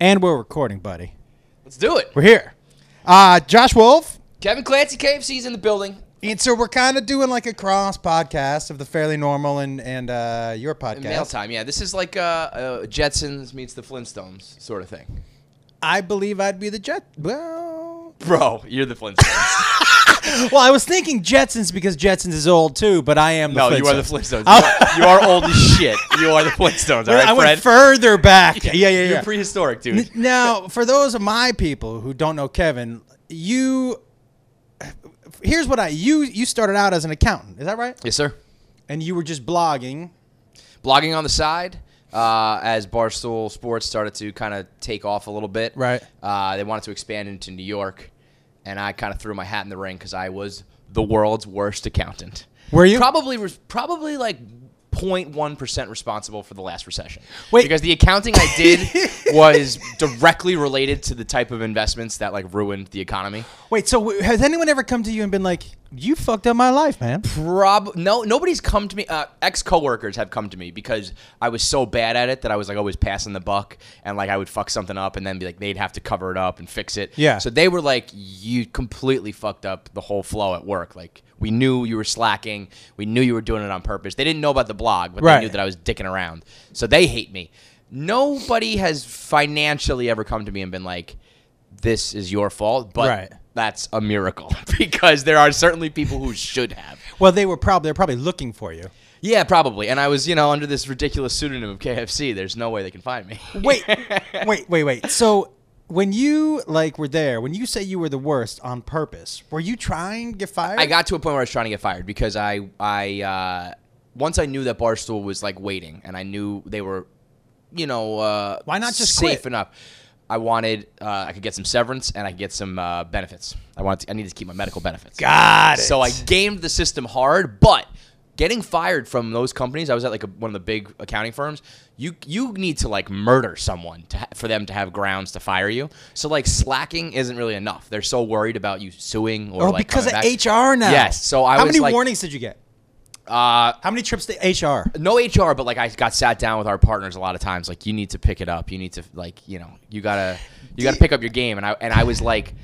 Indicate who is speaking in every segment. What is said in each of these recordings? Speaker 1: And we're recording, buddy.
Speaker 2: Let's do it.
Speaker 1: We're here. Uh, Josh Wolf.
Speaker 2: Kevin Clancy KFC's in the building.
Speaker 1: And so we're kind of doing like a cross podcast of the Fairly Normal and, and uh, your
Speaker 2: And Mail
Speaker 1: podcast.
Speaker 2: time, yeah. This is like uh, uh, Jetsons meets the Flintstones sort of thing.
Speaker 1: I believe I'd be the Jet. Well,
Speaker 2: Bro, you're the Flintstones.
Speaker 1: well, I was thinking Jetsons because Jetsons is old too, but I am the
Speaker 2: no, you are the
Speaker 1: Flintstones.
Speaker 2: Flintstones. You are, you are old as shit. You are the Flintstones. All right,
Speaker 1: I went
Speaker 2: Fred.
Speaker 1: further back. Yeah, yeah, yeah.
Speaker 2: You're prehistoric, dude.
Speaker 1: now, for those of my people who don't know Kevin, you here's what I you you started out as an accountant, is that right?
Speaker 2: yes, sir.
Speaker 1: And you were just blogging.
Speaker 2: Blogging on the side. Uh, as Barstool Sports started to kind of take off a little bit,
Speaker 1: Right.
Speaker 2: Uh, they wanted to expand into New York, and I kind of threw my hat in the ring because I was the world's worst accountant.
Speaker 1: Were you?
Speaker 2: probably res- probably like 0.1% responsible for the last recession.
Speaker 1: Wait.
Speaker 2: Because the accounting I did was directly related to the type of investments that like ruined the economy.
Speaker 1: Wait, so w- has anyone ever come to you and been like, "You fucked up my life, man"?
Speaker 2: Prob no nobody's come to me uh, ex coworkers have come to me because I was so bad at it that I was like always passing the buck and like I would fuck something up and then be like they'd have to cover it up and fix it.
Speaker 1: Yeah.
Speaker 2: So they were like you completely fucked up the whole flow at work like we knew you were slacking. We knew you were doing it on purpose. They didn't know about the blog, but
Speaker 1: Right.
Speaker 2: they knew that I was dicking around. So they hate me. Nobody has financially ever come to me and been like, this is your fault, but
Speaker 1: Right.
Speaker 2: that's a miracle because there are certainly people who should have.
Speaker 1: Well, they were probably they're probably looking for you.
Speaker 2: Yeah, probably. And I was, you know, under this ridiculous pseudonym of KFC. There's no way they can find me.
Speaker 1: Wait, wait, wait, wait. So when you like were there, when you say you were the worst on purpose, were you trying to get fired?
Speaker 2: I got to a point where I was trying to get fired because I, I, uh, once I knew that Barstool was like waiting, and I knew they were, you know, uh,
Speaker 1: Why not just
Speaker 2: safe
Speaker 1: quit?
Speaker 2: enough. I wanted, uh, I could get some severance and I could get some uh, benefits. I wanted, to, I needed to keep my medical benefits.
Speaker 1: got it.
Speaker 2: So I gamed the system hard, but getting fired from those companies, I was at like a, one of the big accounting firms. You you need to like murder someone to ha- for them to have grounds to fire you. So like slacking isn't really enough. They're so worried about you suing or
Speaker 1: oh,
Speaker 2: like
Speaker 1: because of
Speaker 2: coming back.
Speaker 1: HR now.
Speaker 2: Yes. So I
Speaker 1: how
Speaker 2: was
Speaker 1: many
Speaker 2: like,
Speaker 1: warnings did you get?
Speaker 2: Uh,
Speaker 1: How many trips to HR?
Speaker 2: no HR, but like I got sat down with our partners a lot of times. Like you need to pick it up. You need to like you know you gotta you gotta
Speaker 1: you-
Speaker 2: pick up your game. And I and I was like,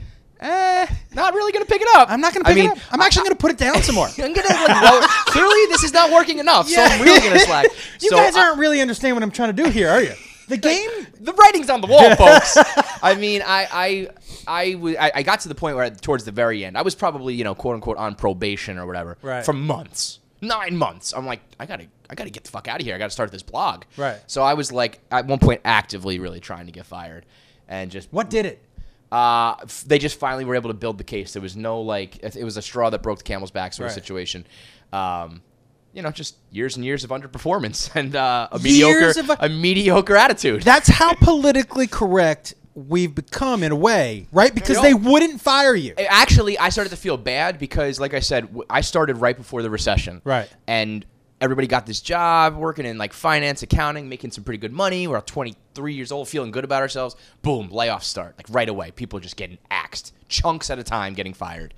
Speaker 2: eh, not really gonna pick it up.
Speaker 1: I'm not gonna
Speaker 2: I
Speaker 1: pick
Speaker 2: mean,
Speaker 1: it up. I'm actually gonna put it down some more.
Speaker 2: I'm gonna like lower. clearly this is not working enough, so I'm really gonna slack.
Speaker 1: you
Speaker 2: so
Speaker 1: guys
Speaker 2: I-
Speaker 1: aren't really understanding what I'm trying to do here, are you? The game.
Speaker 2: the writing's on the wall, folks. I mean, I I I w- I I got to the point where towards the very end, I was probably you know quote unquote on probation or whatever
Speaker 1: Right.
Speaker 2: for months, nine months. I'm like, I gotta I gotta get the fuck out of here. I gotta start this blog.
Speaker 1: Right.
Speaker 2: So I was like at one point actively really trying to get fired, and just
Speaker 1: What did it?
Speaker 2: uh, f- they just finally were able to build the case. There was no like, it it was a straw that broke the camel's back sort
Speaker 1: Right.
Speaker 2: of situation. Um, you know, just years and years of underperformance and uh, a mediocre,
Speaker 1: of-
Speaker 2: a mediocre attitude.
Speaker 1: That's how politically correct we've become in a way, right? Because
Speaker 2: No.
Speaker 1: they wouldn't fire you.
Speaker 2: I- Actually, I started to feel bad because, like I said, w- I started right before the recession.
Speaker 1: Right.
Speaker 2: And everybody got this job working in like finance, accounting, making some pretty good money. We're all 23 years old, feeling good about ourselves. Boom, layoffs start. Like right away, people are just getting axed, chunks at a time, getting fired.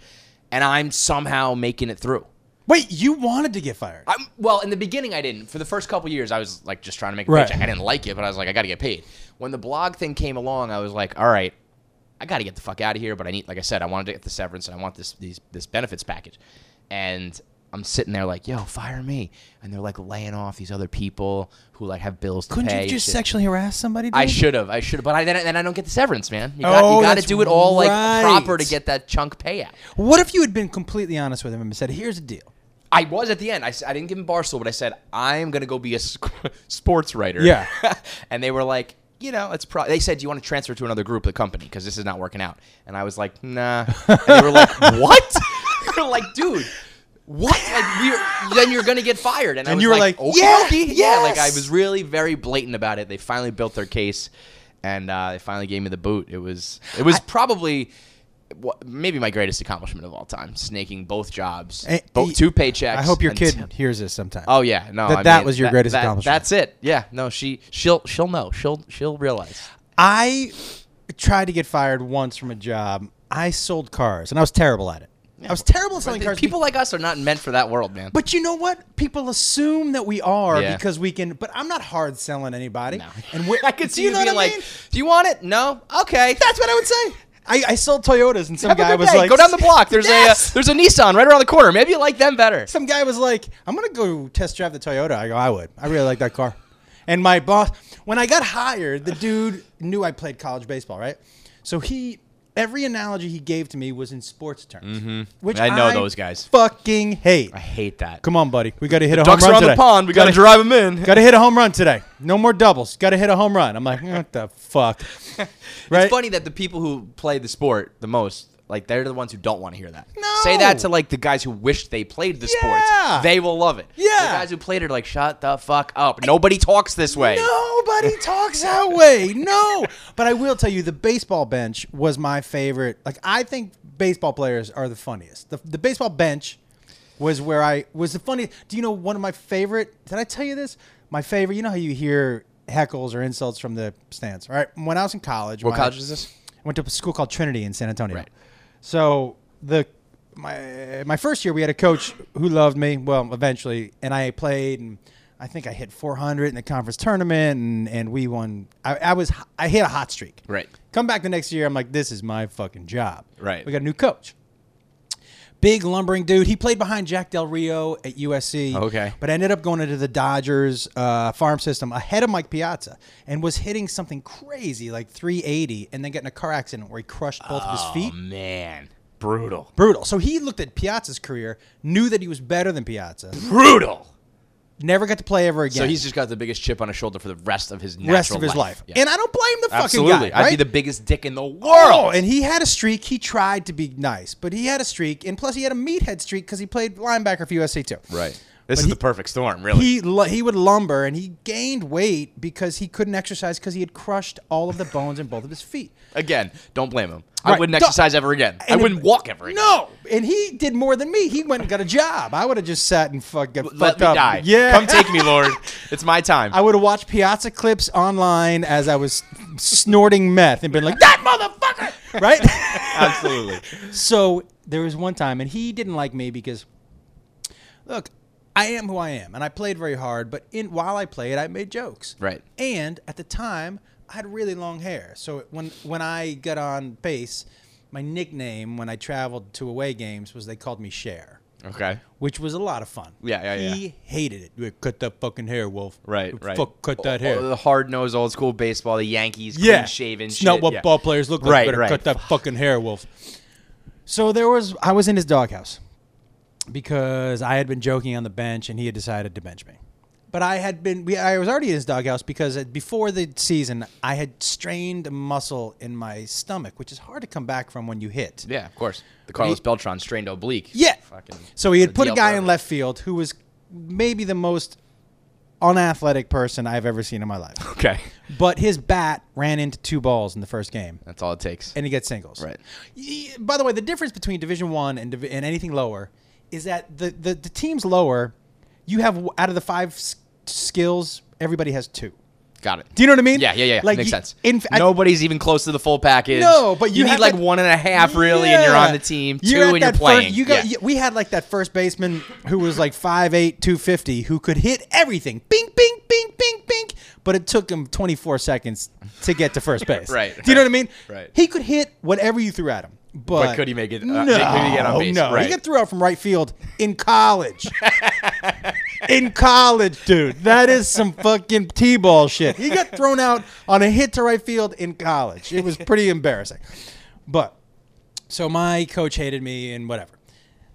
Speaker 2: And I'm somehow making it through.
Speaker 1: Wait, you wanted to get fired.
Speaker 2: I'm, well, in the beginning, I didn't. For the first couple years, I was like just trying to make a
Speaker 1: Right.
Speaker 2: paycheck. I didn't like it, but I was like, I got to get paid. When the blog thing came along, I was like, all right, I got to get the fuck out of here. But I need, like I said, I wanted to get the severance and I want this these this benefits package. And I'm sitting there like, yo, fire me. And they're like laying off these other people who like have bills to
Speaker 1: Couldn't
Speaker 2: pay.
Speaker 1: you just
Speaker 2: shit.
Speaker 1: sexually harass somebody?
Speaker 2: I
Speaker 1: dude?
Speaker 2: should have. I should have. But I, then, then I don't get the severance, man. You got,
Speaker 1: Oh,
Speaker 2: you got to
Speaker 1: that's
Speaker 2: do it all
Speaker 1: right.
Speaker 2: like proper to get that chunk payout.
Speaker 1: What if you had been completely honest with him and said, "Here's the deal."
Speaker 2: I was at the end. I, s- I didn't give him Barstool, but I said I'm gonna go be a s- sports writer.
Speaker 1: Yeah.
Speaker 2: and they were like, you know, it's probably. They said, do you want to transfer to another group, of the company, because this is not working out. And I was like, nah. And they were like, what? they were like, dude. What? Like you're, then you're gonna get fired, and, I
Speaker 1: And
Speaker 2: was
Speaker 1: you were like,
Speaker 2: "Okey
Speaker 1: yeah,
Speaker 2: dokey." yeah. Like I
Speaker 1: yes.
Speaker 2: was really very blatant about it. They finally built their case, and uh, they finally gave me the boot. It was it was probably wha- maybe my greatest accomplishment of all time, snaking both jobs,
Speaker 1: Eh,
Speaker 2: both two paychecks.
Speaker 1: I hope your
Speaker 2: until-
Speaker 1: kid hears this sometime.
Speaker 2: Oh yeah, no.
Speaker 1: That-
Speaker 2: I
Speaker 1: that
Speaker 2: mean,
Speaker 1: was your greatest accomplishment.
Speaker 2: That's it. Yeah, no. She she'll she'll know. She'll she'll realize.
Speaker 1: I tried to get fired once from a job. I sold cars, and I was terrible at it. I was terrible at selling
Speaker 2: But
Speaker 1: cars.
Speaker 2: People like us are not meant for that world, man.
Speaker 1: But you know what? People assume that we are
Speaker 2: Yeah.
Speaker 1: because we can. But I'm not hard selling anybody.
Speaker 2: No.
Speaker 1: And we
Speaker 2: I could see
Speaker 1: you
Speaker 2: you,
Speaker 1: know
Speaker 2: being
Speaker 1: what I
Speaker 2: like,
Speaker 1: mean?
Speaker 2: "Do you want it? No. Okay.
Speaker 1: That's what I would say. I, I sold Toyotas, and some
Speaker 2: Have a
Speaker 1: guy
Speaker 2: good
Speaker 1: was
Speaker 2: day.
Speaker 1: like,
Speaker 2: go down the block. There's
Speaker 1: Yes!
Speaker 2: a uh, there's a Nissan right around the corner. Maybe you like them better.
Speaker 1: Some guy was like, I'm gonna go test drive the Toyota. I go, I would. I really like that car. And my boss, when I got hired, the dude knew I played college baseball, right? So he, every analogy he gave to me was in sports terms, which
Speaker 2: Mm-hmm. I know those guys.
Speaker 1: Fucking hate.
Speaker 2: I hate that.
Speaker 1: Come on, buddy. We got to hit a
Speaker 2: Ducks
Speaker 1: home
Speaker 2: are
Speaker 1: run
Speaker 2: on
Speaker 1: today.
Speaker 2: the pond. We gotta
Speaker 1: Gotta-
Speaker 2: drive them in.
Speaker 1: Got to hit a home run today. No more doubles. Got to hit a home run. I'm like, what the fuck? Right?
Speaker 2: It's funny that the people who play the sport the most, like they're the ones who don't want to hear that.
Speaker 1: No.
Speaker 2: Say that to like the guys who wish they played the
Speaker 1: Yeah.
Speaker 2: sports. They will love it.
Speaker 1: Yeah.
Speaker 2: The guys who played it are like, shut the fuck up. Nobody talks this way.
Speaker 1: Nobody talks that way. No. But I will tell you, the baseball bench was my favorite. Like, I think baseball players are the funniest. The, the baseball bench was where I was the funniest. Do you know one of my favorite? Did I tell you this? My favorite. You know how you hear heckles or insults from the stands, right? When I was in college,
Speaker 2: What
Speaker 1: my-
Speaker 2: college is this?
Speaker 1: I went to a school called Trinity in San Antonio.
Speaker 2: Right.
Speaker 1: So the my my first year, we had a coach who loved me. Well, eventually, and I played, and I think I hit 400 in the conference tournament, and, and we won. I, I was I hit a hot streak.
Speaker 2: Right.
Speaker 1: Come back the next year, I'm like, this is my fucking job.
Speaker 2: Right.
Speaker 1: We got a new coach. Big lumbering dude. He played behind Jack Del Rio at USC.
Speaker 2: Okay.
Speaker 1: But ended up going into the Dodgers uh, farm system ahead of Mike Piazza and was hitting something crazy like 380 and then got in a car accident where he crushed both of his feet.
Speaker 2: Oh man. Brutal.
Speaker 1: Brutal. So he looked at Piazza's career, knew that he was better than Piazza,
Speaker 2: Brutal.
Speaker 1: never got to play ever again.
Speaker 2: So he's just got the biggest chip on his shoulder for the rest of his natural
Speaker 1: rest of his life.
Speaker 2: Yeah.
Speaker 1: And I don't blame the fucking
Speaker 2: Absolutely.
Speaker 1: guy. Right?
Speaker 2: I'd be the biggest dick in the world.
Speaker 1: Oh, and he had a streak. He tried to be nice, but he had a streak, and plus he had a meathead streak because he played linebacker for USC too.
Speaker 2: right.
Speaker 1: But
Speaker 2: This is
Speaker 1: he-
Speaker 2: the perfect storm, really.
Speaker 1: He lu- he would lumber and he gained weight because he couldn't exercise because he had crushed all of the bones in both of his feet.
Speaker 2: again, don't blame him.
Speaker 1: Right.
Speaker 2: I wouldn't
Speaker 1: Duh.
Speaker 2: exercise ever again. I
Speaker 1: And it-
Speaker 2: wouldn't walk ever again.
Speaker 1: No, and he did more than me. He went and got a job. I would have just sat and fuck, got
Speaker 2: Let
Speaker 1: fucked
Speaker 2: me
Speaker 1: up.
Speaker 2: die.
Speaker 1: Yeah,
Speaker 2: Come take me, Lord. It's my time.
Speaker 1: I would have watched Piazza clips online as I was snorting meth and been like, "That motherfucker!" Right.
Speaker 2: Absolutely.
Speaker 1: So there was one time, and he didn't like me because, look, I am who I am, and I played very hard. But in while I played, I made jokes.
Speaker 2: Right.
Speaker 1: And at the time, I had really long hair. So it- when when I got on base, my nickname when I traveled to away games was they called me Share,
Speaker 2: Okay.
Speaker 1: which was a lot of fun.
Speaker 2: Yeah, yeah,
Speaker 1: He hated it. Like, Cut that fucking hair, Wolf.
Speaker 2: Right, right. Oh,
Speaker 1: Fuck, cut that hair.
Speaker 2: the hard nosed old school baseball, the Yankees,
Speaker 1: yeah,
Speaker 2: clean shaven
Speaker 1: It's
Speaker 2: shit.
Speaker 1: not what
Speaker 2: yeah.
Speaker 1: ball players look like.
Speaker 2: Right,
Speaker 1: Better
Speaker 2: right.
Speaker 1: cut that fucking hair, Wolf. So there was, I was in his doghouse because I had been joking on the bench, and he had decided to bench me. But I had been, we, I was already in his doghouse because before the season, I had strained a muscle in my stomach, which is hard to come back from when you hit.
Speaker 2: Yeah, of course. The Carlos Beltran strained oblique.
Speaker 1: Yeah.
Speaker 2: Fucking
Speaker 1: so he had
Speaker 2: the
Speaker 1: put a
Speaker 2: DL
Speaker 1: guy in
Speaker 2: forever.
Speaker 1: left field who was maybe the most unathletic person I've ever seen in my life.
Speaker 2: Okay.
Speaker 1: But his bat ran into two balls in the first game
Speaker 2: That's all it takes.
Speaker 1: and he gets singles.
Speaker 2: Right.
Speaker 1: Y- By the way, the difference between Division One and Divi- and anything lower is that the, the the teams lower, you have w- out of the five s- skills, everybody has two.
Speaker 2: Got it.
Speaker 1: Do you know what I mean?
Speaker 2: Yeah, yeah, yeah.
Speaker 1: Like,
Speaker 2: Makes
Speaker 1: you-
Speaker 2: sense.
Speaker 1: in fa- I-
Speaker 2: Nobody's even close to the full package.
Speaker 1: No, but you
Speaker 2: need
Speaker 1: have
Speaker 2: like
Speaker 1: that-
Speaker 2: one and a half really, and you're
Speaker 1: Yeah.
Speaker 2: on the team. 2
Speaker 1: at
Speaker 2: and you're
Speaker 1: that fir-
Speaker 2: playing.
Speaker 1: you got,
Speaker 2: yeah.
Speaker 1: y- we had like that first baseman who was like 5'8", 250, who could hit everything. Bing, bing, bing, bing, bing. But it took him 24 seconds to get to first base.
Speaker 2: Right,
Speaker 1: Do you know
Speaker 2: right,
Speaker 1: what I mean?
Speaker 2: right.
Speaker 1: He could hit whatever you threw at him. But,
Speaker 2: could he make it- uh,
Speaker 1: no,
Speaker 2: could he get on base?
Speaker 1: No,
Speaker 2: Right.
Speaker 1: he got threw out from right field in college. in college, dude. That is some fucking T-ball shit. He got thrown out on a hit to right field in college. It was pretty embarrassing. But so my coach hated me and whatever.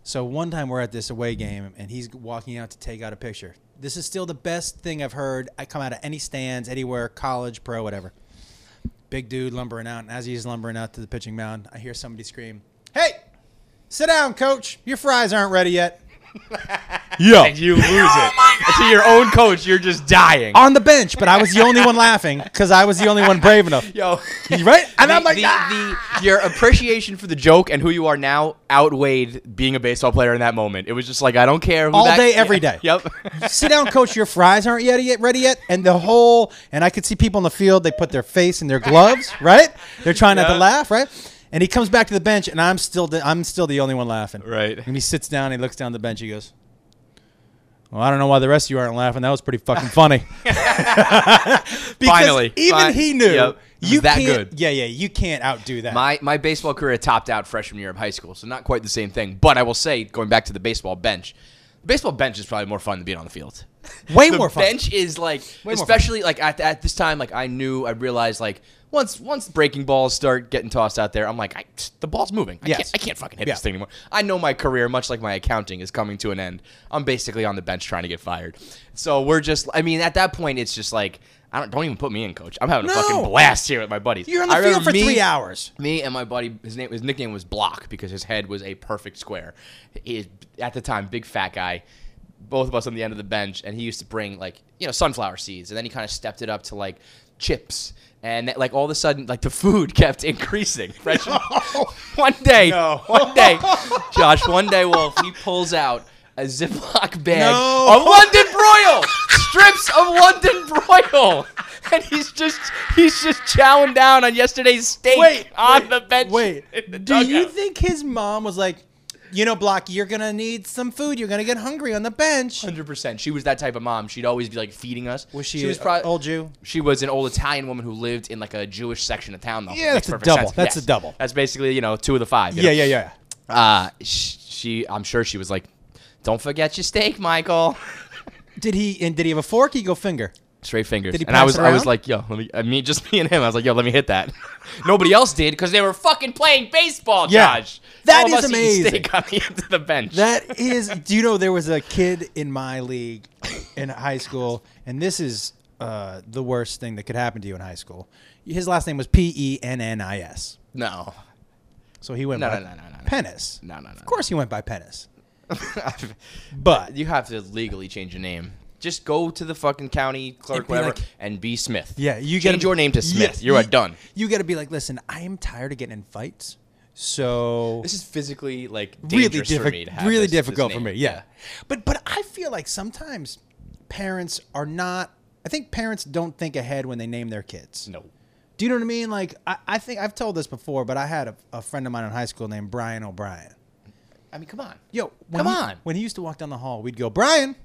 Speaker 1: So one time we're at this away game and he's walking out to take out a picture. This is still the best thing I've heard. I come out of any stands, anywhere, college, pro, whatever. Big dude lumbering out, and as he's lumbering out to the pitching mound, I hear somebody scream, "Hey, sit down, coach. Your fries aren't ready yet." yeah,
Speaker 2: and you lose it. To your own coach, you're just dying.
Speaker 1: on the bench, but I was the only one laughing because I was the only one brave enough.
Speaker 2: Yo.
Speaker 1: Right? And I'm like,
Speaker 2: the,
Speaker 1: "Ah!"
Speaker 2: the- your appreciation for the joke and who you are now outweighed being a baseball player in that moment. It was just like I don't care who
Speaker 1: All
Speaker 2: that-
Speaker 1: day, every day.
Speaker 2: Yep.
Speaker 1: sit down, coach. Your fries aren't yet, yet ready yet, and the whole and I could see people in the field. They put their face in their gloves, right? They're trying not to
Speaker 2: Yeah.
Speaker 1: laugh, right? And he comes back to the bench, and I'm still the, I'm still the only one laughing.
Speaker 2: Right.
Speaker 1: And he sits down, he looks down the bench, he goes, "Well, I don't know why the rest of you aren't laughing. That was pretty fucking funny." Because
Speaker 2: Finally.
Speaker 1: even
Speaker 2: Fin-
Speaker 1: he knew
Speaker 2: Yep. It was
Speaker 1: you
Speaker 2: that
Speaker 1: can't,
Speaker 2: good.
Speaker 1: Yeah, yeah, you can't outdo that.
Speaker 2: My my baseball career topped out freshman year of high school, so not quite the same thing. But I will say, going back to the baseball bench, the baseball bench is probably more fun than being on the field.
Speaker 1: Way
Speaker 2: the
Speaker 1: more fun.
Speaker 2: Bench is like,
Speaker 1: Way more fun.
Speaker 2: especially like at, at this time, like I knew, I realized like once once breaking balls start getting tossed out there, I'm like, I, the ball's moving. I,
Speaker 1: Yes.
Speaker 2: can't, I can't fucking hit
Speaker 1: Yeah.
Speaker 2: this thing anymore. I know my career, much like my accounting, is coming to an end. I'm basically on the bench trying to get fired. So we're just, I mean, at that point, it's just like. I don't, don't even put me in, coach. I'm having a fucking
Speaker 1: No.
Speaker 2: blast here with my buddies.
Speaker 1: You're on the
Speaker 2: I
Speaker 1: field
Speaker 2: remember
Speaker 1: for
Speaker 2: me-
Speaker 1: three hours.
Speaker 2: me and my buddy, his name, his nickname was Block because his head was a perfect square. He is at the time big fat guy. Both of us on the end of the bench, and he used to bring like you know sunflower seeds, and then he kind of stepped it up to like chips, and that, like all of a sudden like the food kept increasing. Freshman- one day,
Speaker 1: No.
Speaker 2: one day, Josh, one day Wolf, he pulls out a Ziploc bag
Speaker 1: No.
Speaker 2: of London broil, strips of London broil, and he's just he's just chowing down on yesterday's steak
Speaker 1: Wait,
Speaker 2: on
Speaker 1: wait,
Speaker 2: the bench.
Speaker 1: Wait,
Speaker 2: in the
Speaker 1: do you
Speaker 2: dugout.
Speaker 1: think his mom was like, you know, Block, you're gonna need some food. You're gonna get hungry on the bench.
Speaker 2: 100%. She was that type of mom. She'd always be like feeding us.
Speaker 1: Was she,
Speaker 2: was
Speaker 1: a- old Jew?
Speaker 2: She was an old Italian woman who lived in like a Jewish section of town. Though.
Speaker 1: Yeah, that's
Speaker 2: Makes
Speaker 1: a
Speaker 2: perfect
Speaker 1: double.
Speaker 2: sense.
Speaker 1: That's a double.
Speaker 2: That's basically you know two of the five. you
Speaker 1: Yeah,
Speaker 2: know?
Speaker 1: yeah, yeah.
Speaker 2: Uh, sh- she, I'm sure she was like, "Don't forget your steak, Michael."
Speaker 1: Did he and did he have a fork? He go finger.
Speaker 2: Straight fingers.
Speaker 1: Did he
Speaker 2: and I
Speaker 1: pass
Speaker 2: was,
Speaker 1: it
Speaker 2: I was
Speaker 1: around?
Speaker 2: like, "Yo, let me." I mean, just me and him. I was like, "Yo, let me hit that." Nobody else did because they were fucking playing baseball.
Speaker 1: Yeah.
Speaker 2: Josh,
Speaker 1: That
Speaker 2: All of
Speaker 1: is
Speaker 2: us eating
Speaker 1: amazing.
Speaker 2: Steak on the end of the bench.
Speaker 1: That is. Do you know there was a kid in my league in high school, and this is uh, the worst thing that could happen to you in high school. His last name was P E N N I S,
Speaker 2: no,
Speaker 1: so he went
Speaker 2: No,
Speaker 1: by
Speaker 2: no, no, no, no, no.
Speaker 1: Pennis.
Speaker 2: No, no, no, no.
Speaker 1: Of course, he went by Pennis. But
Speaker 2: you have to legally change your name. Just go to the fucking county
Speaker 1: It'd
Speaker 2: clerk,
Speaker 1: be
Speaker 2: whatever,
Speaker 1: like-
Speaker 2: and be Smith.
Speaker 1: Yeah, you
Speaker 2: change
Speaker 1: gotta-
Speaker 2: your name to
Speaker 1: Yeah,
Speaker 2: Smith. you are
Speaker 1: you-
Speaker 2: done.
Speaker 1: you got to be like, listen, I am tired of getting in fights, so
Speaker 2: This is physically like
Speaker 1: really
Speaker 2: dangerous
Speaker 1: difficult,
Speaker 2: for me to have
Speaker 1: really
Speaker 2: this- this
Speaker 1: difficult for
Speaker 2: name.
Speaker 1: me. Yeah. but but I feel like sometimes parents are not. I think parents don't think ahead when they name their kids.
Speaker 2: No.
Speaker 1: Do you know what I mean? Like I, I think I've told this before, but I had a, a friend of mine in high school named Brian O'Brien.
Speaker 2: I mean, come on.
Speaker 1: Yo, when
Speaker 2: come
Speaker 1: he-
Speaker 2: on.
Speaker 1: When he used to walk down the hall, we'd go Brian,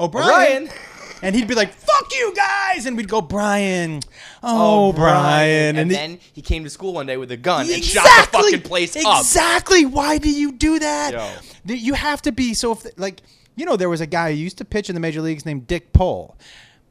Speaker 1: O'Brien,
Speaker 2: O'Brien.
Speaker 1: and he'd be like, "Fuck you guys," and we'd go Brian, oh, Brian,
Speaker 2: And,
Speaker 1: he-
Speaker 2: then he came to school one day with a gun and shot the
Speaker 1: Exactly.
Speaker 2: fucking place up.
Speaker 1: Exactly. Why do you do that?
Speaker 2: Yo.
Speaker 1: Th- You have to be so. If, like, you know, there was a guy who used to pitch in the major leagues named Dick Pole.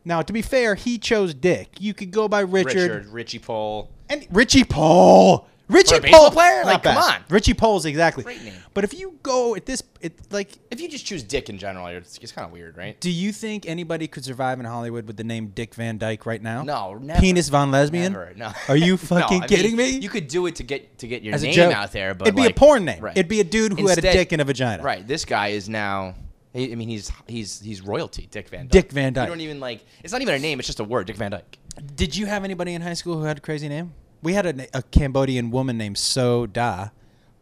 Speaker 1: Now, to be fair, he chose Dick. You could go by Richard,
Speaker 2: Richard, Richie Paul.
Speaker 1: and Richie Pole. Richie
Speaker 2: a baseball
Speaker 1: Pole
Speaker 2: player?
Speaker 1: Not
Speaker 2: Like, come
Speaker 1: bad.
Speaker 2: on.
Speaker 1: Richie Pole's exactly.
Speaker 2: Great name.
Speaker 1: But if you go at this, it like,
Speaker 2: If you just choose Dick in general, it's, it's kind of weird, right?
Speaker 1: do you think anybody could survive in Hollywood with the name Dick Van Dyke right now?
Speaker 2: No, never.
Speaker 1: Penis Von Lesbian.
Speaker 2: Never, no.
Speaker 1: Are you
Speaker 2: No,
Speaker 1: fucking
Speaker 2: I mean,
Speaker 1: kidding me?
Speaker 2: You could do it to get to get your
Speaker 1: As a
Speaker 2: name
Speaker 1: joke.
Speaker 2: out there, but
Speaker 1: It'd be a
Speaker 2: like-
Speaker 1: porn name. It'd be a dude who had a
Speaker 2: Instead-
Speaker 1: dick and a vagina.
Speaker 2: Right. This guy is now. I I mean, he's he's he's royalty, Dick Van Dyke.
Speaker 1: Dick Van Dyke.
Speaker 2: You don't even like. It's not even a name. It's just a word, Dick Van Dyke.
Speaker 1: Did you have anybody in high school who had a crazy name? We had a, a Cambodian woman named So Da.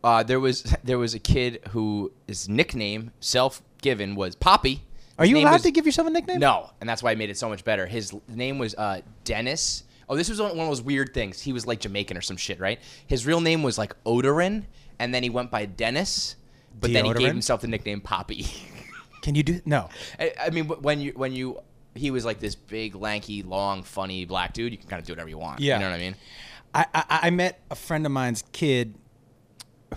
Speaker 2: Uh, there was there was a kid who his nickname self given was Poppy.
Speaker 1: Are
Speaker 2: His
Speaker 1: you
Speaker 2: name
Speaker 1: allowed
Speaker 2: was-
Speaker 1: to give yourself a nickname?
Speaker 2: No, and that's why I made it so much better. His l- name was uh, Dennis. Oh, this was one one of those weird things. He was like Jamaican or some shit, right? His real name was like Odorin, and then he went by Dennis, but then he
Speaker 1: Deodorin?
Speaker 2: gave himself the nickname Poppy.
Speaker 1: Can you do no?
Speaker 2: I, I mean, wh- when you when you he was like this big, lanky, long, funny black dude. You can kind of do whatever you want.
Speaker 1: Yeah.
Speaker 2: you know what I mean.
Speaker 1: I, I I met a friend of mine's kid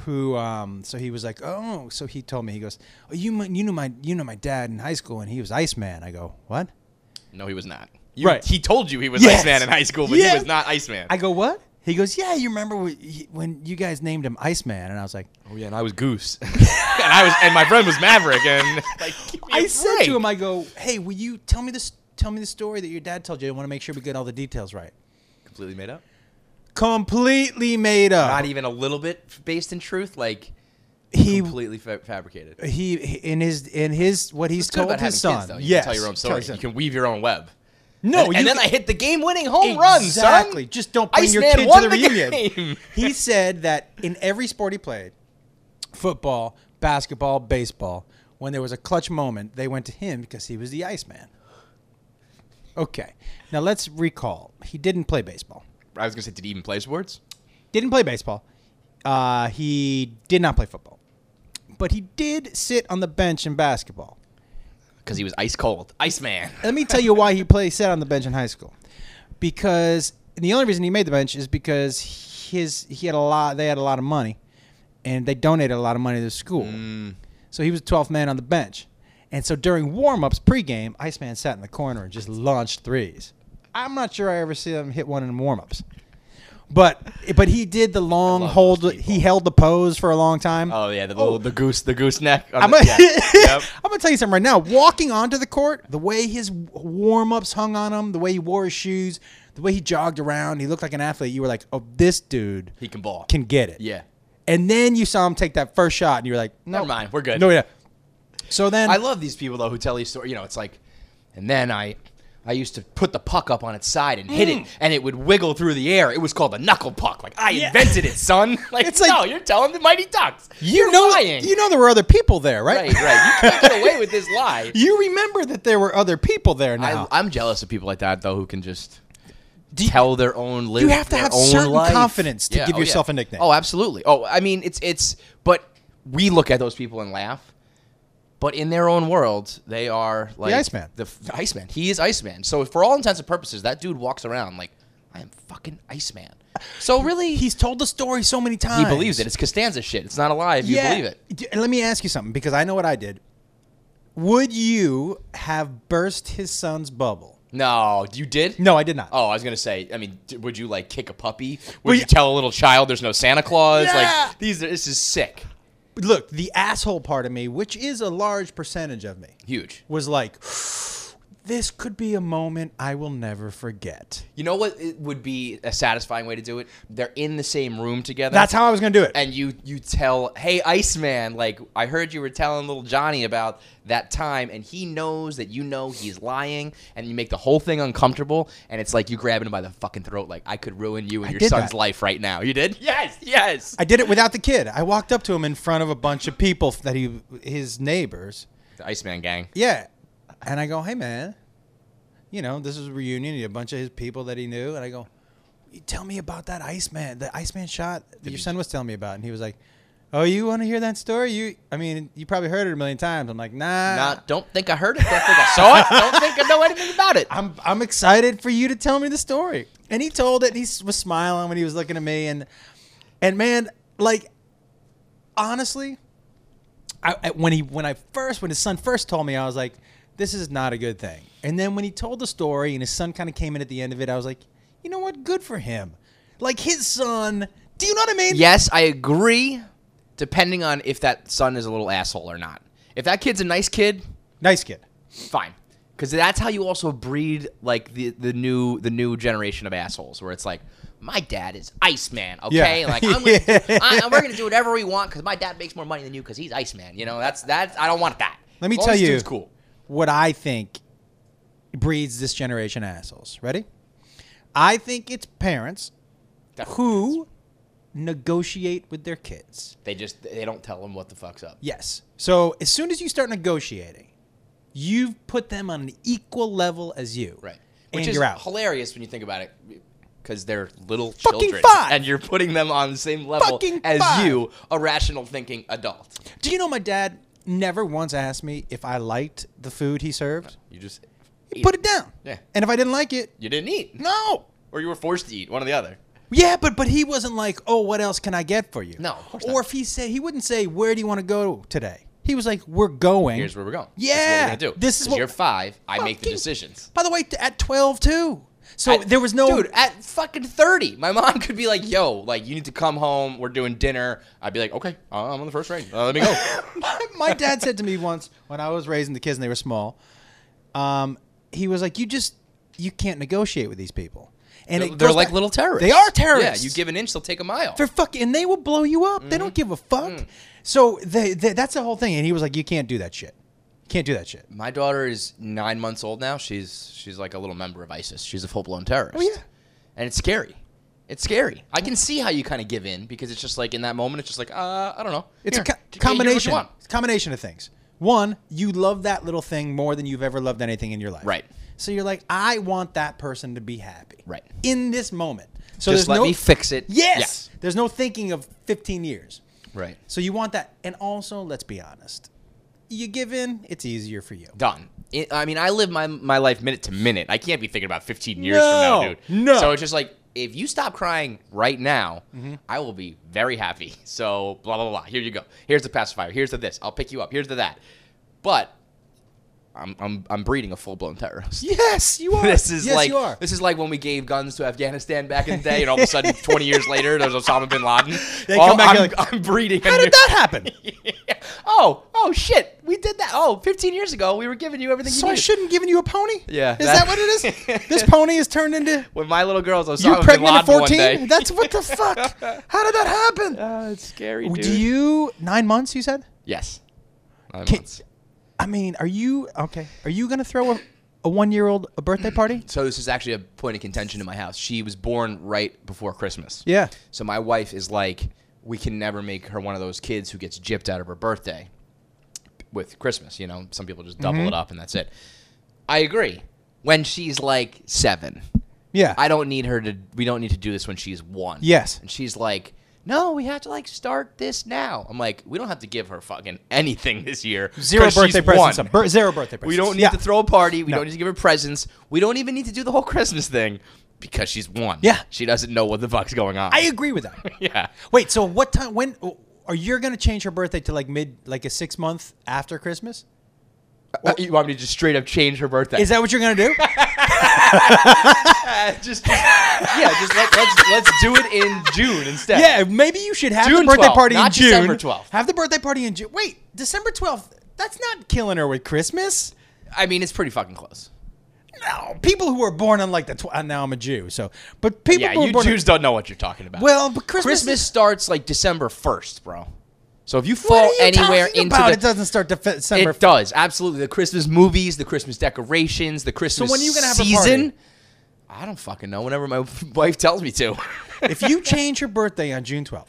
Speaker 1: who um so he was like oh so he told me he goes oh, you mi- you know my you know my dad in high school and he was Iceman. I go what?
Speaker 2: No, he was not. You,
Speaker 1: Right.
Speaker 2: He told you he was
Speaker 1: Yes.
Speaker 2: Iceman in high school, but
Speaker 1: Yeah.
Speaker 2: he was not Iceman.
Speaker 1: I go what? He goes yeah you remember when, he- when you guys named him Iceman and I was like
Speaker 2: oh yeah, and I was Goose, and I was and my friend was Maverick, and like give me a
Speaker 1: I said
Speaker 2: break.
Speaker 1: to him, I go, hey, will you tell me this? Tell me the story that your dad told you. I want to make sure we get all the details right.
Speaker 2: completely made up.
Speaker 1: Completely made up.
Speaker 2: Not even a little bit based in truth, like
Speaker 1: he
Speaker 2: completely fa- fabricated.
Speaker 1: he in his in his what he's
Speaker 2: It's good
Speaker 1: told
Speaker 2: about having
Speaker 1: his son.
Speaker 2: kids, though. You
Speaker 1: yes,
Speaker 2: can tell your own
Speaker 1: his
Speaker 2: story.
Speaker 1: son.
Speaker 2: You can weave your own web.
Speaker 1: no,
Speaker 2: and,
Speaker 1: you
Speaker 2: and then
Speaker 1: can-
Speaker 2: I hit the game-winning home run, son.
Speaker 1: exactly. Just don't bring your
Speaker 2: Iceman
Speaker 1: kid
Speaker 2: won
Speaker 1: to the, reunion.
Speaker 2: game.
Speaker 1: he said that in every sport he played, football, basketball, baseball, when there was a clutch moment, they went to him because he was the Iceman. Okay, now let's recall. He didn't play baseball.
Speaker 2: I was gonna say, did he even play sports?
Speaker 1: Didn't play baseball. Uh, he did not play football, but he did sit on the bench in basketball.
Speaker 2: because he was ice cold, Iceman.
Speaker 1: Let me tell you why he played sat on the bench in high school, because and the only reason he made the bench is because his he had a lot. They had a lot of money, and they donated a lot of money to the school.
Speaker 2: Mm.
Speaker 1: So he was 12th man on the bench. And so during warm-ups pregame, Iceman sat in the corner and just launched threes. I'm not sure I ever see him hit one in warm-ups. But but he did the long
Speaker 2: love
Speaker 1: hold
Speaker 2: those
Speaker 1: he
Speaker 2: people.
Speaker 1: held the pose for a long time.
Speaker 2: Oh yeah, the little the goose, the gooseneck.
Speaker 1: I'm gonna,
Speaker 2: on the- yeah. Yep.
Speaker 1: I'm gonna tell you something right now. Walking onto the court, the way his warm ups hung on him, the way he wore his shoes, the way he jogged around, he looked like an athlete. You were like, oh, this dude
Speaker 2: He can ball.
Speaker 1: can get it.
Speaker 2: yeah.
Speaker 1: And then you saw him take that first shot, and you were like, no,
Speaker 2: Never mind, we're good.
Speaker 1: No, yeah. So then,
Speaker 2: I love these people though who tell these stories. You know, it's like, and then I, I used to put the puck up on its side and hit it,
Speaker 1: Mm.
Speaker 2: and it would wiggle through the air. It was called a knuckle puck. Like I invented it, son. Like
Speaker 1: It's
Speaker 2: it's
Speaker 1: like-
Speaker 2: no, you're telling the Mighty Ducks.
Speaker 1: you
Speaker 2: are
Speaker 1: know,
Speaker 2: lying.
Speaker 1: you know, there were other people there, right?
Speaker 2: right, right. You can't get away with this lie.
Speaker 1: You remember that there were other people there now.
Speaker 2: I, I'm jealous of people like that though who can just
Speaker 1: Do you-
Speaker 2: tell their own live
Speaker 1: you have to
Speaker 2: their
Speaker 1: have
Speaker 2: own
Speaker 1: certain
Speaker 2: life.
Speaker 1: confidence to give yourself a nickname.
Speaker 2: Oh, absolutely. Oh, I mean it's it's but we look at those people and laugh. But in their own world, they are like
Speaker 1: Iceman.
Speaker 2: The, f- the Iceman. He is Iceman. So for all intents and purposes, that dude walks around like I am fucking Iceman. So really he,
Speaker 1: He's told the story so many times.
Speaker 2: believes it. It's Costanza shit. It's not a lie if you believe it.
Speaker 1: D- and Let me ask you something because I know what I did. Would you have burst his son's bubble?
Speaker 2: No, you did?
Speaker 1: No, I did not.
Speaker 2: Oh, I was gonna say. I mean, d- would you like kick a puppy? Would
Speaker 1: Well, yeah.
Speaker 2: you tell a little child there's no Santa Claus?
Speaker 1: Yeah.
Speaker 2: Like these, are, this is sick,
Speaker 1: Look, the asshole part of me, which is a large percentage of me,
Speaker 2: huge.
Speaker 1: was like, this could be a moment I will never forget.
Speaker 2: You know what it would be a satisfying way to do it? They're in the same room together.
Speaker 1: That's how I was going to do it.
Speaker 2: And you you tell, hey Iceman, like I heard you were telling little Johnny about that time, and he knows that you know he's lying, and you make the whole thing uncomfortable, and it's like you grabbing him by the fucking throat, like I could ruin you and your
Speaker 1: did
Speaker 2: son's
Speaker 1: that.
Speaker 2: life right now. You did? Yes, yes.
Speaker 1: I did it without the kid. I walked up to him in front of a bunch of people that he, his neighbors.
Speaker 2: The Iceman gang.
Speaker 1: Yeah. And I go, hey, man, you know, this is a reunion. He had A bunch of his people that he knew. And I go, "You tell me about that Iceman, the Iceman shot that your son was telling me about. And he was like, oh, you want to hear that story? You, I mean, you probably heard it a million times. I'm like, nah.
Speaker 2: Not, don't think I heard it. Don't think I saw it. Don't think I know anything about it.
Speaker 1: I'm, I'm excited for you to tell me the story. And he told it. And he s- was smiling when he was looking at me. And, and man, like, honestly, I, I- when he when I first when his son first told me, I was like, "This is not a good thing." And then when he told the story and his son kind of came in at the end of it, I was like, "You know what? Good for him. Like his son. Do you know what I mean?
Speaker 2: Yes, I agree. Depending on if that son is a little asshole or not. If that kid's a nice kid,
Speaker 1: Nice kid.
Speaker 2: fine, because that's how you also breed like the the new the new generation of assholes, where it's like. My dad is Iceman, okay?
Speaker 1: Yeah.
Speaker 2: Like I'm gonna,
Speaker 1: Yeah.
Speaker 2: I, we're gonna do whatever we want because my dad makes more money than you because he's Iceman. You know, that's that's I don't want that.
Speaker 1: Let me
Speaker 2: As long
Speaker 1: tell
Speaker 2: as
Speaker 1: you,
Speaker 2: Oh, dude's cool.
Speaker 1: what I think breeds this generation of assholes. Ready? I think it's parents
Speaker 2: Definitely.
Speaker 1: who negotiate with their kids.
Speaker 2: They just they don't tell them what the fuck's up.
Speaker 1: Yes. So as soon as you start negotiating, you've put them on an equal level as you.
Speaker 2: Right.
Speaker 1: Which
Speaker 2: Which
Speaker 1: and
Speaker 2: is
Speaker 1: you're out.
Speaker 2: hilarious when you think about it because they're little
Speaker 1: Fucking
Speaker 2: children.
Speaker 1: five.
Speaker 2: And you're putting them on the same level
Speaker 1: Fucking
Speaker 2: as
Speaker 1: five.
Speaker 2: you, a rational thinking adult.
Speaker 1: Do you know my dad never once asked me if I liked the food he served?
Speaker 2: You just
Speaker 1: He
Speaker 2: eat
Speaker 1: put
Speaker 2: it.
Speaker 1: it down.
Speaker 2: Yeah.
Speaker 1: And if I didn't like it,
Speaker 2: You didn't eat.
Speaker 1: no.
Speaker 2: Or you were forced to eat, one or the other.
Speaker 1: Yeah, but but he wasn't like, oh, what else can I get for you?
Speaker 2: No, of course
Speaker 1: or
Speaker 2: not.
Speaker 1: if he said he wouldn't say, where do you want to go today? He was like, we're going.
Speaker 2: Here's where we're going.
Speaker 1: Yeah.
Speaker 2: That's what we're gonna do.
Speaker 1: This is
Speaker 2: 'Cause
Speaker 1: what-
Speaker 2: you're five. I make the
Speaker 1: Fucking-
Speaker 2: decisions.
Speaker 1: By the way, t- at twelve too. So
Speaker 2: At-
Speaker 1: there was no
Speaker 2: dude at fucking thirty. My mom could be like, "Yo, like you need to come home. We're doing dinner." I'd be like, "Okay, uh, I'm on the first train. Uh, let me go."
Speaker 1: my, my dad said to me once when I was raising the kids and they were small, um, he was like, "You just you can't negotiate with these people." And
Speaker 2: They're-
Speaker 1: it
Speaker 2: they're
Speaker 1: goes
Speaker 2: like
Speaker 1: back-
Speaker 2: little terrorists.
Speaker 1: They are terrorists.
Speaker 2: Yeah, you give Mm-hmm. an inch, they'll take a mile.
Speaker 1: They're fucking, and they will blow you up. They don't give a fuck.
Speaker 2: Mm.
Speaker 1: So they, they, that's the whole thing. And he was like, "You can't do that shit. You can't do that shit."
Speaker 2: My daughter is nine months old now. She's she's like a little member of ISIS. She's a full blown terrorist.
Speaker 1: Oh, yeah.
Speaker 2: and it's scary. It's scary. I can see how you kind of give in because it's just like in that moment, it's just like uh, I don't know.
Speaker 1: It's
Speaker 2: Here,
Speaker 1: a co-
Speaker 2: t-
Speaker 1: combination.
Speaker 2: here's what you want.
Speaker 1: It's a combination of things. One, you love that little thing more than you've ever loved anything in your life.
Speaker 2: Right.
Speaker 1: So you're like, I want that person to be happy.
Speaker 2: Right.
Speaker 1: In this moment. So there's
Speaker 2: just let
Speaker 1: no
Speaker 2: me fix it.
Speaker 1: Yes.
Speaker 2: Yes.
Speaker 1: There's no thinking of 15 years.
Speaker 2: Right.
Speaker 1: So you want that. And also, let's be honest. You give in, it's easier for you.
Speaker 2: Done. It, I mean, I live my my life minute to minute. I can't be thinking about 15 years from now,
Speaker 1: No,
Speaker 2: dude.
Speaker 1: no. Mm-hmm.
Speaker 2: So it's just like if you stop crying right now, I will be very happy. So blah blah blah. Here you go. Here's the pacifier. Here's the this. I'll pick you up. Here's the that. But I'm I'm I'm breeding a full blown terrorist.
Speaker 1: Yes, you are.
Speaker 2: This is
Speaker 1: yes,
Speaker 2: like
Speaker 1: you are.
Speaker 2: this is like when we gave guns to Afghanistan back in the day, and all of a sudden, 20 years later, there's Osama bin Laden.
Speaker 1: They
Speaker 2: Oh,
Speaker 1: come back
Speaker 2: I'm,
Speaker 1: and like,
Speaker 2: I'm breeding. a
Speaker 1: How
Speaker 2: new-
Speaker 1: did that happen?
Speaker 2: oh, oh shit, we did that. Oh, 15 years ago, we were giving you everything
Speaker 1: So
Speaker 2: you
Speaker 1: I
Speaker 2: needed.
Speaker 1: shouldn't have given you a pony?
Speaker 2: Yeah,
Speaker 1: Is that,
Speaker 2: that-
Speaker 1: what it is? this pony is turned into
Speaker 2: When my little girl's Osama
Speaker 1: you're pregnant at
Speaker 2: bin Laden one day.
Speaker 1: 14? That's what the fuck? How did that happen?
Speaker 2: uh, it's scary, dude.
Speaker 1: Do you nine months? You said.
Speaker 2: Yes. Nine
Speaker 1: Can-
Speaker 2: months.
Speaker 1: I mean, are you okay? Are you gonna throw a, a one year old a birthday party?
Speaker 2: So this is actually a point of contention in my house. She was born right before Christmas.
Speaker 1: Yeah.
Speaker 2: So my wife is like, we can never make her one of those kids who gets gypped out of her birthday with Christmas. You know, some people just double
Speaker 1: Mm-hmm.
Speaker 2: it up and that's it. I agree. When she's like seven,
Speaker 1: Yeah.
Speaker 2: I don't need her to. We don't need to do this when she's one.
Speaker 1: Yes.
Speaker 2: And she's like, no, we have to like start this now. I'm like, we don't have to give her fucking anything this year. 'cause she's
Speaker 1: birthday presents.
Speaker 2: one.
Speaker 1: a bir- zero birthday presents.
Speaker 2: We don't need
Speaker 1: yeah.
Speaker 2: to throw a party. We
Speaker 1: No.
Speaker 2: don't need to give her presents. We don't even need to do the whole Christmas thing because she's one.
Speaker 1: Yeah.
Speaker 2: She doesn't know what the fuck's going on.
Speaker 1: I agree with that.
Speaker 2: yeah.
Speaker 1: Wait. So what time? When are you gonna change her birthday to like mid, like a six month after Christmas?
Speaker 2: Uh, you want me to just straight up change her birthday?
Speaker 1: Is that what you're gonna do?
Speaker 2: Uh, just, yeah, just let, let's let's do it in June instead.
Speaker 1: yeah. Maybe you should have the
Speaker 2: June
Speaker 1: birthday
Speaker 2: 12th,
Speaker 1: party
Speaker 2: not
Speaker 1: in June.
Speaker 2: December 12th.
Speaker 1: Have the birthday party in June. Wait, December twelfth. That's not killing her with Christmas.
Speaker 2: I mean, it's pretty fucking close.
Speaker 1: No, people who are born on like the tw- uh, now I'm a Jew, so but people
Speaker 2: Yeah,
Speaker 1: who are
Speaker 2: you
Speaker 1: born
Speaker 2: Jews don't know what you're talking about.
Speaker 1: well, but Christmas,
Speaker 2: Christmas
Speaker 1: is,
Speaker 2: starts like December 1st, bro. So if you
Speaker 1: what
Speaker 2: fall
Speaker 1: are you
Speaker 2: anywhere
Speaker 1: talking
Speaker 2: into
Speaker 1: about?
Speaker 2: the
Speaker 1: it doesn't start Defe- December.
Speaker 2: It does absolutely. The Christmas movies, the Christmas decorations, the Christmas.
Speaker 1: when are you gonna have a
Speaker 2: season? I don't fucking know. Whenever my wife tells me to.
Speaker 1: if you change your birthday on June 12th,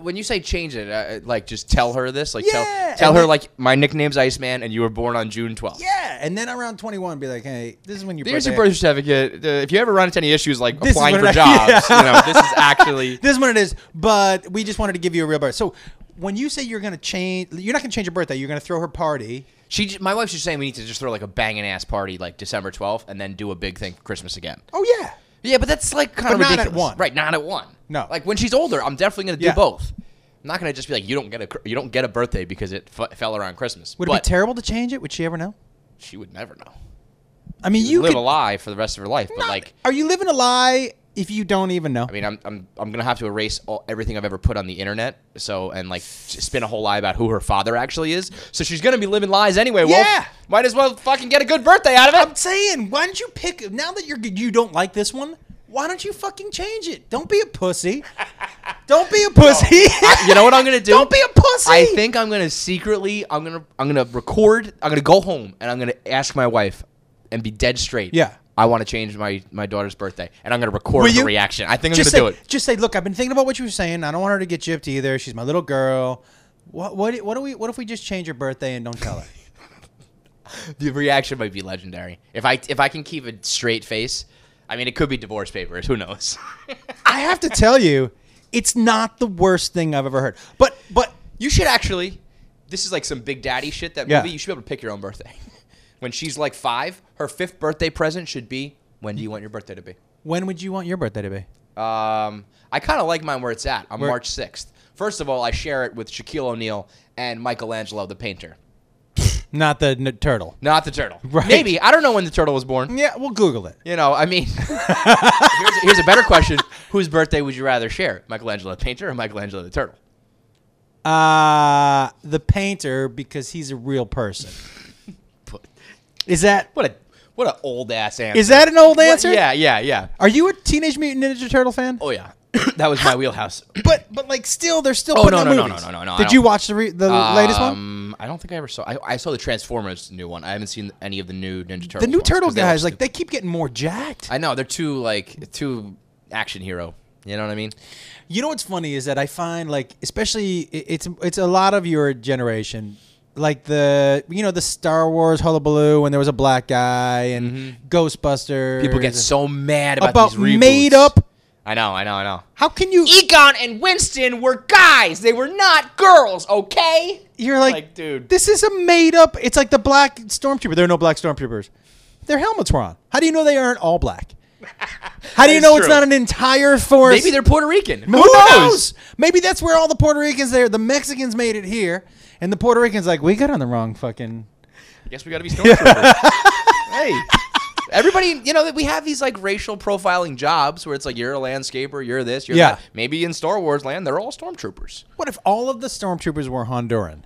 Speaker 2: when you say change it, uh, like just tell her this. Like
Speaker 1: Yeah,
Speaker 2: tell tell
Speaker 1: and
Speaker 2: her
Speaker 1: then-
Speaker 2: like my nickname's Iceman, and you were born on June twelfth.
Speaker 1: yeah, and then around 21, be like, hey, this is when your
Speaker 2: Here's
Speaker 1: birthday.
Speaker 2: your birth certificate. Uh, if you ever run into any issues like
Speaker 1: This is
Speaker 2: applying
Speaker 1: what
Speaker 2: for
Speaker 1: I-
Speaker 2: jobs, you know, this is actually
Speaker 1: this is when it is. But we just wanted to give you a real birthday. So when you say you're gonna change, you're not gonna change your birthday. You're gonna throw her party.
Speaker 2: she. j- My wife's just saying we need to just throw like a banging ass party like December twelfth, and then do a big thing for Christmas again.
Speaker 1: Oh yeah,
Speaker 2: Yeah, but that's like kind
Speaker 1: But
Speaker 2: of
Speaker 1: not at
Speaker 2: ridiculous.
Speaker 1: one.
Speaker 2: Right, not at one.
Speaker 1: No.
Speaker 2: like when she's older, I'm definitely gonna do
Speaker 1: Yeah.
Speaker 2: both. I'm not gonna just be like you don't get a cr- you don't get a birthday because it f- fell around Christmas.
Speaker 1: would
Speaker 2: but
Speaker 1: it be terrible to change it? Would she ever know?
Speaker 2: she would never know.
Speaker 1: I mean,
Speaker 2: You
Speaker 1: you
Speaker 2: live
Speaker 1: could.
Speaker 2: a lie for the rest of her life, but
Speaker 1: not-
Speaker 2: like
Speaker 1: are you living a lie if you don't even know?
Speaker 2: I mean, I'm I'm I'm gonna have to erase all, everything I've ever put on the internet. So and like s- spin a whole lie about who her father actually is. So she's gonna be living lies anyway. Wolf.
Speaker 1: Yeah.
Speaker 2: might as well fucking get a good birthday out of it.
Speaker 1: I'm saying, why don't you pick now that you're you don't like this one? Why don't you fucking change it? Don't be a pussy. Don't be a pussy.
Speaker 2: you know what I'm gonna do?
Speaker 1: Don't be a pussy.
Speaker 2: I think I'm gonna secretly. I'm gonna. I'm gonna record. I'm gonna go home and I'm gonna ask my wife, and be dead straight.
Speaker 1: Yeah.
Speaker 2: I want to change my my daughter's birthday, and I'm gonna record
Speaker 1: Will
Speaker 2: her
Speaker 1: you?
Speaker 2: reaction. I think I'm
Speaker 1: just say,
Speaker 2: gonna do it.
Speaker 1: just say, look, I've been thinking about what you were saying. I don't want her to get gypped either. She's my little girl. What what what do we what if we just change her birthday and don't tell her?
Speaker 2: The reaction might be legendary if I if I can keep a straight face. I mean, it could be divorce papers. Who knows?
Speaker 1: I have to tell you, it's not the worst thing I've ever heard. But but
Speaker 2: you should actually. This is like some Big Daddy shit. That
Speaker 1: Yeah.
Speaker 2: movie. You should be able to pick your own birthday. when she's like five, her fifth birthday present should be. When do you want your birthday to be?
Speaker 1: when would you want your birthday to be?
Speaker 2: Um, I kind of like mine where it's at on March 6th. First of all, I share it with Shaquille O'Neal and Michelangelo the painter,
Speaker 1: Not the n- turtle.
Speaker 2: not the turtle.
Speaker 1: Right.
Speaker 2: Maybe I don't know when the turtle was born.
Speaker 1: Yeah, we'll Google it.
Speaker 2: You know, I mean, here's, here's a better question: Whose birthday would you rather share, Michelangelo the painter or Michelangelo the turtle?
Speaker 1: Uh the painter because he's a real person.
Speaker 2: But
Speaker 1: Is that
Speaker 2: What a what a old ass answer.
Speaker 1: Is that an old
Speaker 2: What-
Speaker 1: answer?
Speaker 2: Yeah, yeah, yeah.
Speaker 1: Are you a Teenage Mutant Ninja Turtle fan?
Speaker 2: Oh yeah, that was my wheelhouse.
Speaker 1: But but like still, they're still
Speaker 2: Oh,
Speaker 1: putting
Speaker 2: no,
Speaker 1: out
Speaker 2: no, no,
Speaker 1: movies.
Speaker 2: no, no, no, no, I
Speaker 1: Did
Speaker 2: don't-
Speaker 1: you watch the re- the latest one?
Speaker 2: Um, I don't think I ever saw. I, I saw the Transformers new one. I haven't seen any of the new Ninja Turtles.
Speaker 1: The new
Speaker 2: ones,
Speaker 1: turtle
Speaker 2: 'cause they were
Speaker 1: guys,
Speaker 2: stupid.
Speaker 1: like they keep getting more jacked.
Speaker 2: I know they're too like too action hero. You know what I mean?
Speaker 1: you know what's funny is that I find like especially i- it's it's a lot of your generation. Like the you know the Star Wars hullabaloo when there was a black guy and Ghostbusters.
Speaker 2: Mm-hmm. People get so mad about,
Speaker 1: about
Speaker 2: these reboots.
Speaker 1: made up
Speaker 2: I know, I know, I know.
Speaker 1: How can you?
Speaker 2: Egon and Winston were guys. They were not girls, okay?
Speaker 1: You're like,
Speaker 2: Like, dude.
Speaker 1: This is a made up. It's like the black stormtrooper. There are no black stormtroopers. Their helmets were on. How do you know they aren't all black? How do you
Speaker 2: That is
Speaker 1: know it's
Speaker 2: true.
Speaker 1: not an entire force?
Speaker 2: Maybe they're Puerto Rican.
Speaker 1: Who knows? Maybe that's where all the Puerto Ricans there. The Mexicans made it here, and the Puerto Ricans like we got on the wrong fucking.
Speaker 2: Guess we got to be stormtroopers. hey, everybody, you know that we have these like racial profiling jobs where it's like you're a landscaper, you're this, you're
Speaker 1: Yeah.
Speaker 2: that. Maybe in Star Wars land, they're all stormtroopers.
Speaker 1: What if all of the stormtroopers were Honduran,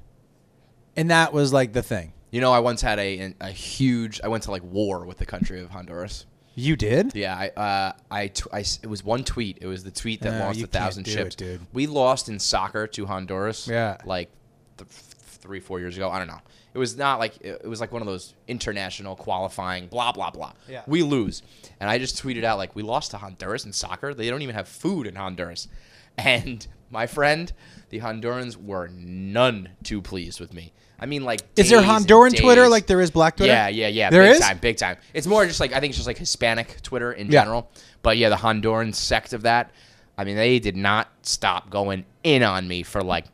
Speaker 1: and that was like the thing?
Speaker 2: You know, I once had a a huge. I went to like war with the country of Honduras.
Speaker 1: You did.
Speaker 2: Yeah, I, uh, I, tw- I s- it was one tweet. It was the tweet that
Speaker 1: Oh,
Speaker 2: lost
Speaker 1: you
Speaker 2: a thousand
Speaker 1: can't do
Speaker 2: ships.
Speaker 1: it, dude.
Speaker 2: We lost in soccer to Honduras.
Speaker 1: Yeah.
Speaker 2: like th- f- three, four years ago. I don't know. It was not like it it was like one of those international qualifying blah blah blah.
Speaker 1: Yeah.
Speaker 2: we lose, and I just tweeted out like we lost to Honduras in soccer. They don't even have food in Honduras, and my friend, the Hondurans were none too pleased with me. I mean, like
Speaker 1: Is there
Speaker 2: days and
Speaker 1: Honduran Twitter
Speaker 2: days.
Speaker 1: like there is Black Twitter?
Speaker 2: Yeah, yeah, yeah.
Speaker 1: There
Speaker 2: big
Speaker 1: is?
Speaker 2: time, big time. It's more just like I think it's just like Hispanic Twitter in
Speaker 1: Yeah.
Speaker 2: general. But yeah, the Honduran sect of that. I mean, they did not stop going in on me for like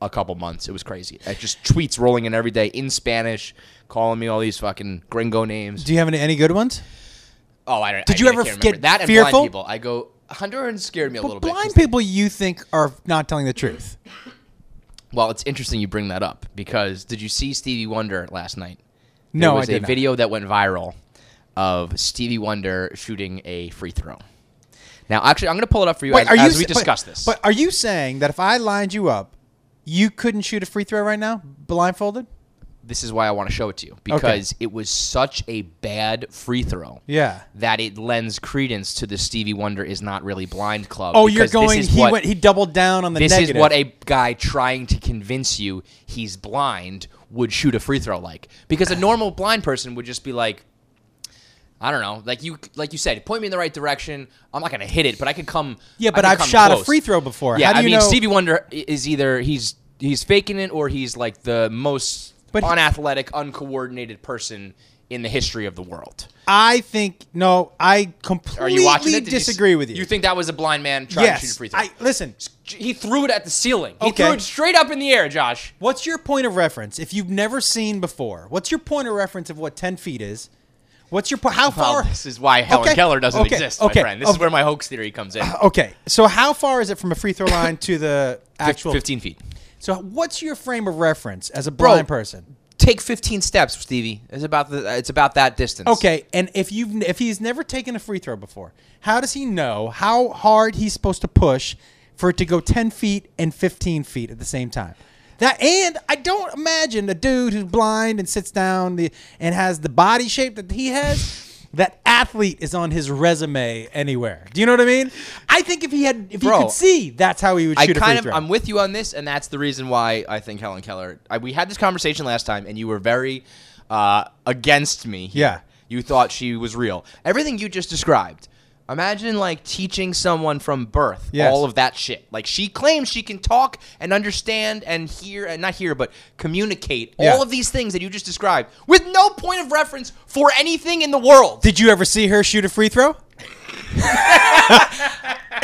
Speaker 2: a couple months. It was crazy. I just tweets rolling in every day in Spanish, calling me all these fucking gringo names.
Speaker 1: Do you have any, any good ones?
Speaker 2: oh, I don't.
Speaker 1: Did
Speaker 2: I-
Speaker 1: you
Speaker 2: I
Speaker 1: ever
Speaker 2: can't remember.
Speaker 1: get
Speaker 2: that and
Speaker 1: fearful?
Speaker 2: blind people? I go Honduran scared me a little
Speaker 1: But blind
Speaker 2: bit. 'cause-
Speaker 1: people you think are not telling the truth.
Speaker 2: Well, it's interesting you bring that up because did you see Stevie Wonder last night?
Speaker 1: No,
Speaker 2: there
Speaker 1: I
Speaker 2: was
Speaker 1: did
Speaker 2: a
Speaker 1: not.
Speaker 2: video that went viral of Stevie Wonder shooting a free throw. Now, actually, I'm going to pull it up for you as, as we
Speaker 1: sa- but-
Speaker 2: discuss this.
Speaker 1: But are you saying that if I lined you up, you couldn't shoot a free throw right now, blindfolded?
Speaker 2: this is why I want to show it to you because it was such a bad free throw
Speaker 1: Yeah.
Speaker 2: that it lends credence to the Stevie Wonder is not really blind club.
Speaker 1: Oh, you're
Speaker 2: because this
Speaker 1: going.
Speaker 2: is
Speaker 1: He
Speaker 2: what-
Speaker 1: went. He doubled down on the
Speaker 2: this
Speaker 1: negative.
Speaker 2: is what a guy trying to convince you he's blind would shoot a free throw like because a normal blind person would just be like I don't know, like you, like you said, point me in the right direction. I'm not gonna hit it, but I could come.
Speaker 1: Yeah,
Speaker 2: I
Speaker 1: but
Speaker 2: could
Speaker 1: I've
Speaker 2: come
Speaker 1: shot a
Speaker 2: close.
Speaker 1: free throw before.
Speaker 2: Yeah,
Speaker 1: How do
Speaker 2: I
Speaker 1: you
Speaker 2: mean,
Speaker 1: know-
Speaker 2: Stevie Wonder i- is either he's he's faking it or he's like the most
Speaker 1: But he-
Speaker 2: unathletic, uncoordinated person in the history of the world.
Speaker 1: I think. No, I completely
Speaker 2: Are you watching it? Did s-
Speaker 1: disagree with you.
Speaker 2: You think that was a blind man trying to shoot a
Speaker 1: Yes.
Speaker 2: free throw?
Speaker 1: I listen.
Speaker 2: He threw it at the ceiling. He
Speaker 1: Okay.
Speaker 2: threw it straight up in the air, Josh.
Speaker 1: What's your point of reference if you've never seen before? What's your point of reference of what ten feet is? What's your po- how
Speaker 2: Well,
Speaker 1: far?
Speaker 2: Oh, this is why Helen
Speaker 1: Okay,
Speaker 2: Keller doesn't
Speaker 1: okay,
Speaker 2: exist,
Speaker 1: okay,
Speaker 2: my friend. This is
Speaker 1: okay.
Speaker 2: where my hoax theory comes in.
Speaker 1: Okay, so how far is it from a free throw line to the actual?
Speaker 2: 15 feet.
Speaker 1: So what's your frame of reference as a blind person?
Speaker 2: Take 15 steps, Stevie. It's about the it's about that distance.
Speaker 1: Okay, and if you've if he's never taken a free throw before, how does he know how hard he's supposed to push for it to go ten feet and fifteen feet at the same time? That and I don't imagine a dude who's blind and sits down the, and has the body shape that he has. That athlete is on his resume anywhere. Do you know what I mean? I think if he had, if
Speaker 2: Bro,
Speaker 1: he could see, that's how he would
Speaker 2: I
Speaker 1: shoot a free
Speaker 2: kind of
Speaker 1: throw.
Speaker 2: I'm with you on this, and that's the reason why I think Helen Keller. I, we had this conversation last time, and you were very uh, against me. here.
Speaker 1: Yeah.
Speaker 2: you thought she was real. Everything you just described. Imagine like teaching someone from birth
Speaker 1: Yes.
Speaker 2: all of that shit. Like she claims she can talk and understand and hear and not hear, but communicate
Speaker 1: Yeah.
Speaker 2: all of these things that you just described with no point of reference for anything in the world.
Speaker 1: Did you ever see her shoot a free throw?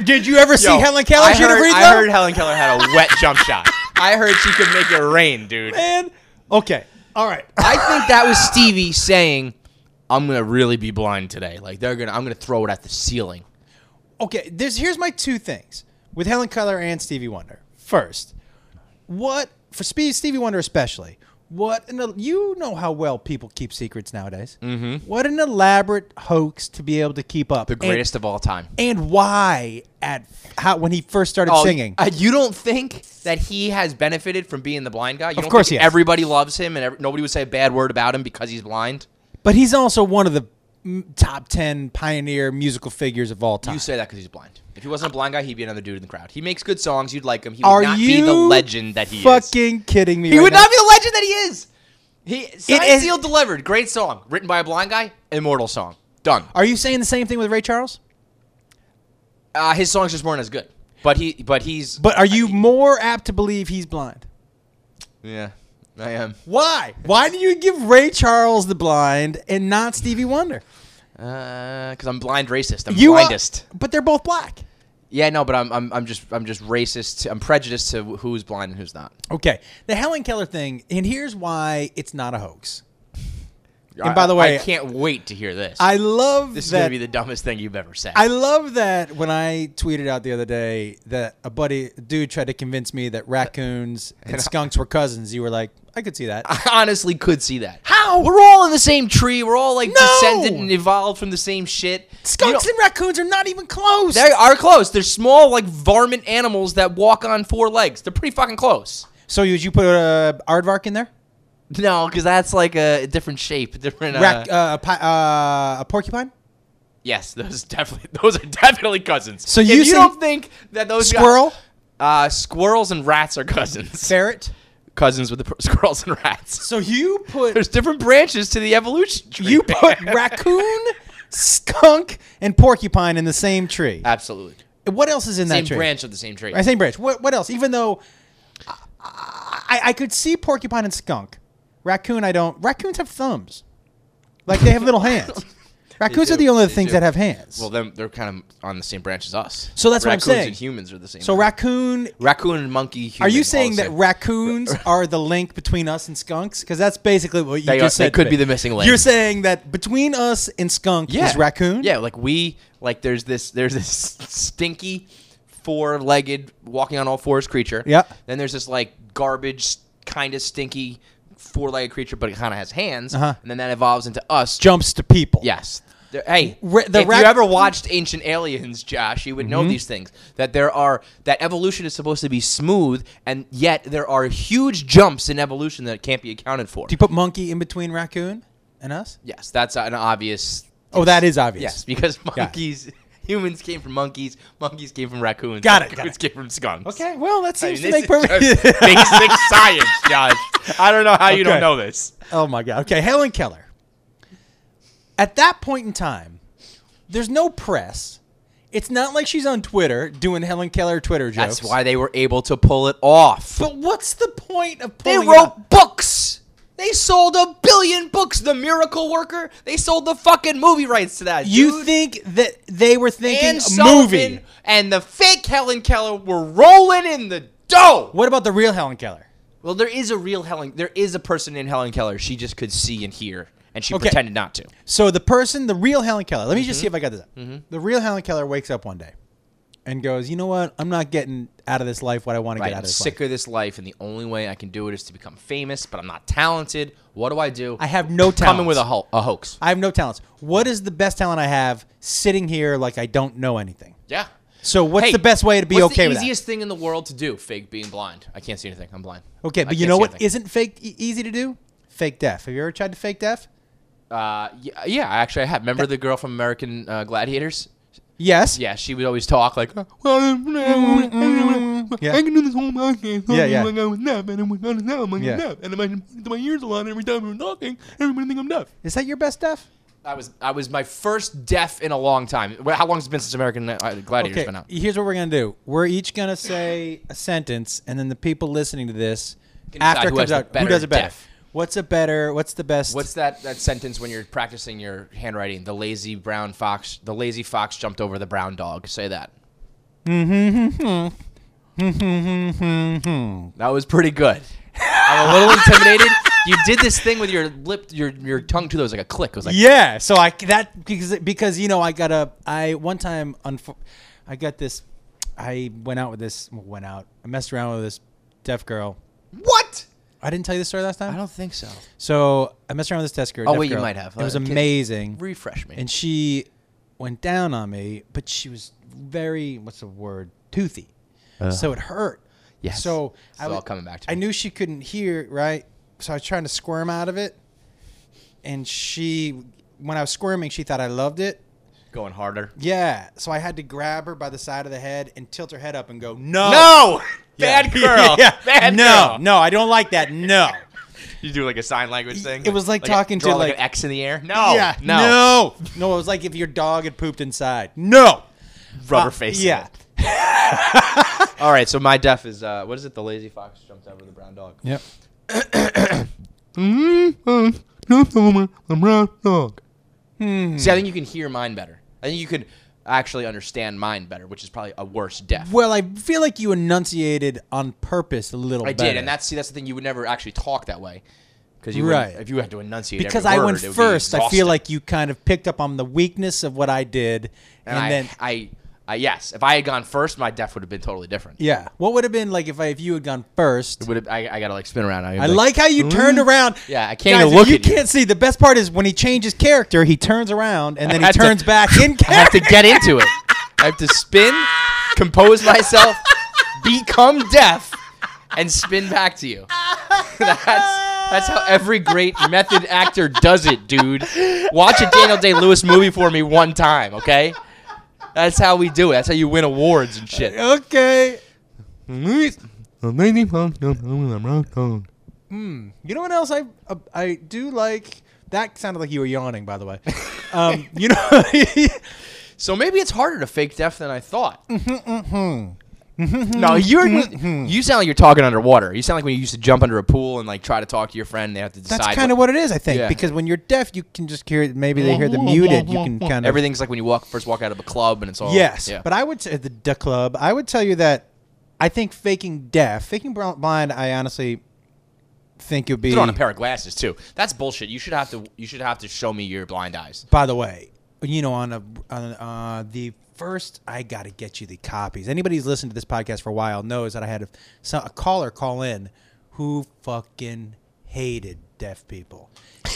Speaker 1: Did you ever see
Speaker 2: Yo,
Speaker 1: Helen Keller
Speaker 2: I
Speaker 1: shoot
Speaker 2: heard-
Speaker 1: a free throw?
Speaker 2: I heard Helen Keller had a wet jump shot. I heard she could make it rain, dude.
Speaker 1: man. Okay. All right.
Speaker 2: I think that was Stevie saying, "I'm gonna really be blind today. Like they're gonna, I'm gonna throw it at the ceiling."
Speaker 1: Okay. This here's my two things with Helen Keller and Stevie Wonder. First, what for Spe- Stevie Wonder especially? What an you know how well people keep secrets nowadays. Mm-hmm. What an elaborate hoax to be able to keep up.
Speaker 2: The greatest of all time.
Speaker 1: And, and why at how when he first started singing?
Speaker 2: Uh, you don't think that he has benefited from being the blind guy? You don't
Speaker 1: course
Speaker 2: think
Speaker 1: he has.
Speaker 2: Everybody loves him, and ev- nobody would say a bad word about him because he's blind.
Speaker 1: But he's also one of the mm, top ten pioneer musical figures of all time.
Speaker 2: You say that because he's blind. If he wasn't a blind guy, he'd be another dude in the crowd. He makes good songs. You'd like him. He would
Speaker 1: Are
Speaker 2: not
Speaker 1: you
Speaker 2: be the legend that he is.
Speaker 1: fucking kidding me?
Speaker 2: He
Speaker 1: right
Speaker 2: would
Speaker 1: now?
Speaker 2: not be the legend that he is. He signed,
Speaker 1: is-
Speaker 2: sealed, delivered. Great song, written by a blind guy. Immortal song. Done.
Speaker 1: Are you saying the same thing with Ray Charles?
Speaker 2: Uh, his songs just weren't as good. But he, but he's,
Speaker 1: But are you more apt to believe he's blind?
Speaker 2: yeah, I am.
Speaker 1: Why? Why do you give Ray Charles the blind and not Stevie Wonder?
Speaker 2: because Uh, I'm blind racist. I'm
Speaker 1: You are-
Speaker 2: blindest.
Speaker 1: but they're both black.
Speaker 2: yeah, no, but I'm, I'm I'm just I'm just racist. I'm prejudiced to who's blind and who's not.
Speaker 1: Okay, the Helen Keller thing, and here's why it's not a hoax.
Speaker 2: I-
Speaker 1: by the way-
Speaker 2: I can't wait to hear this.
Speaker 1: I love
Speaker 2: this is
Speaker 1: that
Speaker 2: gonna be the dumbest thing you've ever said.
Speaker 1: I love that when I tweeted out the other day that a buddy dude tried to convince me that raccoons and skunks were cousins. You were like, I could see that.
Speaker 2: I honestly could see that. How? We're all in the same tree. We're all like
Speaker 1: No!
Speaker 2: descended and evolved from the same shit. You
Speaker 1: Skunks
Speaker 2: know-
Speaker 1: and raccoons are not even close.
Speaker 2: they are close. They're small, like varmint animals that walk on four legs. They're pretty fucking close.
Speaker 1: so you, you put a aardvark in there?
Speaker 2: No, because that's like a different shape, a different. Uh,
Speaker 1: Rac- uh, a, pi- uh, a porcupine?
Speaker 2: yes, those definitely. Those are definitely cousins.
Speaker 1: So
Speaker 2: If
Speaker 1: you say-
Speaker 2: don't think that those guys-
Speaker 1: Squirrel?
Speaker 2: uh, squirrels and rats are cousins.
Speaker 1: Ferret?
Speaker 2: cousins with the pr- squirrels and rats.
Speaker 1: So you put
Speaker 2: There's different branches to the evolution tree.
Speaker 1: you
Speaker 2: man.
Speaker 1: put raccoon, skunk, and porcupine in the same tree.
Speaker 2: Absolutely.
Speaker 1: what else is in
Speaker 2: Uh, Same
Speaker 1: that tree?
Speaker 2: branch of the same tree.
Speaker 1: Uh, Same branch. What, what else? Even though I, I, I could see porcupine and skunk. Raccoon, I don't. Raccoons have thumbs. Like they have little hands. Raccoons
Speaker 2: do,
Speaker 1: are the only
Speaker 2: they
Speaker 1: things
Speaker 2: do.
Speaker 1: that have hands.
Speaker 2: Well, then they're kind of on the same branch as us.
Speaker 1: So that's what I'm
Speaker 2: Raccoons
Speaker 1: saying.
Speaker 2: and humans are the same.
Speaker 1: so
Speaker 2: branch.
Speaker 1: raccoon.
Speaker 2: raccoon and monkey. Human,
Speaker 1: Are you
Speaker 2: all
Speaker 1: saying
Speaker 2: the
Speaker 1: that
Speaker 2: same.
Speaker 1: raccoons are the link between us and skunks? Because that's basically what you
Speaker 2: They are-
Speaker 1: just
Speaker 2: they
Speaker 1: said. to
Speaker 2: could
Speaker 1: me.
Speaker 2: be the missing link.
Speaker 1: You're saying that between us and skunk is raccoon.
Speaker 2: Yeah, like we like there's this there's this stinky four-legged walking on all fours creature.
Speaker 1: Yeah.
Speaker 2: Then there's this like garbage kind of stinky four-legged creature, but it kind of has hands.
Speaker 1: Uh-huh.
Speaker 2: And then that evolves into us.
Speaker 1: jumps to people.
Speaker 2: Yes. There- Hey,
Speaker 1: Ra- the rac-
Speaker 2: if
Speaker 1: Mm-hmm.
Speaker 2: you ever watched Ancient Aliens, Josh, you would know these things. That there are that evolution is supposed to be smooth, and yet there are huge jumps in evolution that can't be accounted for.
Speaker 1: Do you put monkey in between raccoon and us?
Speaker 2: Yes, that's an obvious.
Speaker 1: Oh, that is obvious.
Speaker 2: Yes, because
Speaker 1: it.
Speaker 2: monkeys, humans came from monkeys, monkeys came from raccoons,
Speaker 1: Got it, got
Speaker 2: raccoons
Speaker 1: it.
Speaker 2: came from skunks.
Speaker 1: Okay. Well, that
Speaker 2: I
Speaker 1: seems
Speaker 2: mean,
Speaker 1: to
Speaker 2: this
Speaker 1: make
Speaker 2: is
Speaker 1: perfect.
Speaker 2: just basic science, Josh. I don't know how you
Speaker 1: Okay.
Speaker 2: don't know this.
Speaker 1: Oh my God. Okay, Helen Keller. At that point in time, there's no press. It's not like she's on Twitter doing Helen Keller Twitter jokes.
Speaker 2: That's why they were able to pull it off.
Speaker 1: But what's the point of
Speaker 2: They
Speaker 1: pulling it
Speaker 2: wrote
Speaker 1: up?
Speaker 2: books. They sold a billion books. The Miracle Worker. They sold the fucking movie rights to that.
Speaker 1: You
Speaker 2: dude.
Speaker 1: think that they were thinking
Speaker 2: Ann
Speaker 1: a
Speaker 2: Sullivan
Speaker 1: movie?
Speaker 2: and the fake Helen Keller were rolling in the dough.
Speaker 1: What about the real Helen Keller?
Speaker 2: Well, there is a real Helen. There is a person named Helen Keller. She just could see and hear, and she
Speaker 1: Okay.
Speaker 2: pretended not to.
Speaker 1: So the person, the real Helen Keller. Let me
Speaker 2: Mm-hmm.
Speaker 1: just see if I got this up. The real Helen Keller wakes up one day and goes, "You know what? I'm not getting out of this life what I want to
Speaker 2: Right,
Speaker 1: get out
Speaker 2: I'm
Speaker 1: of this life.
Speaker 2: sick of this life, and the only way I can do it is to become famous. But I'm not talented. What do I do?
Speaker 1: I have no talent.
Speaker 2: Coming with a, ho- a hoax.
Speaker 1: I have no talents. What is the best talent I have? Sitting here like I don't know anything.
Speaker 2: Yeah.
Speaker 1: So what's the best way to be
Speaker 2: what's
Speaker 1: okay
Speaker 2: The
Speaker 1: with that?
Speaker 2: easiest thing in the world to do: fake being blind. I can't see anything. I'm blind.
Speaker 1: Okay,
Speaker 2: I
Speaker 1: but you
Speaker 2: can't
Speaker 1: know
Speaker 2: see
Speaker 1: what
Speaker 2: anything.
Speaker 1: isn't fake e- easy to do? Fake deaf. Have you ever tried to fake deaf?
Speaker 2: Uh, yeah, yeah, actually, I have. Remember the girl from American uh, Gladiators?
Speaker 1: Yes.
Speaker 2: Yeah, she would always talk like, "Oh, "Well,
Speaker 1: Yeah.
Speaker 3: I can do this whole podcast.
Speaker 1: Yeah, yeah.
Speaker 3: I'm going deaf, and I'm going to I'm going
Speaker 1: Yeah.
Speaker 3: deaf, and my my ears a lot every time I'm talking. Everybody think I'm deaf.
Speaker 1: Is that your best deaf?
Speaker 2: I was I was my first deaf in a long time. Well, How long has it been since American uh, Gladiators
Speaker 1: Okay.
Speaker 2: been out?
Speaker 1: Here's what we're gonna do. We're each gonna say a sentence, and then the people listening to this
Speaker 2: Can decide
Speaker 1: after it
Speaker 2: who
Speaker 1: comes
Speaker 2: has the
Speaker 1: out, who
Speaker 2: better
Speaker 1: does it better?
Speaker 2: deaf.
Speaker 1: What's a better? What's the best?
Speaker 2: What's that that sentence when you're practicing your handwriting? The lazy brown fox, the lazy fox jumped over the brown dog. Say that. that was pretty good. I'm a little intimidated. You did this thing with your lip, your your tongue too. That was like a click. It was like
Speaker 1: yeah. So I that because because you know I got a I one time unfo- I got this I went out with this went out I messed around with this deaf girl.
Speaker 2: what?
Speaker 1: I didn't tell you this story last time.
Speaker 2: I don't think so.
Speaker 1: So I messed around with this desk girl.
Speaker 2: Oh,
Speaker 1: deaf
Speaker 2: wait, you
Speaker 1: girl.
Speaker 2: might have.
Speaker 1: It was
Speaker 2: Uh, can-
Speaker 1: amazing.
Speaker 2: Refresh me.
Speaker 1: and she went down on me, but she was very what's the word toothy, so it hurt.
Speaker 2: Yes.
Speaker 1: So
Speaker 2: It's
Speaker 1: I
Speaker 2: all
Speaker 1: was-
Speaker 2: coming back to
Speaker 1: I
Speaker 2: me.
Speaker 1: knew she couldn't hear right, so I was trying to squirm out of it, and she, when I was squirming, she thought I loved it.
Speaker 2: Going harder.
Speaker 1: Yeah. So I had to grab her by the side of the head and tilt her head up and go, no,
Speaker 2: No,
Speaker 1: Oh. Yeah.
Speaker 2: bad girl.
Speaker 1: yeah.
Speaker 2: Bad
Speaker 1: no,
Speaker 2: girl.
Speaker 1: no, I don't like that. No.
Speaker 2: You do like a sign language thing.
Speaker 1: It was like talking to,
Speaker 2: draw
Speaker 1: like-
Speaker 2: an X in the air. No,
Speaker 1: yeah.
Speaker 2: no,
Speaker 1: No. No. It was like if your dog had pooped inside. No.
Speaker 2: rubber
Speaker 1: Uh,
Speaker 2: face. in
Speaker 1: Yeah.
Speaker 2: it. All right, so my def is uh, what is it? The lazy fox jumped over the brown dog.
Speaker 1: Yep. Mm-hmm.
Speaker 3: Uh, I'm brown dog.
Speaker 2: See,
Speaker 1: Hmm.
Speaker 2: I think you can hear mine better. I think you could actually understand mine better, which is probably a worse deaf.
Speaker 1: Well, I feel like you enunciated on purpose a little
Speaker 2: I
Speaker 1: better.
Speaker 2: did, and that's see, that's the thing. You would never actually talk that way because you
Speaker 1: Right.
Speaker 2: right. if you had to enunciate
Speaker 1: because
Speaker 2: every
Speaker 1: I
Speaker 2: word,
Speaker 1: went
Speaker 2: it would be
Speaker 1: first. I feel
Speaker 2: exhausting.
Speaker 1: like you kind of picked up on the weakness of what I did, and,
Speaker 2: and, I,
Speaker 1: then
Speaker 2: I, I yes, if I had gone first, my deaf would have been totally different.
Speaker 1: yeah, what would have been like if I if you had gone first?
Speaker 2: Would have, I, I gotta like spin around.
Speaker 1: I like how you turned around.
Speaker 2: Yeah, I can't
Speaker 1: Guys,
Speaker 2: even look
Speaker 1: you
Speaker 2: at you.
Speaker 1: can't see. The best part is when he changes character, he turns around and then
Speaker 2: I
Speaker 1: he
Speaker 2: have to-
Speaker 1: turns back in
Speaker 2: I have
Speaker 1: character.
Speaker 2: to get into it. I have to spin, compose myself, become deaf, and spin back to you. That's that's how every great method actor does it, dude. Watch a Daniel Day Lewis movie for me one time, okay? That's how we do it. That's how you win awards and shit.
Speaker 1: okay.
Speaker 3: Wrong.
Speaker 1: You know what else I uh, I do like? That sounded like you were yawning, by the way. Um, you know,
Speaker 2: So maybe it's harder to fake deaf than I thought. no, you're you sound like you're talking underwater. You sound like when you used to jump under a pool and like try to talk to your friend. And they have to decide.
Speaker 1: that's kind of
Speaker 2: what-
Speaker 1: what it is, I think,
Speaker 2: Yeah.
Speaker 1: because when you're deaf, you can just hear. Maybe they hear the muted. You can kind of
Speaker 2: everything's like when you walk first walk out of a club and it's all
Speaker 1: Yes,
Speaker 2: Yeah.
Speaker 1: but I would say the, the club. I would tell you that I think faking deaf, faking bl- blind. I honestly think it would be.
Speaker 2: put on a pair of glasses too. That's bullshit. You should have to you should have to show me your blind eyes.
Speaker 1: By the way, you know, on a on uh, the first, I got to get you the copies. Anybody who's listened to this podcast for a while knows that I had a, so- a caller call in who fucking hated deaf people.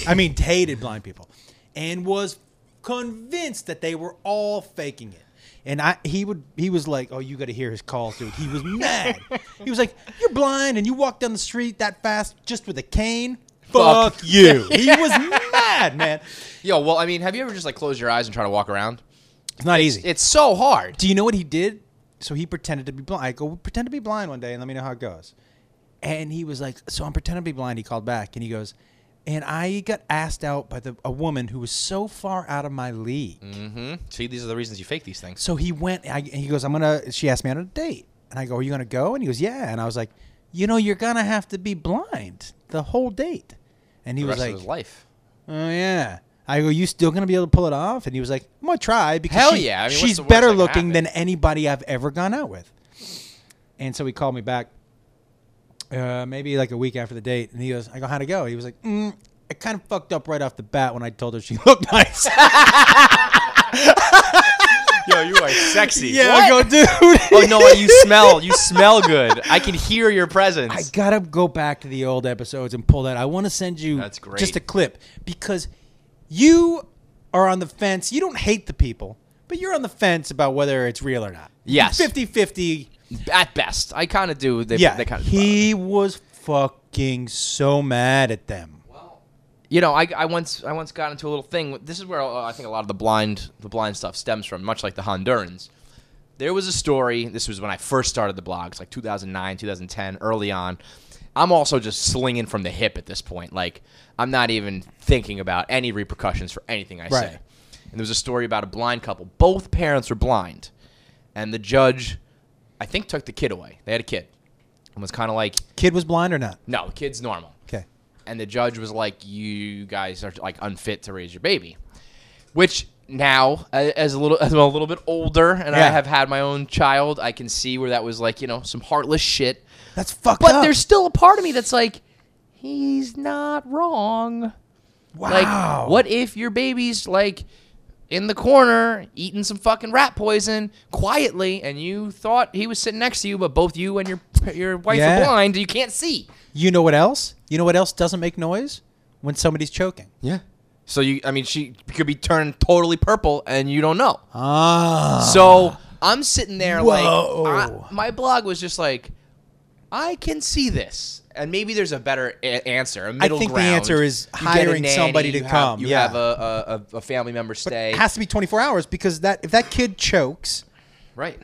Speaker 1: I mean, hated blind people, and was convinced that they were all faking it. And I, he would, he was like, "Oh, you got to hear his calls, dude." He was mad. he was like, "You're blind, and you walk down the street that fast just with a cane." Fuck,
Speaker 2: Fuck.
Speaker 1: you. He was mad, man.
Speaker 2: Yo, well, I mean, have you ever just like closed your eyes and try to walk around?
Speaker 1: It's not easy.
Speaker 2: It's so hard.
Speaker 1: Do you know what he did? So he pretended to be blind. I go, pretend to be blind one day and let me know how it goes. And he was like, so I'm pretending to be blind. He called back and he goes, and I got asked out by the, a woman who was so far out of my league.
Speaker 2: Mm-hmm. See, these are the reasons you fake these things.
Speaker 1: So he went. I, and he goes, I'm gonna. She asked me on a date, and I go, Are you gonna go? And he goes, Yeah. And I was like, You know, you're gonna have to be blind the whole date. And he
Speaker 2: the
Speaker 1: was
Speaker 2: rest
Speaker 1: like,
Speaker 2: of his life.
Speaker 1: Oh yeah. I go, you still gonna be able to pull it off? And he was like, I'm gonna try because
Speaker 2: Hell
Speaker 1: she-
Speaker 2: yeah. I mean, what's
Speaker 1: she's
Speaker 2: the worst
Speaker 1: better
Speaker 2: that can
Speaker 1: looking
Speaker 2: happen?
Speaker 1: than anybody I've ever gone out with. And so he called me back, uh, maybe like a week after the date, and he goes, I go, how'd it go? He was like, mm, I kind of fucked up right off the bat when I told her she looked nice.
Speaker 2: Yo, you are sexy.
Speaker 1: yeah, I go, dude.
Speaker 2: Oh no, you smell. You smell good. I can hear your presence.
Speaker 1: I gotta go back to the old episodes and pull that. I want to send you
Speaker 2: That's great.
Speaker 1: just a clip because you are on the fence. You don't hate the people, but you're on the fence about whether it's real or not.
Speaker 2: Yes.
Speaker 1: 50 50.
Speaker 2: At best, I kind of do. They,
Speaker 1: Yeah.
Speaker 2: they kind of.
Speaker 1: he was fucking so mad at them.
Speaker 2: you know, I, I once I once got into a little thing. This is where uh, I think a lot of the blind the blind stuff stems from, much like the Hondurans. There was a story. This was when I first started the blogs, like 2009, 2010, early on. I'm also just slinging from the hip at this point. Like I'm not even thinking about any repercussions for anything I
Speaker 1: Right.
Speaker 2: say. And there was a story about a blind couple. Both parents were blind, and the judge, I think, took the kid away. They had a kid, and was kind of like,
Speaker 1: Kid was blind or not?
Speaker 2: "No, kid's normal."
Speaker 1: Okay.
Speaker 2: and the judge was like, "You guys are like unfit to raise your baby," which now, a- as a little as I'm a little bit older, and I
Speaker 1: Yeah.
Speaker 2: have had my own child, I can see where that was like you know some heartless shit.
Speaker 1: That's fucked
Speaker 2: But
Speaker 1: up.
Speaker 2: there's still a part of me that's like, he's not wrong.
Speaker 1: wow.
Speaker 2: Like, what if your baby's like in the corner eating some fucking rat poison quietly, and you thought he was sitting next to you, but both you and your your wife
Speaker 1: Yeah.
Speaker 2: are blind, you can't see.
Speaker 1: You know what else? You know what else doesn't make noise? When somebody's choking.
Speaker 2: Yeah. So you, I mean, she could be turned totally purple, and you don't know.
Speaker 1: Ah.
Speaker 2: so I'm sitting there like,
Speaker 1: Whoa.
Speaker 2: I, my blog was just like, I can see this, and maybe there's a better a- answer, a middle
Speaker 1: think the
Speaker 2: ground.
Speaker 1: answer is
Speaker 2: You get a
Speaker 1: hiring somebody to
Speaker 2: you have-
Speaker 1: come,
Speaker 2: You
Speaker 1: yeah.
Speaker 2: have a, a, a- a family member stay.
Speaker 1: It has to be 24 hours because that if that kid chokes,
Speaker 2: right.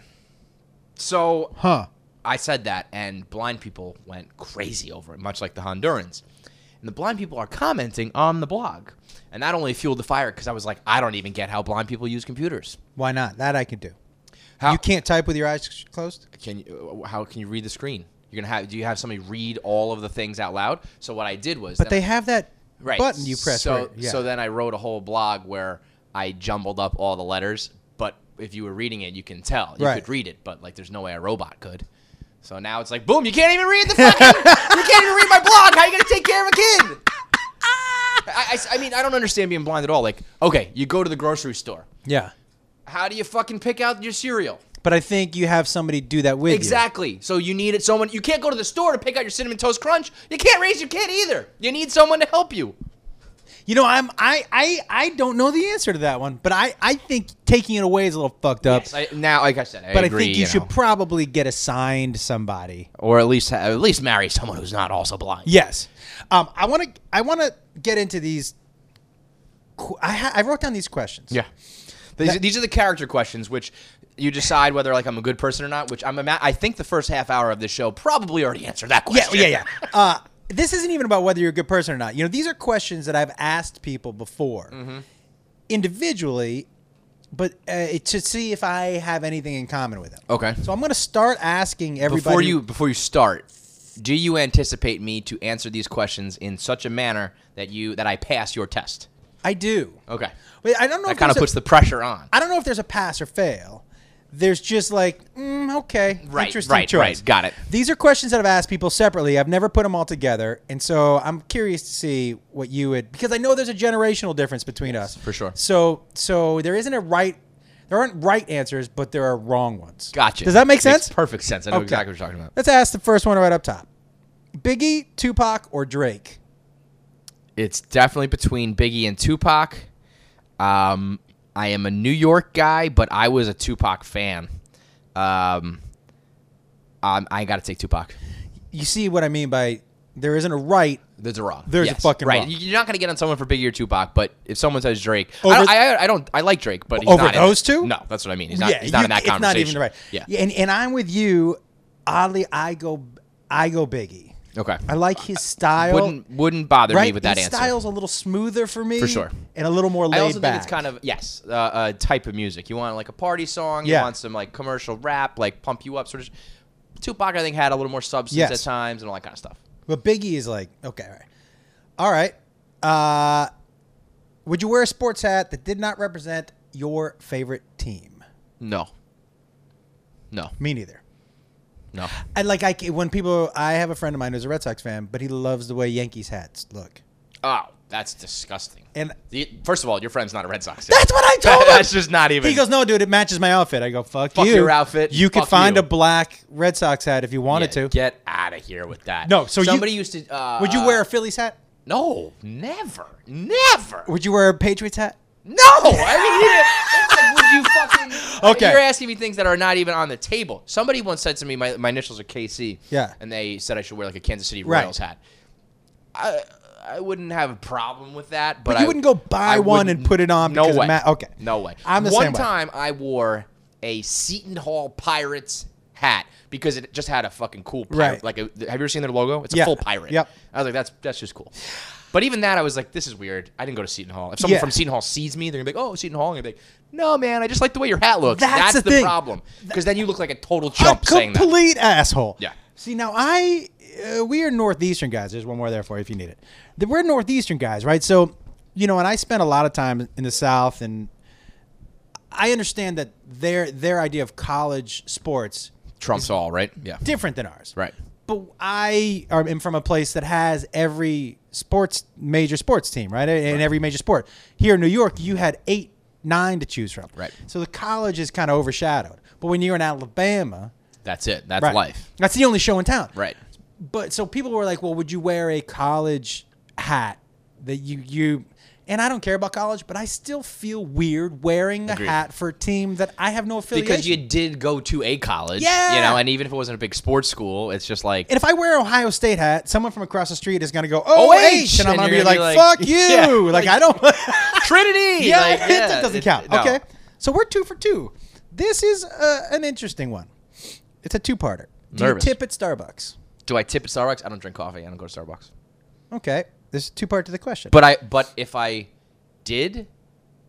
Speaker 2: So
Speaker 1: huh?
Speaker 2: I said that, and blind people went crazy over it, much like the Hondurans. And the blind people are commenting on the blog. And that only fueled the fire because I was like, I don't even get how blind people use computers.
Speaker 1: Why not? That I can do.
Speaker 2: How
Speaker 1: You can't type with your eyes closed.
Speaker 2: can you, how can you read the screen? You're gonna have do you have somebody read all of the things out loud? So what I did was
Speaker 1: But
Speaker 2: then
Speaker 1: they have that
Speaker 2: I- right,
Speaker 1: button you press.
Speaker 2: So
Speaker 1: right? Yeah.
Speaker 2: so then I wrote a whole blog where I jumbled up all the letters, but if you were reading it, you can tell. You
Speaker 1: Right.
Speaker 2: could read it, but like there's no way a robot could. So now it's like, boom, you can't even read the fucking, you can't even read my blog. How you going to take care of a kid? I, I, I mean, I don't understand being blind at all. Like, okay, you go to the grocery store.
Speaker 1: Yeah.
Speaker 2: How do you fucking pick out your cereal?
Speaker 1: But I think you have somebody do that with you.
Speaker 2: Exactly. So you need it. Someone you can't go to the store to pick out your cinnamon toast crunch. You can't raise your kid either. You need someone to help you.
Speaker 1: You know, I'm I I I don't know the answer to that one, but I I think taking it away is a little fucked up.
Speaker 2: So I- now, like I said, I
Speaker 1: but
Speaker 2: agree,
Speaker 1: I think you,
Speaker 2: know.
Speaker 1: should probably get assigned somebody.
Speaker 2: or at least at least marry someone who's not also blind.
Speaker 1: Yes. Um, I want to I want to get into these. qu- I ha- I wrote down these questions.
Speaker 2: Yeah. These, these are the character questions, which you decide whether like I'm a good person or not. Which I'm. Ima- I think the first half hour of this show probably already answered that
Speaker 1: Yeah,
Speaker 2: question.
Speaker 1: yeah, yeah. Uh, this isn't even about whether you're a good person or not. You know, these are questions that I've asked people before,
Speaker 2: Mm-hmm.
Speaker 1: individually, but uh, to see if I have anything in common with them.
Speaker 2: Okay.
Speaker 1: So I'm going to start asking everybody.
Speaker 2: Oh. Before you before you start, do you anticipate me to answer these questions in such a manner that you that I pass your test?
Speaker 1: I do.
Speaker 2: Okay.
Speaker 1: Wait, I don't know.
Speaker 2: Oh. That
Speaker 1: if
Speaker 2: kind of
Speaker 1: there's a-
Speaker 2: puts the pressure on.
Speaker 1: I don't know if there's a pass or fail. There's just like, mm, okay,
Speaker 2: Right,
Speaker 1: interesting
Speaker 2: right,
Speaker 1: choice.
Speaker 2: right. Got it.
Speaker 1: These are questions that I've asked people separately. I've never put them all together, and so I'm curious to see what you would because I know there's a generational difference between us
Speaker 2: for sure.
Speaker 1: So, so there isn't a right, there aren't right answers, but there are wrong ones.
Speaker 2: Gotcha.
Speaker 1: Does that make
Speaker 2: Makes
Speaker 1: sense?
Speaker 2: perfect sense. I know exactly what you're talking about.
Speaker 1: Let's ask the first one right up top: Biggie, Tupac, or Drake?
Speaker 2: It's definitely between Biggie and Tupac. Um, I am a New York guy, but I was a Tupac fan. Um, um, I got to take Tupac.
Speaker 1: You see what I mean by there isn't a right.
Speaker 2: There's a wrong.
Speaker 1: There's a fucking
Speaker 2: right.
Speaker 1: wrong.
Speaker 2: You- You're not gonna get on someone for Biggie or Tupac, but if someone says Drake,
Speaker 1: Over-
Speaker 2: I, don't, I, I don't. I like Drake, but he's
Speaker 1: Over
Speaker 2: not in
Speaker 1: those
Speaker 2: it.
Speaker 1: two?
Speaker 2: No, that's what I mean. He's not. he's not
Speaker 1: you-
Speaker 2: in that
Speaker 1: it's
Speaker 2: conversation.
Speaker 1: not even right.
Speaker 2: Yeah.
Speaker 1: and and I'm with you. Oddly, I go, I go Biggie.
Speaker 2: Okay.
Speaker 1: I like his style.
Speaker 2: wouldn't wouldn't bother
Speaker 1: right?
Speaker 2: me with that
Speaker 1: his
Speaker 2: answer.
Speaker 1: style's a little smoother for me,
Speaker 2: For sure.
Speaker 1: and a little more laid
Speaker 2: I also
Speaker 1: back.
Speaker 2: think it's kind of yes, uh, uh, type of music. You want like a party song.
Speaker 1: Yeah.
Speaker 2: You want some like commercial rap, like pump you up sort of. sh- Tupac, I think, had a little more substance
Speaker 1: Yes.
Speaker 2: at times and all that kind of stuff.
Speaker 1: but Biggie is like, okay, all right, all right. Uh, would you wear a sports hat that did not represent your favorite team?
Speaker 2: No. No.
Speaker 1: Me neither.
Speaker 2: No.
Speaker 1: I like I c- when people. I have a friend of mine who's a Red Sox fan, but he loves the way Yankees hats look.
Speaker 2: Oh, that's disgusting.
Speaker 1: And-
Speaker 2: The- first of all, your friend's not a Red Sox. fan.
Speaker 1: That's what I told him.
Speaker 2: that's just not even.
Speaker 1: He goes, no, dude, it matches my outfit. I go, fuck,
Speaker 2: Fuck
Speaker 1: you.
Speaker 2: your outfit.
Speaker 1: You could
Speaker 2: Fuck
Speaker 1: find
Speaker 2: you."
Speaker 1: a black Red Sox hat if you wanted
Speaker 2: Yeah,
Speaker 1: to.
Speaker 2: Get out of here with that.
Speaker 1: No, so you-
Speaker 2: somebody used to. Uh,
Speaker 1: Would you wear a Phillies hat?
Speaker 2: No, never, never.
Speaker 1: Would you wear a Patriots hat?
Speaker 2: No, I mean, it's like, would you fucking?
Speaker 1: Okay.
Speaker 2: You're asking me things that are not even on the table. Somebody once said to me, my, my initials are KC.
Speaker 1: Yeah.
Speaker 2: And they said I should wear like a Kansas City
Speaker 1: Right.
Speaker 2: Royals hat. I I wouldn't have a problem with that, but,
Speaker 1: you
Speaker 2: I-
Speaker 1: wouldn't go buy
Speaker 2: I
Speaker 1: one and
Speaker 2: wouldn't-
Speaker 1: put it on
Speaker 2: No
Speaker 1: because it
Speaker 2: way.
Speaker 1: ma- okay.
Speaker 2: No way.
Speaker 1: I'm the
Speaker 2: one
Speaker 1: same way.
Speaker 2: time I wore a Seton Hall Pirates hat because it just had a fucking cool pirate.
Speaker 1: Right.
Speaker 2: Like, a, have you ever seen their logo? It's a
Speaker 1: Yeah.
Speaker 2: full pirate.
Speaker 1: Yep.
Speaker 2: I was like, that's that's just cool. But even that, I was like, this is weird. I didn't go to Seton Hall. If someone
Speaker 1: Yeah.
Speaker 2: from Seton Hall sees me, they're gonna be like, oh, Seton Hall. And they're gonna be like, no, man, I just like the way your hat looks.
Speaker 1: That's
Speaker 2: That's,
Speaker 1: the
Speaker 2: the,
Speaker 1: thing.
Speaker 2: problem. Because then you look like a total chump
Speaker 1: a
Speaker 2: saying that.
Speaker 1: complete asshole.
Speaker 2: Yeah.
Speaker 1: See, now I, uh, we are Northeastern guys. There's one more there for you if you need it. The- We're Northeastern guys, right? So, you know, and I spent a lot of time in the South, and I understand that their their idea of college sports
Speaker 2: Trump's all right. Yeah.
Speaker 1: different than ours.
Speaker 2: Right.
Speaker 1: But I am from a place that has every sports major sports team, right? And every major sport. Here in New York, you had eight, nine to choose from.
Speaker 2: Right.
Speaker 1: So the college is kind of overshadowed. But when you're in Alabama,
Speaker 2: That's it. That's
Speaker 1: right,
Speaker 2: life.
Speaker 1: That's the only show in town.
Speaker 2: Right.
Speaker 1: But so people were like, "Well, would you wear a college hat that you you?" And I don't care about college, but I still feel weird wearing
Speaker 2: Agreed.
Speaker 1: a hat for a team that I have no affiliation.
Speaker 2: Because you did go to a college.
Speaker 1: Yeah.
Speaker 2: You know, and even if it wasn't a big sports school, it's just like
Speaker 1: And if I wear an Ohio State hat, someone from across the street is going to go, oh, H. And I'm going
Speaker 2: And
Speaker 1: to be
Speaker 2: you're
Speaker 1: like,
Speaker 2: gonna be like,
Speaker 1: fuck you.
Speaker 2: yeah,
Speaker 1: like,
Speaker 2: like-
Speaker 1: I don't.
Speaker 2: Trinity.
Speaker 1: yeah,
Speaker 2: like,
Speaker 1: it doesn't
Speaker 2: it-
Speaker 1: count.
Speaker 2: no.
Speaker 1: Okay. So we're two for two. This is uh, an interesting one. It's a two parter. Do
Speaker 2: Nervous.
Speaker 1: you tip at Starbucks?
Speaker 2: Do I tip at Starbucks? I don't drink coffee. I don't go to Starbucks.
Speaker 1: Okay. This is two part to the question.
Speaker 2: But I but if I did,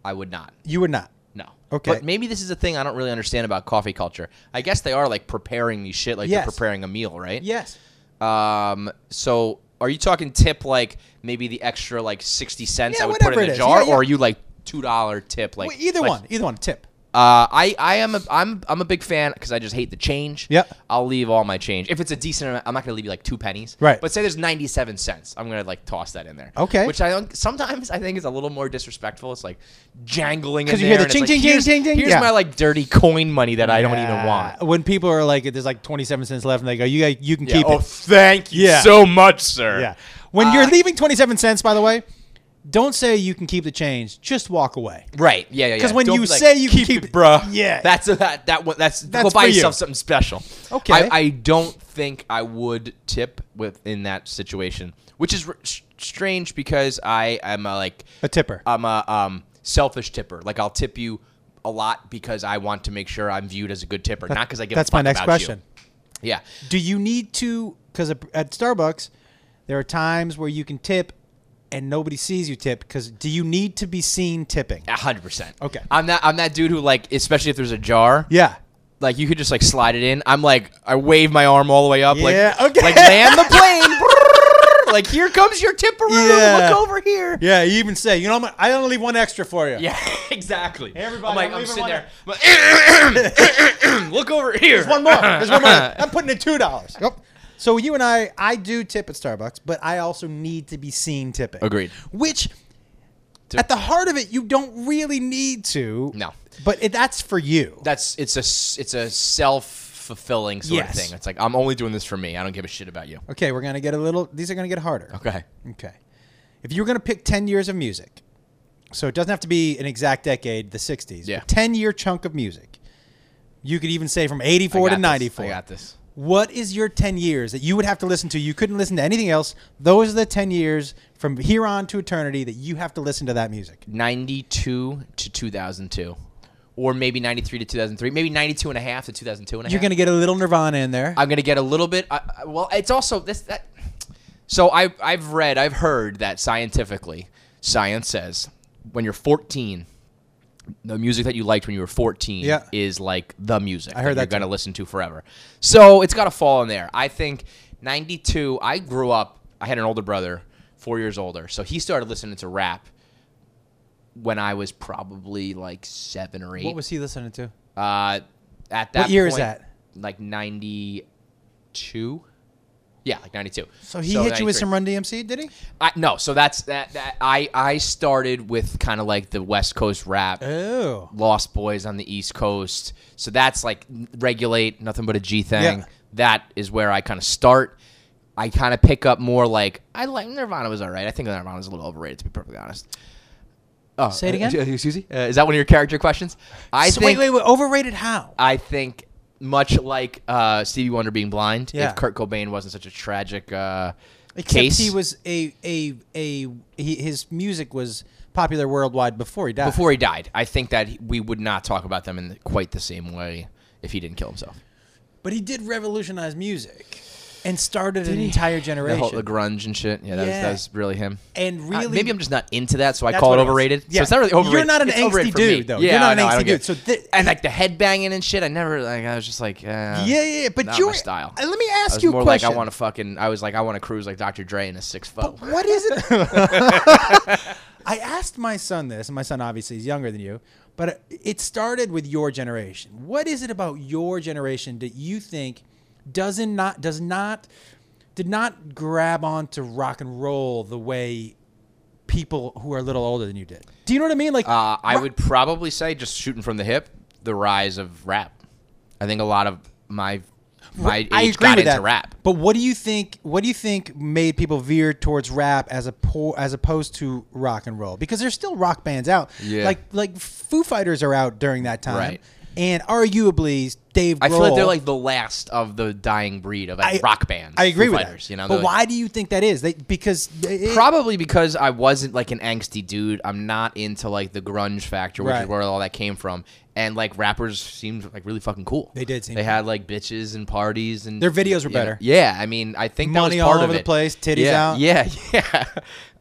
Speaker 2: I would not.
Speaker 1: you would not.
Speaker 2: No.
Speaker 1: Okay.
Speaker 2: But maybe this is a thing I don't really understand about coffee culture. I guess they are like preparing these shit like
Speaker 1: Yes.
Speaker 2: they're preparing a meal, right?
Speaker 1: Yes.
Speaker 2: Um so are you talking tip like maybe the extra like 60 cents
Speaker 1: Yeah,
Speaker 2: I would put
Speaker 1: whatever
Speaker 2: in
Speaker 1: it
Speaker 2: a
Speaker 1: is.
Speaker 2: jar
Speaker 1: Yeah, yeah.
Speaker 2: or are you like two dollar tip. Like
Speaker 1: Well, either
Speaker 2: like-
Speaker 1: one, either one. Tip.
Speaker 2: Uh, I I am a I'm I'm a big fan because I just hate the change.
Speaker 1: Yep.
Speaker 2: I'll leave all my change if it's a decent. amount. I'm not gonna leave you like two pennies.
Speaker 1: Right.
Speaker 2: But say there's 97 cents. I'm gonna like toss that in there.
Speaker 1: Okay.
Speaker 2: Which I don't, sometimes I think is a little more disrespectful. It's like jangling
Speaker 1: 'Cause
Speaker 2: because
Speaker 1: you hear the ching,
Speaker 2: like,
Speaker 1: ching, ching,
Speaker 2: here's,
Speaker 1: ching, ching.
Speaker 2: Here's
Speaker 1: Yeah.
Speaker 2: my like dirty coin money that I don't even want.
Speaker 1: Uh, When people are like, there's like 27 cents left, and they go, you got- you can
Speaker 2: Yeah.
Speaker 1: keep
Speaker 2: oh,
Speaker 1: it.
Speaker 2: thank you
Speaker 1: Yeah.
Speaker 2: so much, sir.
Speaker 1: Yeah. When you're leaving 27 cents, by the way, don't say you can keep the change. Just walk away.
Speaker 2: Right. Yeah. Yeah.
Speaker 1: Because
Speaker 2: yeah.
Speaker 1: when
Speaker 2: Don't
Speaker 1: you
Speaker 2: be like,
Speaker 1: say you
Speaker 2: keep,
Speaker 1: can keep
Speaker 2: it, bruh.
Speaker 1: yeah,
Speaker 2: That's a, that that one. That's,
Speaker 1: That's
Speaker 2: go buy
Speaker 1: for you.
Speaker 2: yourself something special.
Speaker 1: Okay.
Speaker 2: I, I don't think I would tip within that situation, which is r- s- strange because I am a, like
Speaker 1: a tipper.
Speaker 2: I'm a um selfish tipper. Like I'll tip you a lot because I want to make sure I'm viewed as a good tipper, not because I give. a
Speaker 1: That's my
Speaker 2: fuck
Speaker 1: next
Speaker 2: about you.
Speaker 1: question.
Speaker 2: Yeah.
Speaker 1: Do you need to? Because at at Starbucks, there are times where you can tip, and nobody sees you tip. Because do you need to be seen tipping?
Speaker 2: A hundred percent.
Speaker 1: Okay.
Speaker 2: I'm that I'm that dude who like, especially if there's a jar.
Speaker 1: Yeah.
Speaker 2: like you could just like slide it in. I'm like I wave my arm all the way up,
Speaker 1: Yeah,
Speaker 2: like
Speaker 1: okay.
Speaker 2: like land the plane. like here comes your tipperoo.
Speaker 1: Yeah.
Speaker 2: Look over here.
Speaker 1: Yeah. You even say, you know, I'm, I only leave one extra for you.
Speaker 2: Yeah, exactly.
Speaker 1: everybody,
Speaker 2: I'm like
Speaker 1: I'm
Speaker 2: I'm,
Speaker 1: leaving
Speaker 2: sitting
Speaker 1: one
Speaker 2: there. I'm like, look over here.
Speaker 1: There's one more. There's one more. I'm putting in two dollars. Yep. So you and I, I do tip at Starbucks, but I also need to be seen tipping.
Speaker 2: Agreed.
Speaker 1: Which, at the heart of it, you don't really need to.
Speaker 2: No.
Speaker 1: But it, that's for you.
Speaker 2: That's it's a s- it's a self fulfilling sort of
Speaker 1: Yes.
Speaker 2: thing. It's like I'm only doing this for me. I don't give a shit about you.
Speaker 1: okay, we're gonna get a little. These are gonna get harder.
Speaker 2: Okay.
Speaker 1: Okay. If you were going to pick 10 years of music, so it doesn't have to be an exact decade, the 60s,
Speaker 2: Yeah.
Speaker 1: 10 year chunk of music, you could even say from 84
Speaker 2: I
Speaker 1: to
Speaker 2: got this.
Speaker 1: 94.
Speaker 2: I got this.
Speaker 1: What is your 10 years that you would have to listen to? You couldn't listen to anything else. Those are the 10 years from here on to eternity that you have to listen to that music.
Speaker 2: 92 to 2002 or maybe 93 to 2003, maybe 92 and a half to 2002 and a
Speaker 1: You're
Speaker 2: half.
Speaker 1: going to get a little Nirvana in there.
Speaker 2: I'm gonna get a little bit. I, I- well, it's also this that. So I I've read I've heard that scientifically science says when you're 14, the music that you liked when you were 14
Speaker 1: Yeah.
Speaker 2: is like the music
Speaker 1: I heard
Speaker 2: you're
Speaker 1: that too.
Speaker 2: gonna listen to forever. So it's gotta fall in there. I think 92. I grew up. I had an older brother, four years older, so he started listening to rap when I was probably like seven or eight.
Speaker 1: what was he listening to?
Speaker 2: Uh, at that
Speaker 1: year is
Speaker 2: point,
Speaker 1: that?
Speaker 2: Like ninety two. Yeah, like ninety two.
Speaker 1: So he hit you with some Run DMC, did he?
Speaker 2: I, no, so that's that. that I I started with kind of like the West Coast rap.
Speaker 1: Oh.
Speaker 2: Lost Boys on the East Coast. So that's like regulate, nothing but a G thing.
Speaker 1: Yeah.
Speaker 2: That is where I kind of start. I kind of pick up more like I like Nirvana was all right. I think Nirvana was a little overrated to be perfectly honest. Oh,
Speaker 1: Say it again?
Speaker 2: uh, Excuse me. Uh, is that one of your character questions? I Uh,
Speaker 1: so wait, wait, wait. Overrated how?
Speaker 2: I think much like uh, Stevie Wonder being blind,
Speaker 1: Yeah.
Speaker 2: if Kurt Cobain wasn't such a tragic uh,
Speaker 1: Except
Speaker 2: case
Speaker 1: he was a a a he, his music was popular worldwide before he died.
Speaker 2: before he died, I think that he- we would not talk about them in quite the same way if he didn't kill himself.
Speaker 1: but he did revolutionize music and started an entire
Speaker 2: The
Speaker 1: generation.
Speaker 2: whole the grunge and shit. Yeah, that, Was,
Speaker 1: Yeah.
Speaker 2: that was really him.
Speaker 1: and
Speaker 2: Uh,
Speaker 1: really,
Speaker 2: maybe I'm just not into that, so I
Speaker 1: That's
Speaker 2: call
Speaker 1: what
Speaker 2: it
Speaker 1: it was.
Speaker 2: overrated.
Speaker 1: Yeah.
Speaker 2: So it's not really
Speaker 1: You're
Speaker 2: overrated.
Speaker 1: not an
Speaker 2: It's overrated
Speaker 1: angsty
Speaker 2: for me.
Speaker 1: dude, though.
Speaker 2: Yeah,
Speaker 1: You're not
Speaker 2: I
Speaker 1: an
Speaker 2: know, I
Speaker 1: angsty
Speaker 2: don't get
Speaker 1: dude. So
Speaker 2: it.
Speaker 1: thi-
Speaker 2: and like the headbanging and shit, I never like. I was just like, uh,
Speaker 1: yeah,
Speaker 2: yeah,
Speaker 1: yeah, yeah, but
Speaker 2: not
Speaker 1: you Uh,
Speaker 2: my style.
Speaker 1: Let me
Speaker 2: I
Speaker 1: ask
Speaker 2: was
Speaker 1: you a
Speaker 2: more
Speaker 1: question.
Speaker 2: like I want to fucking. I was like, I want to cruise like Dr. Dre in a six foot.
Speaker 1: what is it? I asked my son this, and my son obviously is younger than you, but it started with your generation. What is it about your generation that you think doesn't not does not did not grab onto rock and roll the way people who are a little older than you did? Do you know what I mean? Like,
Speaker 2: Uh, I
Speaker 1: ro-
Speaker 2: would probably say just shooting from the hip, the rise of rap. I think a lot of my my age
Speaker 1: I agree
Speaker 2: got
Speaker 1: with
Speaker 2: into
Speaker 1: that.
Speaker 2: rap.
Speaker 1: But what do you think? What do you think made people veer towards rap as a po- as opposed to rock and roll? Because there's still rock bands out.
Speaker 2: Yeah.
Speaker 1: Like like Foo Fighters are out during that time.
Speaker 2: Right.
Speaker 1: And arguably Dave.
Speaker 2: I feel like they're
Speaker 1: Grohl-
Speaker 2: like the last of the dying breed of like,
Speaker 1: I-
Speaker 2: rock bands.
Speaker 1: I agree
Speaker 2: Foo
Speaker 1: with
Speaker 2: Fighters,
Speaker 1: that.
Speaker 2: You know,
Speaker 1: but
Speaker 2: they're, like-
Speaker 1: why do you think that is? They because it,
Speaker 2: Probably because I wasn't like an angsty dude. I'm not into like the grunge factor, which
Speaker 1: Right.
Speaker 2: is where all that came from. And like rappers seemed like really fucking cool.
Speaker 1: They did seem
Speaker 2: They
Speaker 1: cool.
Speaker 2: had like bitches and parties and
Speaker 1: Their videos were
Speaker 2: you know-
Speaker 1: better.
Speaker 2: yeah, I mean, I think that was
Speaker 1: Money all
Speaker 2: part of
Speaker 1: over the
Speaker 2: it.
Speaker 1: place, titties
Speaker 2: yeah,
Speaker 1: out.
Speaker 2: Yeah, yeah.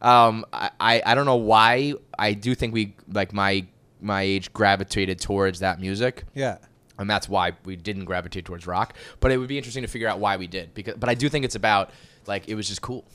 Speaker 2: um, I, I I don't know why. I do think we like my my age gravitated towards that music
Speaker 1: yeah.
Speaker 2: and that's why we didn't gravitate towards rock. But it would be interesting to figure out why we did. Because, but I do think it's about like it was just cool.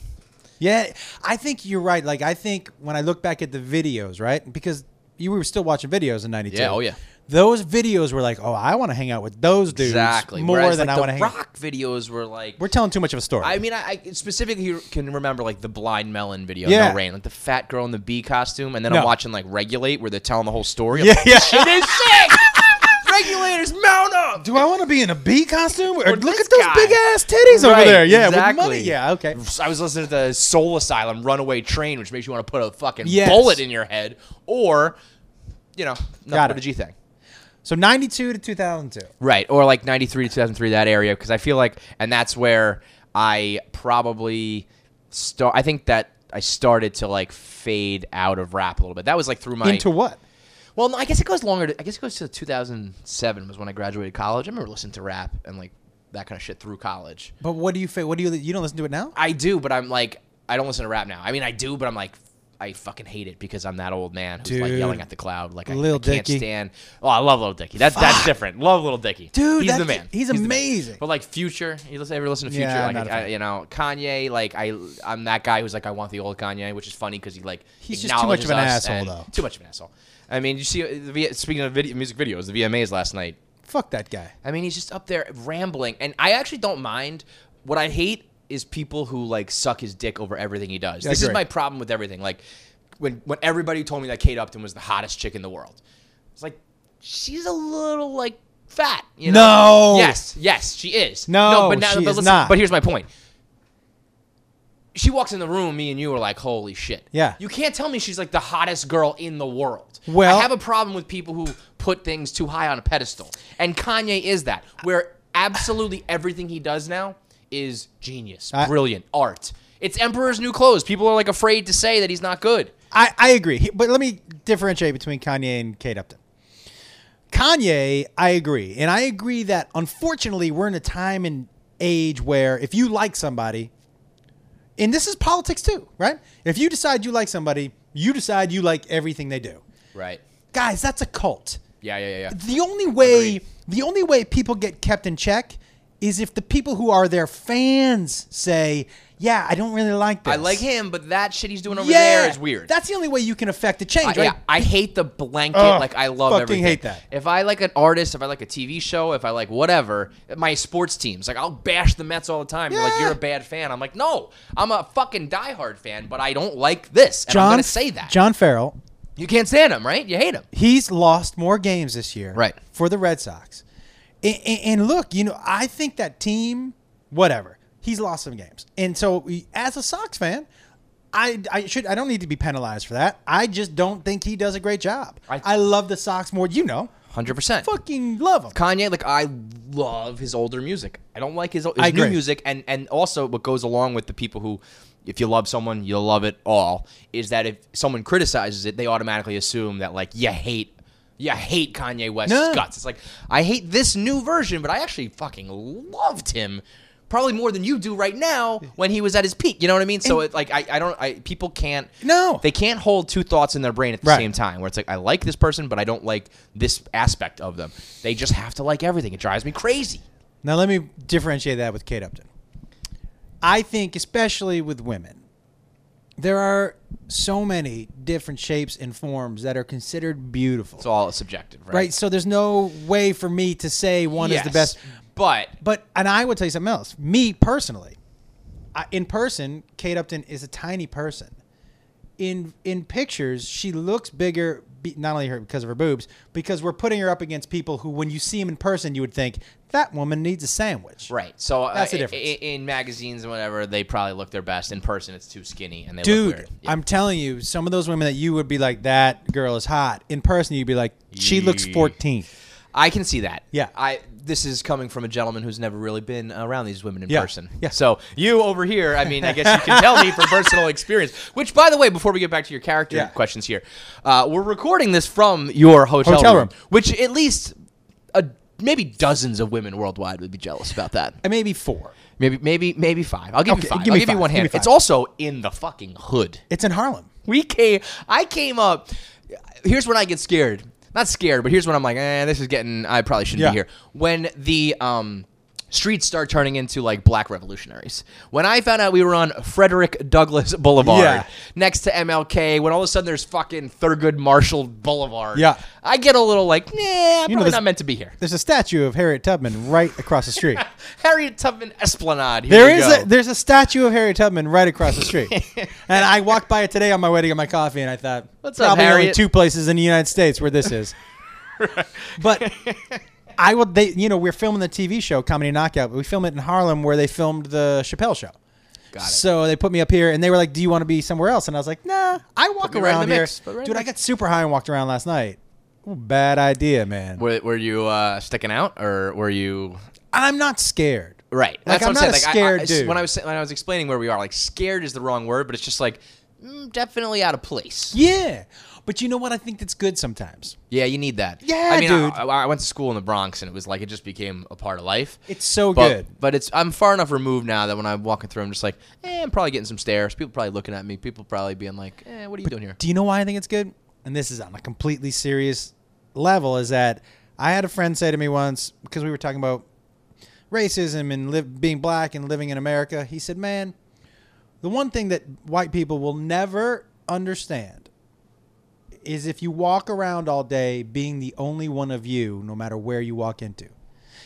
Speaker 1: Yeah, I think you're right. Like I think when I look back at the videos, right? Because you were still watching videos in '92.
Speaker 2: Yeah, oh, yeah.
Speaker 1: Those videos were like, oh, I want to hang out with those dudes
Speaker 2: exactly
Speaker 1: more
Speaker 2: Whereas,
Speaker 1: than
Speaker 2: like,
Speaker 1: I want to
Speaker 2: the
Speaker 1: hang.
Speaker 2: rock videos were like
Speaker 1: We're telling too much of a story.
Speaker 2: I mean, I, I specifically can remember like the blind melon video,
Speaker 1: Yeah.
Speaker 2: no rain, like the fat girl in the bee costume, and then
Speaker 1: No.
Speaker 2: I'm watching like Regulate, where they're telling the whole story. I'm
Speaker 1: yeah,
Speaker 2: like,
Speaker 1: yeah.
Speaker 2: It is sick. Regulators, mount up.
Speaker 1: Do I want to be in a bee costume? Or
Speaker 2: With
Speaker 1: look
Speaker 2: this
Speaker 1: at those
Speaker 2: guy.
Speaker 1: big ass titties over
Speaker 2: Right,
Speaker 1: there. Yeah,
Speaker 2: exactly.
Speaker 1: with money. Yeah, okay.
Speaker 2: I was listening to the Soul Asylum Runaway Train, which makes you want to put a fucking
Speaker 1: Yes.
Speaker 2: bullet in your head, or you know,
Speaker 1: Got
Speaker 2: not what
Speaker 1: it.
Speaker 2: did you think?
Speaker 1: So '92 to 2002.
Speaker 2: Right, or like 93 to 2003 that area because I feel like and that's where I probably start I think that I started to like fade out of rap a little bit. That was like through my
Speaker 1: Into what?
Speaker 2: Well, no, I guess it goes longer. To, I guess it goes to 2007 was when I graduated college. I remember listening to rap and like that kind of shit through college.
Speaker 1: But what do you? fa- What do you? You don't listen to it now?
Speaker 2: I do, but I'm like I don't listen to rap now. I mean, I do, but I'm like I fucking hate it because I'm that old man who's like
Speaker 1: Dude.
Speaker 2: yelling at the cloud. Like I,
Speaker 1: Lil
Speaker 2: I can't
Speaker 1: Dicky.
Speaker 2: stand. Oh, I love Little Dicky. That's that's different. Love Little Dicky.
Speaker 1: Dude,
Speaker 2: he's
Speaker 1: that
Speaker 2: the
Speaker 1: kid-
Speaker 2: man.
Speaker 1: he's
Speaker 2: the man.
Speaker 1: amazing.
Speaker 2: But like Future, you listen, ever listen to Future?
Speaker 1: Yeah, I'm not
Speaker 2: like
Speaker 1: a
Speaker 2: I,
Speaker 1: fan.
Speaker 2: you know Kanye. Like I, I'm that guy who's like I want the old Kanye, which is funny because he like
Speaker 1: He's just too much of an
Speaker 2: acknowledges us
Speaker 1: asshole,
Speaker 2: and-
Speaker 1: though.
Speaker 2: Too much of an asshole. I mean, you see, uh, the, V- speaking of video, music videos, the VMAs last night.
Speaker 1: Fuck that guy.
Speaker 2: I mean, he's just up there rambling, and I actually don't mind. What I hate is people who like suck his dick over everything he does.
Speaker 1: Yeah, I
Speaker 2: this is
Speaker 1: agree.
Speaker 2: my problem with everything. Like when when everybody told me that Kate Upton was the hottest chick in the world, it's like she's a little like fat. You know?
Speaker 1: No.
Speaker 2: Yes. Yes, she is.
Speaker 1: No, she
Speaker 2: but
Speaker 1: is not.
Speaker 2: But here's my point. She walks in the room. Me and you are like, "Holy shit!"
Speaker 1: Yeah.
Speaker 2: you can't tell me she's like the hottest girl in the world.
Speaker 1: Well-
Speaker 2: I have a problem with people who put things too high on a pedestal. And Kanye is that, where absolutely everything he does now is genius,
Speaker 1: I-
Speaker 2: brilliant, art. It's Emperor's New Clothes. People are like afraid to say that he's not good.
Speaker 1: I, I agree. He- but let me differentiate between Kanye and Kate Upton. Kanye, I agree. And I agree that unfortunately we're in a time and age where if you like somebody, and this is politics too, right? If you decide you like somebody, you decide you like everything they do.
Speaker 2: Right.
Speaker 1: Guys, that's a cult.
Speaker 2: Yeah, yeah, yeah.
Speaker 1: The only way
Speaker 2: Agreed.
Speaker 1: the only way people get kept in check is if the people who are their fans say, "Yeah, I don't really like this."
Speaker 2: I like him, but that shit he's doing over there is weird.
Speaker 1: That's the only way you can affect the change,
Speaker 2: I,
Speaker 1: right?
Speaker 2: yeah, I hate the blanket.
Speaker 1: Ugh,
Speaker 2: like I love
Speaker 1: fucking
Speaker 2: everything.
Speaker 1: hate that.
Speaker 2: If I like an artist, if I like a TV show, if I like whatever, my sports teams. Like I'll bash the Mets all the time. You're like
Speaker 1: Yeah.
Speaker 2: you're a bad fan. I'm like no, I'm a fucking diehard fan, but I don't like this. And I'm gonna say that.
Speaker 1: John Farrell,
Speaker 2: you can't stand him, right? You hate him.
Speaker 1: he's lost more games this year,
Speaker 2: Right.
Speaker 1: for the Red Sox. And, and, and look, you know, I think that team, whatever, he's lost some games, and so we- as a Sox fan. I, I should I don't need to be penalized for that. I just don't think he does a great job. I,
Speaker 2: I-
Speaker 1: love the Sox more. You know,
Speaker 2: Hundred percent.
Speaker 1: fucking love him.
Speaker 2: Kanye, like I love his older music. I don't like his, his
Speaker 1: I
Speaker 2: new
Speaker 1: agree.
Speaker 2: music, and and also what goes along with the people who, if you love someone, you'll love it all. Is that if someone criticizes it, they automatically assume that like you hate. You hate Kanye West's
Speaker 1: No.
Speaker 2: guts. It's like I hate this new version, but I actually fucking loved him, probably more than you do right now when he was at his peak. You know what I mean? So it like I, I don't I people can't
Speaker 1: No.
Speaker 2: they can't hold two thoughts in their brain at the
Speaker 1: Right.
Speaker 2: same time where it's like i like this person but i don't like this aspect of them they just have to like everything it drives me crazy
Speaker 1: Now let me differentiate that with Kate Upton. I think, especially with women, there are so many different shapes and forms that are considered beautiful.
Speaker 2: it's all subjective right,
Speaker 1: right? So there's no way for me to say one is
Speaker 2: Yes.
Speaker 1: the best.
Speaker 2: but
Speaker 1: But and I would tell you something else. Me personally, I, in person, Kate Upton is a tiny person. In in pictures, she looks bigger. Be, not only her because of her boobs, because we're putting her up against people who, when you see them in person, you would think that woman needs a sandwich.
Speaker 2: right so uh,
Speaker 1: That's the
Speaker 2: i-
Speaker 1: difference.
Speaker 2: i- in magazines and whatever they probably look their best in person it's too skinny and they look
Speaker 1: Dude,
Speaker 2: weird Yeah.
Speaker 1: I'm telling you, some of those women that you would be like, that girl is hot. In person, you'd be like, she looks
Speaker 2: Yee.
Speaker 1: 14.
Speaker 2: I can see that.
Speaker 1: Yeah.
Speaker 2: I this is coming from a gentleman who's never really been around these women in
Speaker 1: Yeah.
Speaker 2: person.
Speaker 1: Yeah.
Speaker 2: So you over here, I mean, I guess you can tell me from personal experience. Which, by the way, before we get back to your character
Speaker 1: Yeah.
Speaker 2: questions here, uh, we're recording this from your hotel,
Speaker 1: Hotel room.
Speaker 2: which at least a, maybe dozens of women worldwide would be jealous about that.
Speaker 1: And maybe four.
Speaker 2: Maybe, maybe, maybe five. I'll give
Speaker 1: Okay,
Speaker 2: you five.
Speaker 1: give me
Speaker 2: I'll give
Speaker 1: five.
Speaker 2: you one
Speaker 1: Give
Speaker 2: hand.
Speaker 1: me five.
Speaker 2: It's also in the fucking hood.
Speaker 1: It's in Harlem.
Speaker 2: We came. I came up. Here's when I get scared. Not scared, but here's when I'm like, eh, this is getting. I probably shouldn't
Speaker 1: Yeah.
Speaker 2: be here. When the um, streets start turning into like black revolutionaries. When I found out we were on Frederick Douglass Boulevard
Speaker 1: Yeah.
Speaker 2: next to MLK, when all of a sudden there's fucking Thurgood Marshall Boulevard,
Speaker 1: Yeah.
Speaker 2: I get a little like, nah, I'm
Speaker 1: know,
Speaker 2: probably
Speaker 1: this-
Speaker 2: not meant to be here.
Speaker 1: There's a statue of Harriet Tubman right across the street.
Speaker 2: Harriet Tubman Esplanade. Here
Speaker 1: There
Speaker 2: we
Speaker 1: is
Speaker 2: go.
Speaker 1: a, there's a statue of Harriet Tubman right across the street, and I walked by it today on my way to get my coffee, and I thought,
Speaker 2: What's up,
Speaker 1: probably only
Speaker 2: Harriet?
Speaker 1: two places in the United States where this is. but I would, they, you know, we're filming the TV show Comedy Knockout, but we film it in Harlem where they filmed the Chappelle show.
Speaker 2: Got it.
Speaker 1: So they put me up here, and they were like, "Do you want to be somewhere else?" And I was like, "Nah, I walk
Speaker 2: me right in
Speaker 1: around
Speaker 2: the
Speaker 1: here,
Speaker 2: mix. Put me right in
Speaker 1: dude.
Speaker 2: the
Speaker 1: I got super high and walked around last night. Ooh, Bad idea, man.
Speaker 2: were, were you uh, sticking out or were you
Speaker 1: I'm not scared.
Speaker 2: Right.
Speaker 1: Like,
Speaker 2: That's what
Speaker 1: I'm
Speaker 2: I'm
Speaker 1: not
Speaker 2: saying.
Speaker 1: a
Speaker 2: Like, I-
Speaker 1: scared
Speaker 2: I, s-
Speaker 1: dude.
Speaker 2: When I was when I was explaining where we are, like scared is the wrong word, but it's just like mm, definitely out of place.
Speaker 1: Yeah, but you know what? I think that's good sometimes.
Speaker 2: Yeah, you need that.
Speaker 1: Yeah,
Speaker 2: I mean,
Speaker 1: dude.
Speaker 2: I, I went to school in the Bronx, and it was like it just became a part of life.
Speaker 1: It's so
Speaker 2: but,
Speaker 1: good.
Speaker 2: But it's I'm far enough removed now that when I'm walking through, I'm just like, eh, I'm probably getting some stares. People probably looking at me. People probably being like, eh, what are you doing here?
Speaker 1: Do you know why I think it's good? And this is on a completely serious level is that I had a friend say to me once because we were talking about racism and live, being black and living in America. He said, "Man, the one thing that white people will never understand is if you walk around all day being the only one of you no matter where you walk into."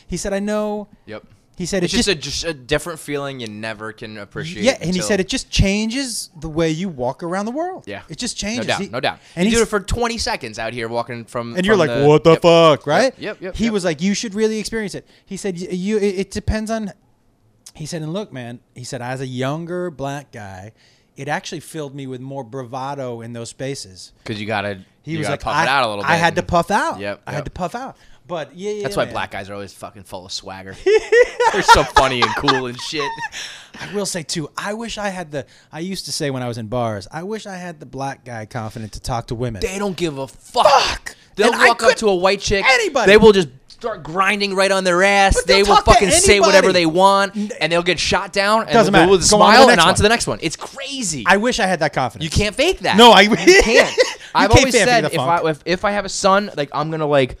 Speaker 1: He said, "I know."
Speaker 2: Yep.
Speaker 1: He said,
Speaker 2: It's
Speaker 1: "It
Speaker 2: just, a just a different feeling you never can appreciate.
Speaker 1: Yeah, and he
Speaker 2: until-
Speaker 1: said it just changes the way you walk around the world.
Speaker 2: Yeah.
Speaker 1: it just changes.
Speaker 2: No doubt,
Speaker 1: He-
Speaker 2: no doubt.
Speaker 1: And
Speaker 2: And you
Speaker 1: he's-
Speaker 2: do it for 20 seconds out here walking from.
Speaker 1: and you're
Speaker 2: from
Speaker 1: like, what the
Speaker 2: yep.
Speaker 1: fuck, right?
Speaker 2: yep, yep,
Speaker 1: He
Speaker 2: yep.
Speaker 1: was like, you should really experience it. He said, y- you. It, it depends on. He said, and look, man. He said, as a younger black guy, it actually filled me with more bravado in those spaces.
Speaker 2: Because you gotta,
Speaker 1: He
Speaker 2: you
Speaker 1: was
Speaker 2: gotta
Speaker 1: like,
Speaker 2: puff
Speaker 1: I,
Speaker 2: it out a little bit.
Speaker 1: I had to
Speaker 2: and-
Speaker 1: puff out.
Speaker 2: Yep,
Speaker 1: I had
Speaker 2: yep.
Speaker 1: to puff out. But yeah, yeah.
Speaker 2: That's why
Speaker 1: man.
Speaker 2: black guys are always fucking full of swagger. They're so funny and cool and shit.
Speaker 1: I will say too. I wish I had the. I used to say when I was in bars, I wish I had the black guy confident to talk to women.
Speaker 2: They don't give a fuck.
Speaker 1: Fuck!
Speaker 2: They'll
Speaker 1: And I
Speaker 2: walk up
Speaker 1: couldn't-
Speaker 2: to a white chick.
Speaker 1: anybody.
Speaker 2: They will just start grinding right on their ass.
Speaker 1: But
Speaker 2: They
Speaker 1: they'll
Speaker 2: will
Speaker 1: talk to
Speaker 2: fucking say whatever
Speaker 1: anybody.
Speaker 2: they want, and they'll get shot down. And
Speaker 1: Doesn't
Speaker 2: they'll
Speaker 1: matter.
Speaker 2: With a
Speaker 1: Go on to
Speaker 2: smile
Speaker 1: the
Speaker 2: and
Speaker 1: next
Speaker 2: on
Speaker 1: one.
Speaker 2: to the next one. It's crazy.
Speaker 1: I wish I had that confidence.
Speaker 2: you can't fake that.
Speaker 1: No, I-
Speaker 2: you can't.
Speaker 1: You
Speaker 2: I've
Speaker 1: can't
Speaker 2: always
Speaker 1: fake
Speaker 2: said
Speaker 1: the
Speaker 2: if
Speaker 1: funk.
Speaker 2: I if, if I have a son, like I'm gonna like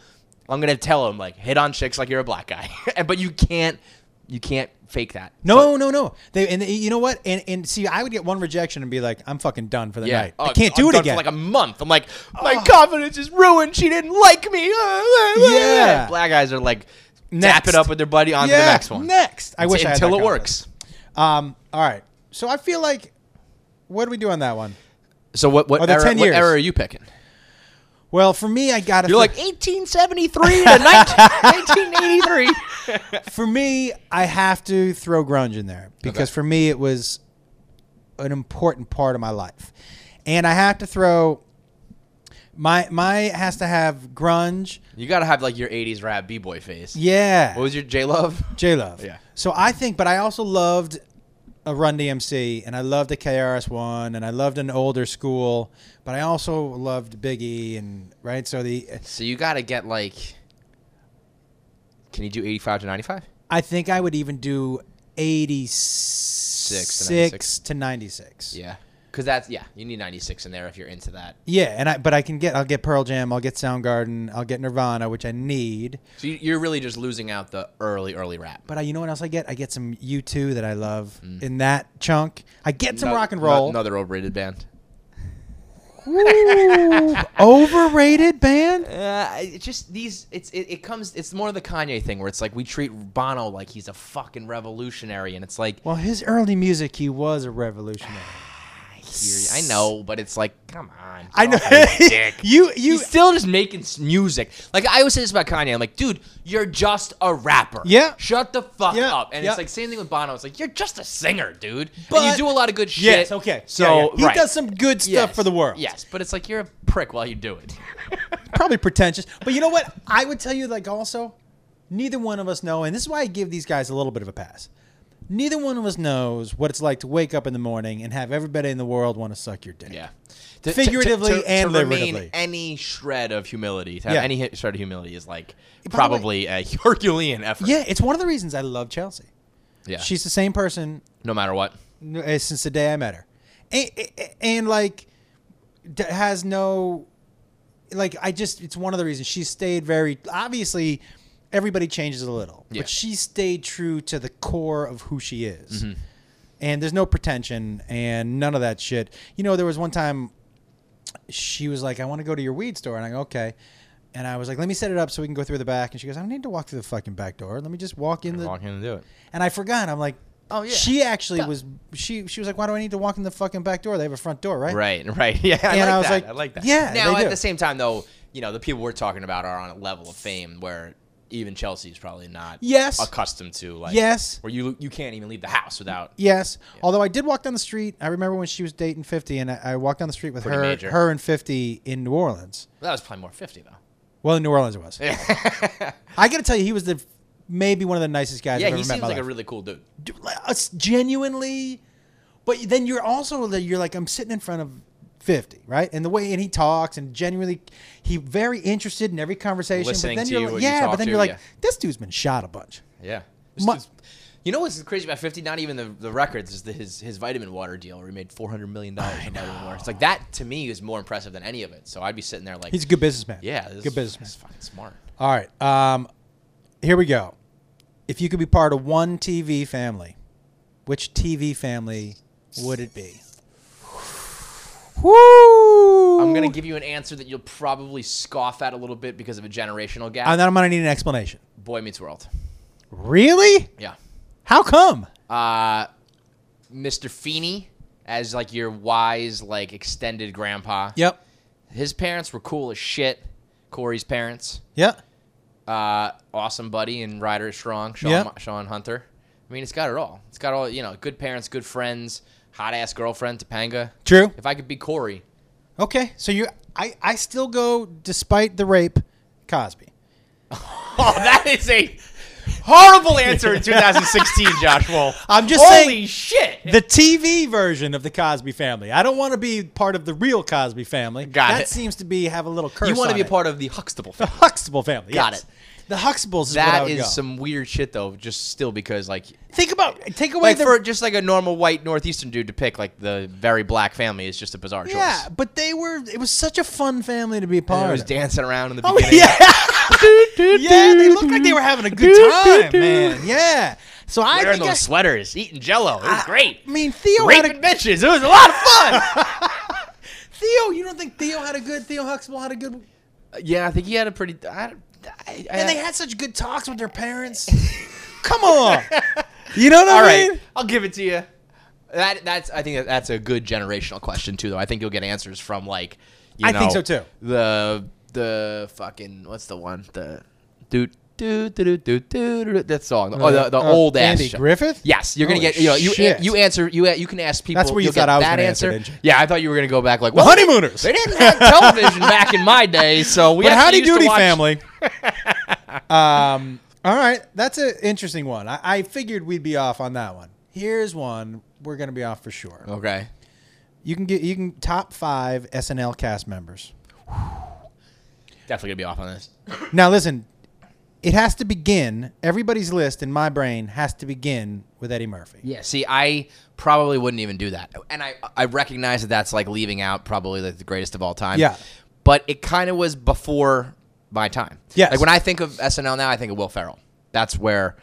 Speaker 2: I'm gonna tell him like hit on chicks like you're a black guy. but you can't you can't fake that.
Speaker 1: No, no, no. They and you know what? And and see, I would get one rejection and be like, I'm fucking done for the night.
Speaker 2: Oh,
Speaker 1: I can't
Speaker 2: I'm
Speaker 1: do it
Speaker 2: done
Speaker 1: again. Ah.
Speaker 2: For like a month. I'm like, my confidence is ruined. She didn't like me.
Speaker 1: Yeah.
Speaker 2: Black guys are like, tap
Speaker 1: Next.
Speaker 2: it up with their buddy on to the
Speaker 1: Yeah,
Speaker 2: next one.
Speaker 1: Next, I
Speaker 2: It's-
Speaker 1: wish I had
Speaker 2: until
Speaker 1: that
Speaker 2: it
Speaker 1: confidence.
Speaker 2: works.
Speaker 1: Um. All right. So I feel like, what do we do on that one?
Speaker 2: So what? What,
Speaker 1: Oh, the
Speaker 2: era,
Speaker 1: 10
Speaker 2: what
Speaker 1: years.
Speaker 2: era are you picking?
Speaker 1: Well, for me, I got.
Speaker 2: You're like 1873 to 19, 1983.
Speaker 1: for me, I have to throw grunge in there because
Speaker 2: Okay.
Speaker 1: for me it was an important part of my life, and I have to throw. My my has to have grunge.
Speaker 2: You gotta have like your 80s rap b boy face.
Speaker 1: Yeah.
Speaker 2: What was your J Love?
Speaker 1: J Love.
Speaker 2: Yeah.
Speaker 1: So I think, but I also loved a Run DMC, and I loved a KRS One, and I loved an older school, but I also loved Biggie, and right. So the
Speaker 2: So you gotta get like. Can you do 85 to 95?
Speaker 1: I think I would even do eighty six to ninety six.
Speaker 2: Yeah. Because that's yeah, you need 96 in there if you're into that.
Speaker 1: Yeah, and I but I can get I'll get Pearl Jam, I'll get Soundgarden, I'll get Nirvana, which I need.
Speaker 2: So you- you're really just losing out the early, early rap.
Speaker 1: But I, you know what else I get? I get some U two that I love in that chunk. I get some
Speaker 2: No-
Speaker 1: rock and
Speaker 2: no-
Speaker 1: roll.
Speaker 2: Mm. another overrated band.
Speaker 1: Ooh, overrated band.
Speaker 2: Uh, it's just these. It's it, it comes. It's more the Kanye thing where it's like we treat Bono like he's a fucking revolutionary, and it's like
Speaker 1: Well, his early music, he was a revolutionary.
Speaker 2: I, hear you, I know, but it's like come on.
Speaker 1: I
Speaker 2: get off my
Speaker 1: know.
Speaker 2: dick.
Speaker 1: you, you.
Speaker 2: He's still just making s- music. Like I always say this about Kanye. I'm like, dude, you're just a rapper.
Speaker 1: Yeah.
Speaker 2: Shut the fuck
Speaker 1: Yeah,
Speaker 2: up. And
Speaker 1: yeah.
Speaker 2: it's like same thing with Bono. It's like you're just a singer, dude. and
Speaker 1: But-
Speaker 2: you do a lot of good shit.
Speaker 1: Yes. Okay.
Speaker 2: So
Speaker 1: Yeah, yeah. he
Speaker 2: right.
Speaker 1: does some good stuff
Speaker 2: Yes,
Speaker 1: for the world.
Speaker 2: Yes, but it's like you're a prick while you do it.
Speaker 1: Probably pretentious, but you know what? I would tell you, like, also, neither one of us know, and this is why I give these guys a little bit of a pass. Neither one of us knows what it's like to wake up in the morning and have everybody in the world want to suck your dick.
Speaker 2: Yeah. To- to-
Speaker 1: Figuratively
Speaker 2: to- to- to
Speaker 1: and
Speaker 2: remain
Speaker 1: literatively.
Speaker 2: Any shred of humility, to have
Speaker 1: Yeah.
Speaker 2: any hi- shred of humility is like
Speaker 1: the
Speaker 2: probably a Herculean effort.
Speaker 1: Yeah, it's one of the reasons I love Chelsea.
Speaker 2: Yeah.
Speaker 1: She's the same person
Speaker 2: no matter what.
Speaker 1: uh, since the day I met her, and, and like d- has no like I just it's one of the reasons she stayed very obviously everybody changes a little,
Speaker 2: Yeah.
Speaker 1: but she stayed true to the core of who she is.
Speaker 2: Mm-hmm.
Speaker 1: And there's no pretension and none of that shit. You know, there was one time she was like, I want to go to your weed store. And I go, okay. And I was like, let me set it up so we can go through the back. And she goes, I don't need to walk through the fucking back door. Let me just walk in the.
Speaker 2: Walk in and do it.
Speaker 1: And I forgot. I'm like,
Speaker 2: Oh, yeah.
Speaker 1: She actually
Speaker 2: Duh.
Speaker 1: was. She she was like, why do I need to walk in the fucking back door? They have a front door, right?
Speaker 2: Right, right. Yeah, I
Speaker 1: And
Speaker 2: like
Speaker 1: I was
Speaker 2: that.
Speaker 1: like,
Speaker 2: I like that.
Speaker 1: yeah,
Speaker 2: Now
Speaker 1: they
Speaker 2: at
Speaker 1: do.
Speaker 2: the same time though, you know, the people we're talking about are on a level of fame where even Chelsea's probably not
Speaker 1: Yes.
Speaker 2: accustomed to like
Speaker 1: Yes.
Speaker 2: where you you can't even leave the house without
Speaker 1: Yes. Although I did walk down the street. I remember when she was dating Fifty, and I, I walked down the street with
Speaker 2: Pretty
Speaker 1: her,
Speaker 2: major.
Speaker 1: her and Fifty in New Orleans.
Speaker 2: that was probably more 50 though.
Speaker 1: Well, in New Orleans it was. I got to tell you, he was the maybe one of the nicest guys
Speaker 2: Yeah,
Speaker 1: I've ever
Speaker 2: he
Speaker 1: met. in
Speaker 2: seems
Speaker 1: my
Speaker 2: like a
Speaker 1: life.
Speaker 2: really cool dude.
Speaker 1: Dude, like, us- genuinely. But then you're also the- you're like I'm sitting in front of fifty, right? And the way and he talks and genuinely, he very interested in every conversation.
Speaker 2: Listening
Speaker 1: but then
Speaker 2: to
Speaker 1: you're
Speaker 2: you,
Speaker 1: like,
Speaker 2: what you
Speaker 1: yeah, but
Speaker 2: talk
Speaker 1: then
Speaker 2: to,
Speaker 1: you're like,
Speaker 2: yeah.
Speaker 1: this dude's been shot a bunch.
Speaker 2: Yeah.
Speaker 1: My-
Speaker 2: you know what's crazy about 50? Not even the, the records, is the, his, his vitamin water deal where he made $400 million in vitamin water. It's like that to me is more impressive than any of it. So I'd be sitting there like,
Speaker 1: He's a good businessman.
Speaker 2: yeah, this
Speaker 1: good
Speaker 2: is-
Speaker 1: businessman.
Speaker 2: That's fucking smart.
Speaker 1: All right. Um, here we go. If you could be part of one TV family, which TV family would it be? Woo!
Speaker 2: I'm going to give you an answer that you'll probably scoff at a little bit because of a generational gap.
Speaker 1: And then I'm gonna need an explanation.
Speaker 2: Boy Meets World.
Speaker 1: Really?
Speaker 2: Yeah.
Speaker 1: How come?
Speaker 2: Uh, Mr. Feeney as like your wise, like extended grandpa.
Speaker 1: Yep.
Speaker 2: His parents were cool as shit. Corey's parents.
Speaker 1: Yep.
Speaker 2: uh, awesome buddy and Ryder is strong, Sean,
Speaker 1: Yeah.
Speaker 2: Sean Hunter. I mean, it's got it all. It's got all, you know, good parents, good friends, hot ass girlfriend, Topanga.
Speaker 1: True.
Speaker 2: If I could be Corey,
Speaker 1: Okay. So you, I, I still go despite the rape, Cosby.
Speaker 2: oh, that is a horrible answer in 2016, Josh Wall.
Speaker 1: I'm just
Speaker 2: Holy
Speaker 1: saying-
Speaker 2: shit.
Speaker 1: The TV version of the Cosby family. I don't want to be part of the real Cosby family.
Speaker 2: Got
Speaker 1: that
Speaker 2: it.
Speaker 1: seems to be have a little curse.
Speaker 2: you want to
Speaker 1: on
Speaker 2: be a
Speaker 1: it.
Speaker 2: part of the Huxtable
Speaker 1: The
Speaker 2: family.
Speaker 1: Huxtable family.
Speaker 2: Got
Speaker 1: yes.
Speaker 2: it.
Speaker 1: The Huxtables is what I
Speaker 2: That
Speaker 1: would
Speaker 2: is
Speaker 1: go.
Speaker 2: some weird shit, though. Just still because, like,
Speaker 1: Think about take away
Speaker 2: like
Speaker 1: the
Speaker 2: for just like a normal white northeastern dude to pick like the very black family is just a bizarre choice.
Speaker 1: yeah, but they were. It was such a fun family to be a
Speaker 2: and
Speaker 1: part.
Speaker 2: I was
Speaker 1: of.
Speaker 2: dancing around in the
Speaker 1: Oh,
Speaker 2: beginning.
Speaker 1: yeah, yeah. They looked like they were having a good time, man. Yeah. So I
Speaker 2: wearing
Speaker 1: think
Speaker 2: those
Speaker 1: I,
Speaker 2: sweaters, eating Jello. It was great.
Speaker 1: I mean, Theo had
Speaker 2: Raping
Speaker 1: a,
Speaker 2: bitches. It was a lot of fun.
Speaker 1: Theo. You don't think Theo had a good? Theo Huxtable had a good.
Speaker 2: yeah, I think he had a pretty. I, I,
Speaker 1: And they had such good talks with their parents. Come on. You know what
Speaker 2: All
Speaker 1: I mean?
Speaker 2: right, I'll give it to you. That that's. I think that, that's a good generational question too, though. I think you'll get answers from like. You
Speaker 1: I think so,
Speaker 2: know,
Speaker 1: too.
Speaker 2: The the fucking what's the one the dude. Do, do, do, do, do, do, that song. Oh, the, the
Speaker 1: Uh,
Speaker 2: old
Speaker 1: Andy
Speaker 2: ass. show.
Speaker 1: Griffith?
Speaker 2: Yes, you're gonna
Speaker 1: Holy
Speaker 2: get. You know, you,
Speaker 1: shit.
Speaker 2: you answer. You you can ask people.
Speaker 1: That's where you
Speaker 2: you'll get
Speaker 1: thought I was
Speaker 2: that
Speaker 1: gonna answer,
Speaker 2: answer.
Speaker 1: didn't you?
Speaker 2: Yeah, I thought you were gonna go back like well,
Speaker 1: Honeymooners.
Speaker 2: They didn't have television back in my day, so we
Speaker 1: but
Speaker 2: actually
Speaker 1: howdy
Speaker 2: used to
Speaker 1: doody
Speaker 2: watch-
Speaker 1: family. um, all right, that's an interesting one. I, I figured we'd be off on that one. Here's one we're gonna be off for sure.
Speaker 2: Okay.
Speaker 1: You can get you can top five SNL cast members.
Speaker 2: Definitely gonna be off on this.
Speaker 1: Now listen, it has to begin. Everybody's list in my brain has to begin with Eddie Murphy.
Speaker 2: Yeah. See, I probably wouldn't even do that, and I I recognize that that's like leaving out probably like the greatest of all time.
Speaker 1: Yeah.
Speaker 2: But it kind of was before my time.
Speaker 1: Yes.
Speaker 2: Like when I think of SNL now, I think of Will Ferrell. That's where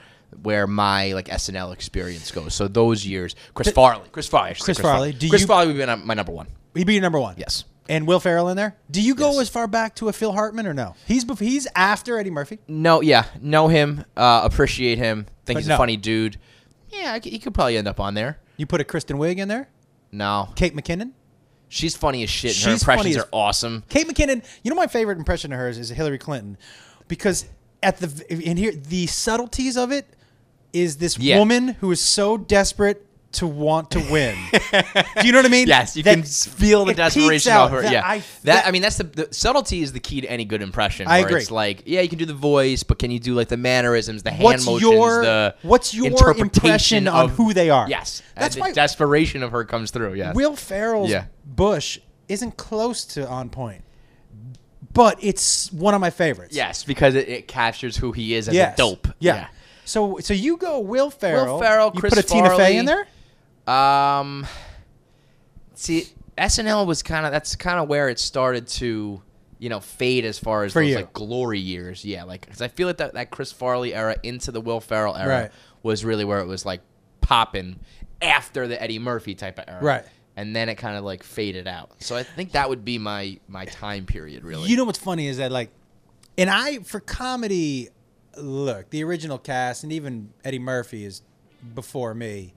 Speaker 2: where my like SNL experience goes. So those years, Chris Farley, Chris Farley, I should say
Speaker 1: Chris Farley, do
Speaker 2: Chris
Speaker 1: you-
Speaker 2: Farley would be my my number one.
Speaker 1: He'd be your number one.
Speaker 2: Yes.
Speaker 1: And Will Ferrell in there. Do you go
Speaker 2: Yes.
Speaker 1: as far back to a Phil Hartman or no? He's bef- he's after Eddie Murphy.
Speaker 2: No, yeah, know him, uh, appreciate him,
Speaker 1: But
Speaker 2: think he's
Speaker 1: no.
Speaker 2: a funny dude. Yeah, I c- he could probably end up on there.
Speaker 1: You put a Kristen Wiig in there.
Speaker 2: No,
Speaker 1: Kate McKinnon.
Speaker 2: she's funny as shit. And her
Speaker 1: She's funny
Speaker 2: impressions
Speaker 1: as-
Speaker 2: are awesome.
Speaker 1: Kate McKinnon. You know my favorite impression of hers is Hillary Clinton, because at the in here the subtleties of it is this
Speaker 2: Yeah.
Speaker 1: woman who is so desperate to want to win. Do you know what I mean?
Speaker 2: Yes, you
Speaker 1: That
Speaker 2: can feel the
Speaker 1: it peeks
Speaker 2: desperation
Speaker 1: out.
Speaker 2: of her.
Speaker 1: That-
Speaker 2: yeah,
Speaker 1: I-
Speaker 2: that, I mean that's the, the subtlety is the key to any good impression.
Speaker 1: I
Speaker 2: where
Speaker 1: agree.
Speaker 2: It's like yeah, you can do the voice, but can you do like the mannerisms, the hand
Speaker 1: What's
Speaker 2: motions,
Speaker 1: your-
Speaker 2: the
Speaker 1: what's your
Speaker 2: interpretation
Speaker 1: impression on
Speaker 2: of-
Speaker 1: who they are?
Speaker 2: Yes,
Speaker 1: That's
Speaker 2: that's the
Speaker 1: why-
Speaker 2: desperation of her comes through. Yeah,
Speaker 1: Will Ferrell's
Speaker 2: Yeah.
Speaker 1: Bush isn't close to on point, but it's one of my favorites.
Speaker 2: yes, because it, it captures who he is as
Speaker 1: Yes.
Speaker 2: a dope.
Speaker 1: Yeah. So so you go Will Ferrell.
Speaker 2: Ferrell,
Speaker 1: you
Speaker 2: Chris
Speaker 1: put a Tina Fey
Speaker 2: Farley.
Speaker 1: in there.
Speaker 2: Um, see, SNL was kind of that's kind of where it started to you know, fade as far as
Speaker 1: For
Speaker 2: those
Speaker 1: you.
Speaker 2: like glory years. Yeah, like because I feel like that that Chris Farley era into the Will Ferrell era
Speaker 1: Right.
Speaker 2: was really where it was like popping after the Eddie Murphy type of era.
Speaker 1: Right.
Speaker 2: And then it kind of like faded out. So I think that would be my my time period really.
Speaker 1: You know what's funny is that like, and I for comedy, look the original cast and even Eddie Murphy is before me,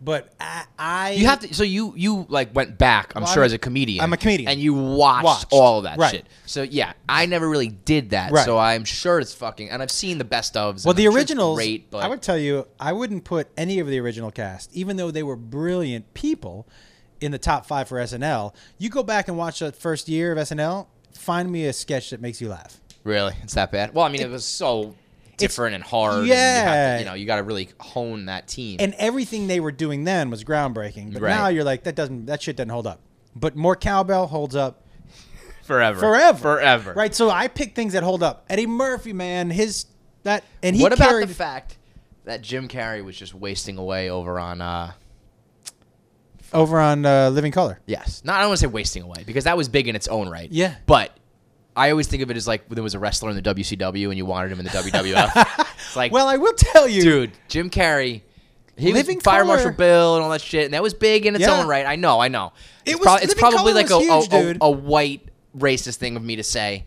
Speaker 1: but I, I
Speaker 2: You have to. So you you like went back. I'm
Speaker 1: Well,
Speaker 2: sure
Speaker 1: I'm-
Speaker 2: as a comedian.
Speaker 1: I'm a comedian.
Speaker 2: and you watched,
Speaker 1: Watched.
Speaker 2: all of that
Speaker 1: Right.
Speaker 2: shit. So yeah, I never really did that.
Speaker 1: Right.
Speaker 2: So I'm sure it's fucking. And I've seen the best ofs.
Speaker 1: well
Speaker 2: and
Speaker 1: the
Speaker 2: I'm sure it's
Speaker 1: originals.
Speaker 2: great, but
Speaker 1: I would tell you I wouldn't put any of the original cast, even though they were brilliant people, in the top five for SNL. You go back and watch the first year of SNL. Find me a sketch that makes you laugh.
Speaker 2: really, it's that bad. Well, I mean, it, was so different and hard. and you, have
Speaker 1: Yeah.
Speaker 2: to, you know, you got to really hone that team.
Speaker 1: and everything they were doing then was groundbreaking. But
Speaker 2: Right.
Speaker 1: now you're like that doesn't that shit doesn't hold up. But more cowbell holds up
Speaker 2: forever,
Speaker 1: forever,
Speaker 2: forever.
Speaker 1: Right. So I pick things that hold up. Eddie Murphy, man, his that and he
Speaker 2: What about
Speaker 1: carried
Speaker 2: the fact that Jim Carrey was just wasting away over on? uh
Speaker 1: over on uh, Living Color.
Speaker 2: Yes. Not I don't want to say wasting away because that was big in its own right.
Speaker 1: Yeah.
Speaker 2: But I always think of it as like when there was a wrestler in the WCW and you wanted him in the WWF. it's like,
Speaker 1: Well, I will tell you,
Speaker 2: dude, Jim Carrey. He
Speaker 1: Living
Speaker 2: was Fire
Speaker 1: Colour-
Speaker 2: Marshal Bill and all that shit, and that was big in its
Speaker 1: Yeah.
Speaker 2: own right. I know, I know.
Speaker 1: It
Speaker 2: it's
Speaker 1: was-
Speaker 2: prob- it's
Speaker 1: Living
Speaker 2: probably
Speaker 1: Colour
Speaker 2: like a,
Speaker 1: was huge,
Speaker 2: a- a-
Speaker 1: dude.
Speaker 2: a white racist thing of me to say,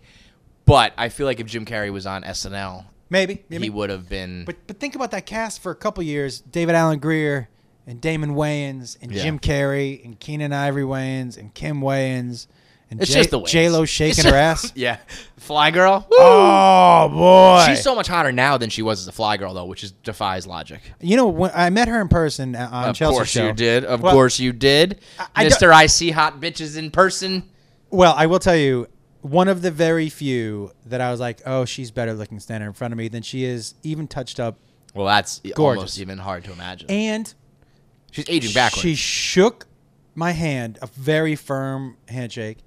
Speaker 2: but I feel like if Jim Carrey was on SNL,
Speaker 1: maybe, maybe.
Speaker 2: he would have been.
Speaker 1: But but think about that cast for a couple years: David Allen Greer and Damon Wayans and
Speaker 2: Yeah.
Speaker 1: Jim Carrey and Keenan Ivory Wayans and Kim Wayans and
Speaker 2: it's
Speaker 1: J-
Speaker 2: just the way
Speaker 1: J-Lo shaking her ass.
Speaker 2: yeah, Fly Girl. Woo!
Speaker 1: Oh boy,
Speaker 2: She's so much hotter now than she was as a fly girl, though, which is defies logic.
Speaker 1: You know, when I met her in person uh, on
Speaker 2: of
Speaker 1: Chelsea
Speaker 2: course
Speaker 1: show.
Speaker 2: you did. Of
Speaker 1: Well-
Speaker 2: course you did.
Speaker 1: I
Speaker 2: Mister, I see hot bitches in person.
Speaker 1: Well, I will tell you, one of the very few that I was like, oh, she's better looking standing in front of me than she is, even touched up.
Speaker 2: Well, that's almost
Speaker 1: Gorgeous.
Speaker 2: even hard to imagine.
Speaker 1: And
Speaker 2: She's aging backwards.
Speaker 1: she shook my hand, a very firm handshake.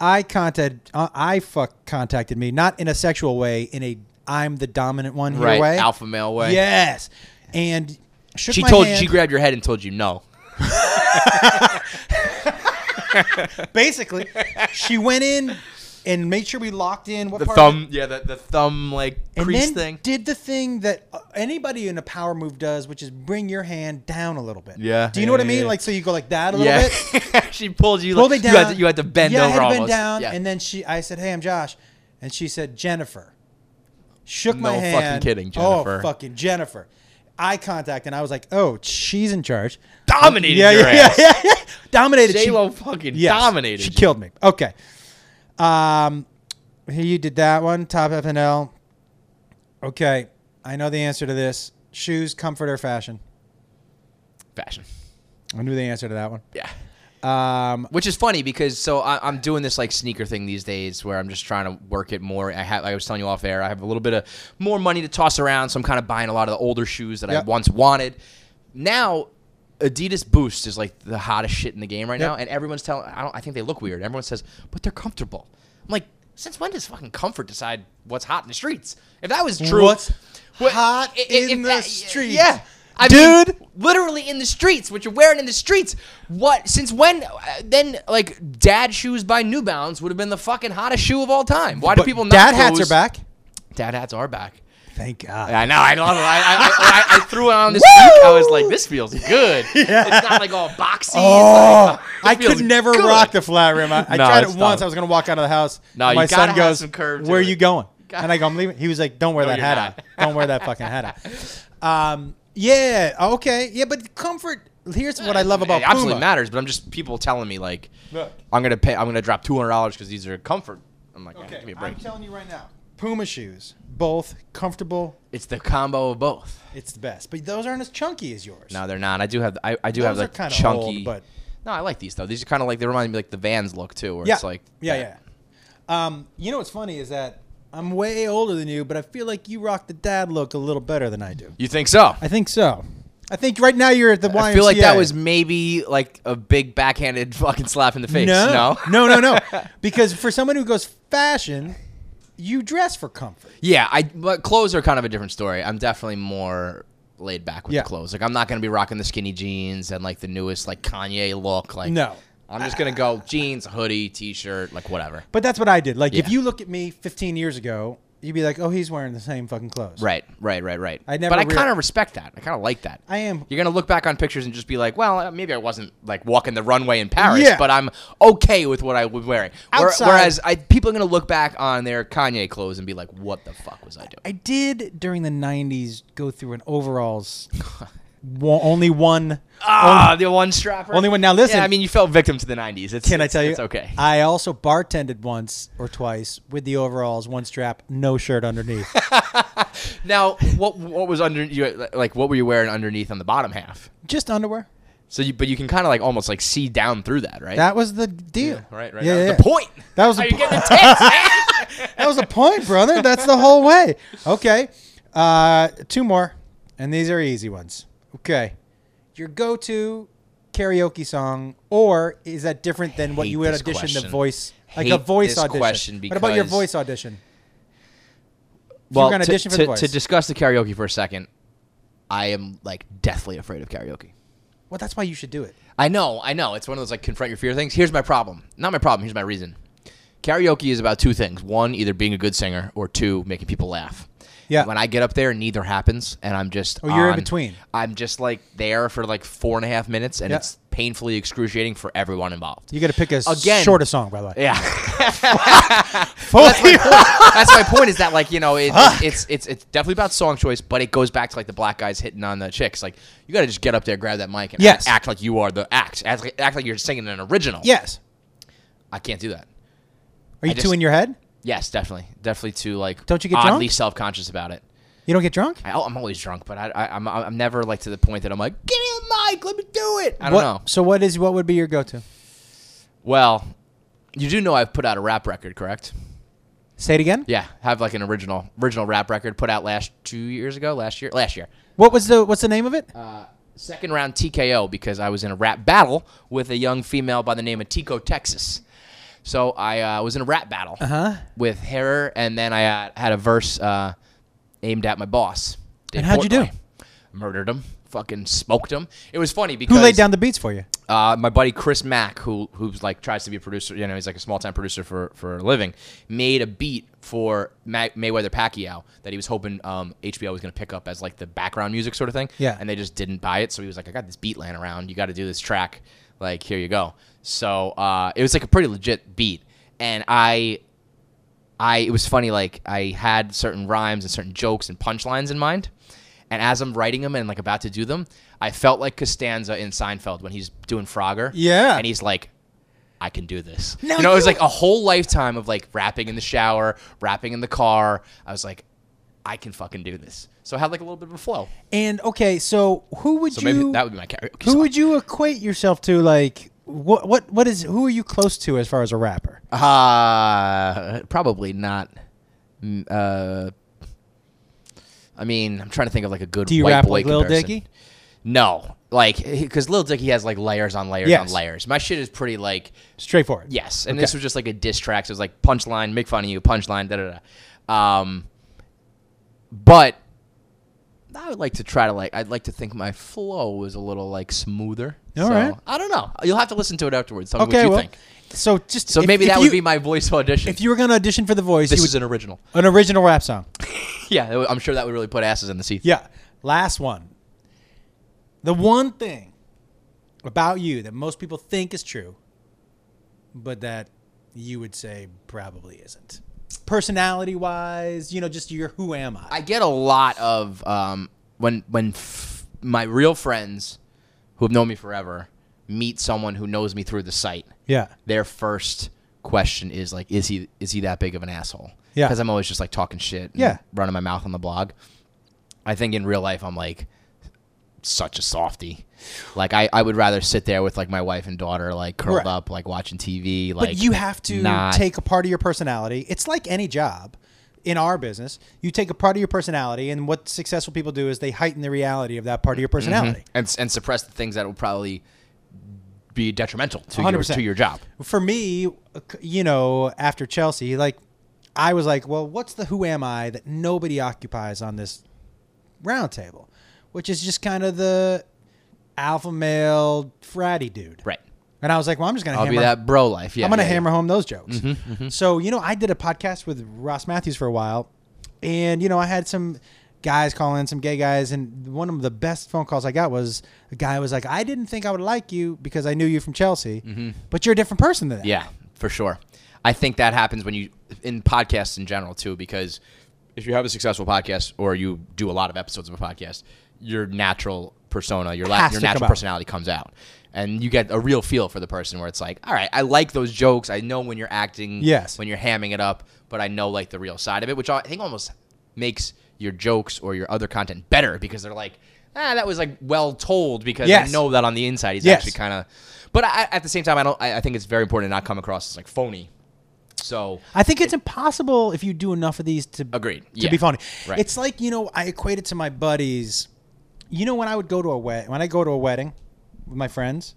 Speaker 1: I contacted, uh, I fuck contacted me, not in a sexual way, in a I'm the dominant one here
Speaker 2: right,
Speaker 1: way.
Speaker 2: alpha male way.
Speaker 1: Yes, and shook
Speaker 2: She
Speaker 1: my
Speaker 2: told
Speaker 1: hand.
Speaker 2: she grabbed your head and told you no.
Speaker 1: basically. she went in and made sure we locked in what
Speaker 2: The
Speaker 1: part of
Speaker 2: thumb, yeah, the, the thumb like
Speaker 1: and
Speaker 2: crease
Speaker 1: then
Speaker 2: thing.
Speaker 1: did the thing that uh, anybody in a power move does, which is bring your hand down a little bit.
Speaker 2: Yeah,
Speaker 1: Do you know
Speaker 2: yeah,
Speaker 1: what I
Speaker 2: yeah,
Speaker 1: mean?
Speaker 2: yeah.
Speaker 1: Like so, you go like that a little
Speaker 2: yeah,
Speaker 1: bit.
Speaker 2: she pulled you.
Speaker 1: Pull me
Speaker 2: like,
Speaker 1: down.
Speaker 2: You had to, you had to bend
Speaker 1: yeah,
Speaker 2: over
Speaker 1: I had to bend
Speaker 2: almost.
Speaker 1: down,
Speaker 2: yeah.
Speaker 1: and then she, I said, "Hey, I'm Josh," and she said, "Jennifer." Shook my
Speaker 2: No fucking
Speaker 1: hand.
Speaker 2: kidding,
Speaker 1: Oh,
Speaker 2: Jennifer.
Speaker 1: fucking Jennifer. Eye contact, and I was like, "Oh, she's in charge."
Speaker 2: Dominated
Speaker 1: Yeah,
Speaker 2: your
Speaker 1: yeah,
Speaker 2: ass.
Speaker 1: yeah, yeah, yeah. Dominated. She-
Speaker 2: J Lo fucking
Speaker 1: Yes.
Speaker 2: dominated.
Speaker 1: She
Speaker 2: you.
Speaker 1: killed me. Okay. Um, you did that one. Top F and L. Okay, I know the answer to this. Shoes, comfort, or fashion?
Speaker 2: Fashion.
Speaker 1: I knew the answer to that one.
Speaker 2: Yeah.
Speaker 1: Um,
Speaker 2: Which is funny because so I, I'm doing this like sneaker thing these days where I'm just trying to work it more. I have I was telling you off air. I have a little bit of more money to toss around, so I'm kind of buying a lot of the older shoes that
Speaker 1: Yep.
Speaker 2: I once wanted. Now, Adidas Boost is like the hottest shit in the game right
Speaker 1: Yep.
Speaker 2: now, and everyone's telling. I don't. I think they look weird. Everyone says, but they're comfortable. I'm like, since when does fucking comfort decide what's hot in the streets? If that was true,
Speaker 1: What's
Speaker 2: what-
Speaker 1: hot
Speaker 2: i- i-
Speaker 1: in
Speaker 2: if
Speaker 1: the
Speaker 2: that-
Speaker 1: streets?
Speaker 2: Yeah. I
Speaker 1: Dude.
Speaker 2: mean, literally in the streets, what you're wearing in the streets. What since when? uh, Then like dad shoes by New Balance would have been the fucking hottest shoe of all time. Why do
Speaker 1: but
Speaker 2: people not?
Speaker 1: Dad hats
Speaker 2: goes-
Speaker 1: are back.
Speaker 2: Dad hats are back.
Speaker 1: Thank God.
Speaker 2: I know. I love it. I, I, I, I threw it on this week. I was like, this feels good. It's not like all boxy.
Speaker 1: Oh,
Speaker 2: It
Speaker 1: I
Speaker 2: feels
Speaker 1: could never
Speaker 2: good.
Speaker 1: rock the flat rim. I, I
Speaker 2: No,
Speaker 1: tried it
Speaker 2: it's
Speaker 1: once.
Speaker 2: dumb.
Speaker 1: I was gonna walk out of the house.
Speaker 2: No,
Speaker 1: and my
Speaker 2: you gotta
Speaker 1: son
Speaker 2: have
Speaker 1: goes,
Speaker 2: some curve to
Speaker 1: "Where
Speaker 2: it.
Speaker 1: you going?"
Speaker 2: Gotta-
Speaker 1: And I go, "I'm leaving." He was like, "Don't wear that
Speaker 2: you're
Speaker 1: hat
Speaker 2: not.
Speaker 1: on. Don't wear that fucking hat on." Um, yeah, okay, yeah, but comfort. Here's what I love about
Speaker 2: it absolutely
Speaker 1: Puma.
Speaker 2: matters. But I'm just people telling me like,
Speaker 1: Look.
Speaker 2: I'm gonna pay. I'm gonna drop two hundred dollars because these are comfort. I'm like,
Speaker 1: Okay,
Speaker 2: give me a
Speaker 1: I'm
Speaker 2: break.
Speaker 1: telling you right now, Puma shoes, both comfortable.
Speaker 2: it's the combo of both.
Speaker 1: It's the best, but those aren't as chunky as yours.
Speaker 2: No, they're not. I do have. I, I do have
Speaker 1: Those are
Speaker 2: like
Speaker 1: kinda
Speaker 2: chunky.
Speaker 1: old, but-
Speaker 2: no, I like these though. These are kind of like they remind me like the Vans look too, where
Speaker 1: yeah,
Speaker 2: it's like
Speaker 1: yeah,
Speaker 2: that.
Speaker 1: yeah. Um, you know what's funny is that I'm way older than you, but I feel like you rock the dad look a little better than I do.
Speaker 2: You think so?
Speaker 1: I think so. I think right now you're at the YMCA.
Speaker 2: I feel like that was maybe like a big backhanded fucking slap in the face.
Speaker 1: no,
Speaker 2: No,
Speaker 1: no, no, no, Because for someone who goes fashion, you dress for comfort.
Speaker 2: yeah, I but clothes are kind of a different story. I'm definitely more laid back with
Speaker 1: Yeah.
Speaker 2: the clothes. Like I'm not gonna be rocking the skinny jeans and like the newest like Kanye look. Like
Speaker 1: No.
Speaker 2: I'm I'm just gonna go jeans, hoodie, t-shirt, like whatever.
Speaker 1: But that's what I did. Like, if
Speaker 2: Yeah.
Speaker 1: you look at me 15 years ago, you'd be like, "Oh, he's wearing the same fucking clothes."
Speaker 2: Right, right, right, right.
Speaker 1: I never
Speaker 2: but I
Speaker 1: rea-
Speaker 2: kind of respect that. I kind of like that.
Speaker 1: I am.
Speaker 2: You're gonna look back on pictures and just be like, well, uh, maybe I wasn't like walking the runway in Paris,
Speaker 1: Yeah.
Speaker 2: but I'm okay with what I was wearing. Where-
Speaker 1: Outside-
Speaker 2: Whereas I, people are gonna look back on their Kanye clothes and be like, what the fuck was I doing?
Speaker 1: I did during the 90s go through an overalls. Wa- only one.
Speaker 2: Ah, the one strapper.
Speaker 1: only one- now listen.
Speaker 2: Yeah, I mean, you fell victim to the '90s. It's,
Speaker 1: Can I
Speaker 2: it's-
Speaker 1: tell you?
Speaker 2: It's okay.
Speaker 1: I also bartended once or twice with the overalls, one strap, no shirt underneath.
Speaker 2: now, what what was under you? Like, what were you wearing underneath on the bottom half?
Speaker 1: Just underwear.
Speaker 2: So, you, but you can kind of like almost like see down through that, right?
Speaker 1: That was the deal.
Speaker 2: right, right.
Speaker 1: Yeah,
Speaker 2: that was
Speaker 1: yeah.
Speaker 2: The point.
Speaker 1: That was
Speaker 2: How
Speaker 1: the
Speaker 2: you
Speaker 1: point.
Speaker 2: getting the tits, man?
Speaker 1: That was the point, brother. That's the whole way. Okay. Uh, two more. And these are easy ones. Okay. Your go to karaoke song, or is that different than what
Speaker 2: Hate
Speaker 1: you would
Speaker 2: this
Speaker 1: audition the
Speaker 2: question.
Speaker 1: voice? Like a
Speaker 2: Hate
Speaker 1: voice
Speaker 2: this
Speaker 1: audition.
Speaker 2: question
Speaker 1: what about your
Speaker 2: because-
Speaker 1: voice audition? If
Speaker 2: Well,
Speaker 1: you were going to
Speaker 2: to,
Speaker 1: audition for
Speaker 2: to,
Speaker 1: the voice.
Speaker 2: to discuss the karaoke for a second, I am like deathly afraid of karaoke.
Speaker 1: well, that's why you should do it.
Speaker 2: I know, I know. It's one of those like confront your fear things. Here's my problem. Not my problem. Here's my reason. Karaoke is about two things: one, either being a good singer, or two, making people laugh.
Speaker 1: Yeah.
Speaker 2: When I get up there, neither happens, and I'm just
Speaker 1: Oh, you're in
Speaker 2: on-
Speaker 1: between.
Speaker 2: I'm just like there for like four and a half minutes, and
Speaker 1: Yeah.
Speaker 2: it's painfully excruciating for everyone involved.
Speaker 1: You got to pick a
Speaker 2: Again-
Speaker 1: shorter song, by the way.
Speaker 2: yeah.
Speaker 1: Fuck you.
Speaker 2: That's my point. Is that like you know it, it, it's it's it's definitely about song choice, but it goes back to like the black guys hitting on the chicks. Like you got to just get up there, grab that mic, and
Speaker 1: Yes.
Speaker 2: act like you are the act. Act like, act like you're singing an original.
Speaker 1: yes.
Speaker 2: I can't do that.
Speaker 1: Are you
Speaker 2: I
Speaker 1: two
Speaker 2: just-
Speaker 1: in your head?
Speaker 2: Yes, definitely, definitely too like
Speaker 1: Don't you get
Speaker 2: oddly
Speaker 1: drunk?
Speaker 2: self conscious about it.
Speaker 1: You don't get drunk?
Speaker 2: I, oh, I'm always drunk, but I, I I'm I'm never like to the point that I'm like give me a mic, let me do it. I don't
Speaker 1: What-
Speaker 2: know.
Speaker 1: So what is what would be your go-to?
Speaker 2: Well, you do know I've put out a rap record, correct?
Speaker 1: Say it again.
Speaker 2: Yeah, have like an original original rap record put out last two years ago, last year, last year.
Speaker 1: What was the what's the name of it?
Speaker 2: uh, second round TKO because I was in a rap battle with a young female by the name of Tico Texas. So I uh, was in a rap battle
Speaker 1: Uh-huh.
Speaker 2: with her, and then I uh, had a verse uh, aimed at my boss. Dave
Speaker 1: And how'd you do?
Speaker 2: Murdered him. Fucking smoked him. It was funny because
Speaker 1: Who laid down the beats for you?
Speaker 2: uh, my buddy Chris Mack, who who's like tries to be a producer, you know, he's like a small time producer for for a living, made a beat for Ma- Mayweather Pacquiao that he was hoping um, HBO was going to pick up as like the background music sort of thing.
Speaker 1: Yeah.
Speaker 2: and they just didn't buy it, so he was like, "I got this beat laying around. You got to do this track. Like, here you go." So uh, it was like a pretty legit beat, and I I it was funny like I had certain rhymes and certain jokes and punchlines in mind, and as I'm writing them and like about to do them, I felt like Costanza in Seinfeld when he's doing Frogger.
Speaker 1: Yeah.
Speaker 2: and he's like. I can do this.
Speaker 1: Now
Speaker 2: you know, it was
Speaker 1: you-
Speaker 2: like a whole lifetime of like rapping in the shower, rapping in the car. I was like, I can fucking do this. So I had like a little bit of a flow.
Speaker 1: And okay, so who would
Speaker 2: So
Speaker 1: you
Speaker 2: maybe that would be my karaoke.
Speaker 1: who
Speaker 2: song.
Speaker 1: would you equate yourself to? Like what what what is who are you close to as far as a rapper?
Speaker 2: Uh, probably not. mm, Uh, I mean, I'm trying to think of like a good
Speaker 1: Do you
Speaker 2: white
Speaker 1: rap
Speaker 2: boy
Speaker 1: like Lil
Speaker 2: comparison.
Speaker 1: Dicky?
Speaker 2: No, like because Lil Dicky has like layers on layers on
Speaker 1: Yes.
Speaker 2: layers. My shit is pretty like
Speaker 1: Straightforward.
Speaker 2: yes, and
Speaker 1: Okay.
Speaker 2: this was just like a diss track. So it was like punchline, make fun of you, punchline, da da da. Um, but I would like to try to like I'd like to think my flow was a little like smoother.
Speaker 1: All
Speaker 2: so,
Speaker 1: right.
Speaker 2: I don't know. You'll have to listen to it afterwards. Tell me
Speaker 1: Okay.
Speaker 2: what you
Speaker 1: well,
Speaker 2: think.
Speaker 1: so just
Speaker 2: So
Speaker 1: if-
Speaker 2: maybe
Speaker 1: if
Speaker 2: that
Speaker 1: you-
Speaker 2: would be my voice audition.
Speaker 1: If you were going to audition for the voice,
Speaker 2: this
Speaker 1: you
Speaker 2: is
Speaker 1: would,
Speaker 2: an original.
Speaker 1: an original rap song.
Speaker 2: Yeah, I'm sure that would really put asses in the seat.
Speaker 1: Yeah. Last one. The one thing about you that most people think is true, but that you would say probably isn't. Personality wise, you know, just your who am I?
Speaker 2: I get a lot of um, when when f- my real friends who have known me forever meet someone who knows me through the site.
Speaker 1: yeah.
Speaker 2: Their first question is like, "Is he is he that big of an asshole?"
Speaker 1: Yeah.
Speaker 2: because I'm always just like talking shit. and
Speaker 1: Yeah.
Speaker 2: running my mouth on the blog. I think in real life I'm like such a softy. Like I, I would rather sit there with like my wife and daughter like curled
Speaker 1: Right.
Speaker 2: up like watching TV. Like
Speaker 1: But you have to
Speaker 2: not-
Speaker 1: take a part of your personality. It's like any job in our business. You take a part of your personality, and what successful people do is they heighten the reality of that part of
Speaker 2: Mm-hmm.
Speaker 1: your personality.
Speaker 2: and and suppress the things that will probably be detrimental to your
Speaker 1: 100%.
Speaker 2: to your job.
Speaker 1: for me, you know, after Chelsea, like I was like, well, what's the who am I that nobody occupies on this round table, which is just kind of the alpha male fratty dude.
Speaker 2: Right.
Speaker 1: And I was like, well, I'm just going to
Speaker 2: I'll
Speaker 1: hammer.
Speaker 2: be that bro life. Yeah,
Speaker 1: I'm going to
Speaker 2: yeah, Mm-hmm, yeah.
Speaker 1: hammer home those jokes. So, you know, I did a podcast with Ross Matthews for a while, and, you know, I had some guys call in, some gay guys, and one of the best phone calls I got was a guy was like, I didn't think I would like you because I knew you from Chelsea,
Speaker 2: Mm-hmm.
Speaker 1: but you're a different person than that.
Speaker 2: Yeah, for sure. I think that happens when you in podcasts in general too, because if you have a successful podcast or you do a lot of episodes of a podcast, your natural persona, your la-
Speaker 1: Has
Speaker 2: your
Speaker 1: to come
Speaker 2: natural
Speaker 1: out.
Speaker 2: personality comes out, and you get a real feel for the person where it's like, all right, I like those jokes. I know when you're acting,
Speaker 1: Yes.
Speaker 2: when you're hamming it up, but I know like the real side of it, which I think almost makes your jokes or your other content better because they're like. Ah, that was like well told because
Speaker 1: Yes.
Speaker 2: I know that on the inside he's
Speaker 1: Yes.
Speaker 2: actually kind of. But I, at the same time, I don't. I, I think it's very important to not come across as like phony. So
Speaker 1: I think it's impossible if you do enough of these to
Speaker 2: Agreed.
Speaker 1: to
Speaker 2: Yeah.
Speaker 1: be funny.
Speaker 2: Right.
Speaker 1: It's like you know I equate it to my buddies. You know when I would go to a wed when I go to a wedding with my friends,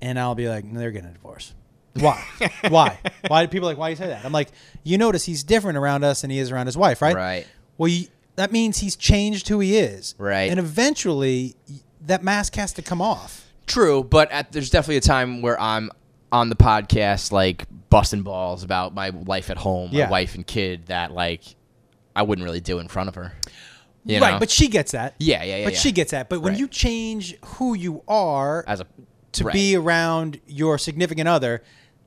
Speaker 1: and I'll be like, they're getting a divorce. Why? why? Why do people like? Why do you say that? I'm like, you notice he's different around us than he is around his wife, right?
Speaker 2: Right.
Speaker 1: Well, you, that means he's changed who he is,
Speaker 2: Right.
Speaker 1: And eventually, y- that mask has to come off.
Speaker 2: True, but at, there's definitely a time where I'm on the podcast, like busting balls about my life at home,
Speaker 1: Yeah.
Speaker 2: my wife and kid, that like I wouldn't really do in front of her. You
Speaker 1: right.
Speaker 2: know?
Speaker 1: But she gets that.
Speaker 2: yeah, yeah, yeah.
Speaker 1: But
Speaker 2: yeah.
Speaker 1: she gets that. But when
Speaker 2: Right.
Speaker 1: you change who you are
Speaker 2: as a
Speaker 1: to
Speaker 2: right.
Speaker 1: be around your significant other,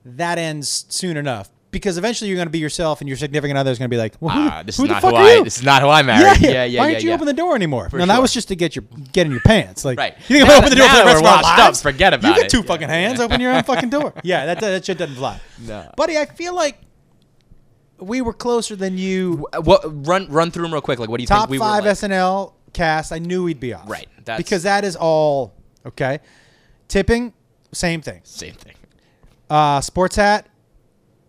Speaker 1: that ends soon enough. Because eventually you're going to be yourself, and your significant other is going to be like, well, who,
Speaker 2: Ah, this
Speaker 1: who
Speaker 2: is
Speaker 1: the
Speaker 2: not
Speaker 1: fuck
Speaker 2: who
Speaker 1: are
Speaker 2: I.
Speaker 1: you?
Speaker 2: This is not who I'm married. Yeah, yeah, yeah.
Speaker 1: Why didn't you
Speaker 2: yeah.
Speaker 1: open the door anymore?
Speaker 2: For
Speaker 1: no, that
Speaker 2: sure.
Speaker 1: was just to get your get in your pants. Like,
Speaker 2: Right.
Speaker 1: You think
Speaker 2: Now
Speaker 1: I'm open the door for
Speaker 2: that-
Speaker 1: the
Speaker 2: now
Speaker 1: rest
Speaker 2: we're
Speaker 1: of our
Speaker 2: washed up,
Speaker 1: lives?
Speaker 2: forget
Speaker 1: You
Speaker 2: about
Speaker 1: get
Speaker 2: it.
Speaker 1: two
Speaker 2: Yeah.
Speaker 1: fucking hands. Open your own fucking door. Yeah, that, that shit doesn't fly. No, buddy, I feel like we were closer than you.
Speaker 2: Uh, What run run through them real quick? Like, what do you
Speaker 1: Top
Speaker 2: think we
Speaker 1: five
Speaker 2: were? Like?
Speaker 1: SNL cast. I knew we'd be off.
Speaker 2: Right, that's-
Speaker 1: because that is all okay. Tipping, same thing.
Speaker 2: Same thing.
Speaker 1: Uh, sports hat,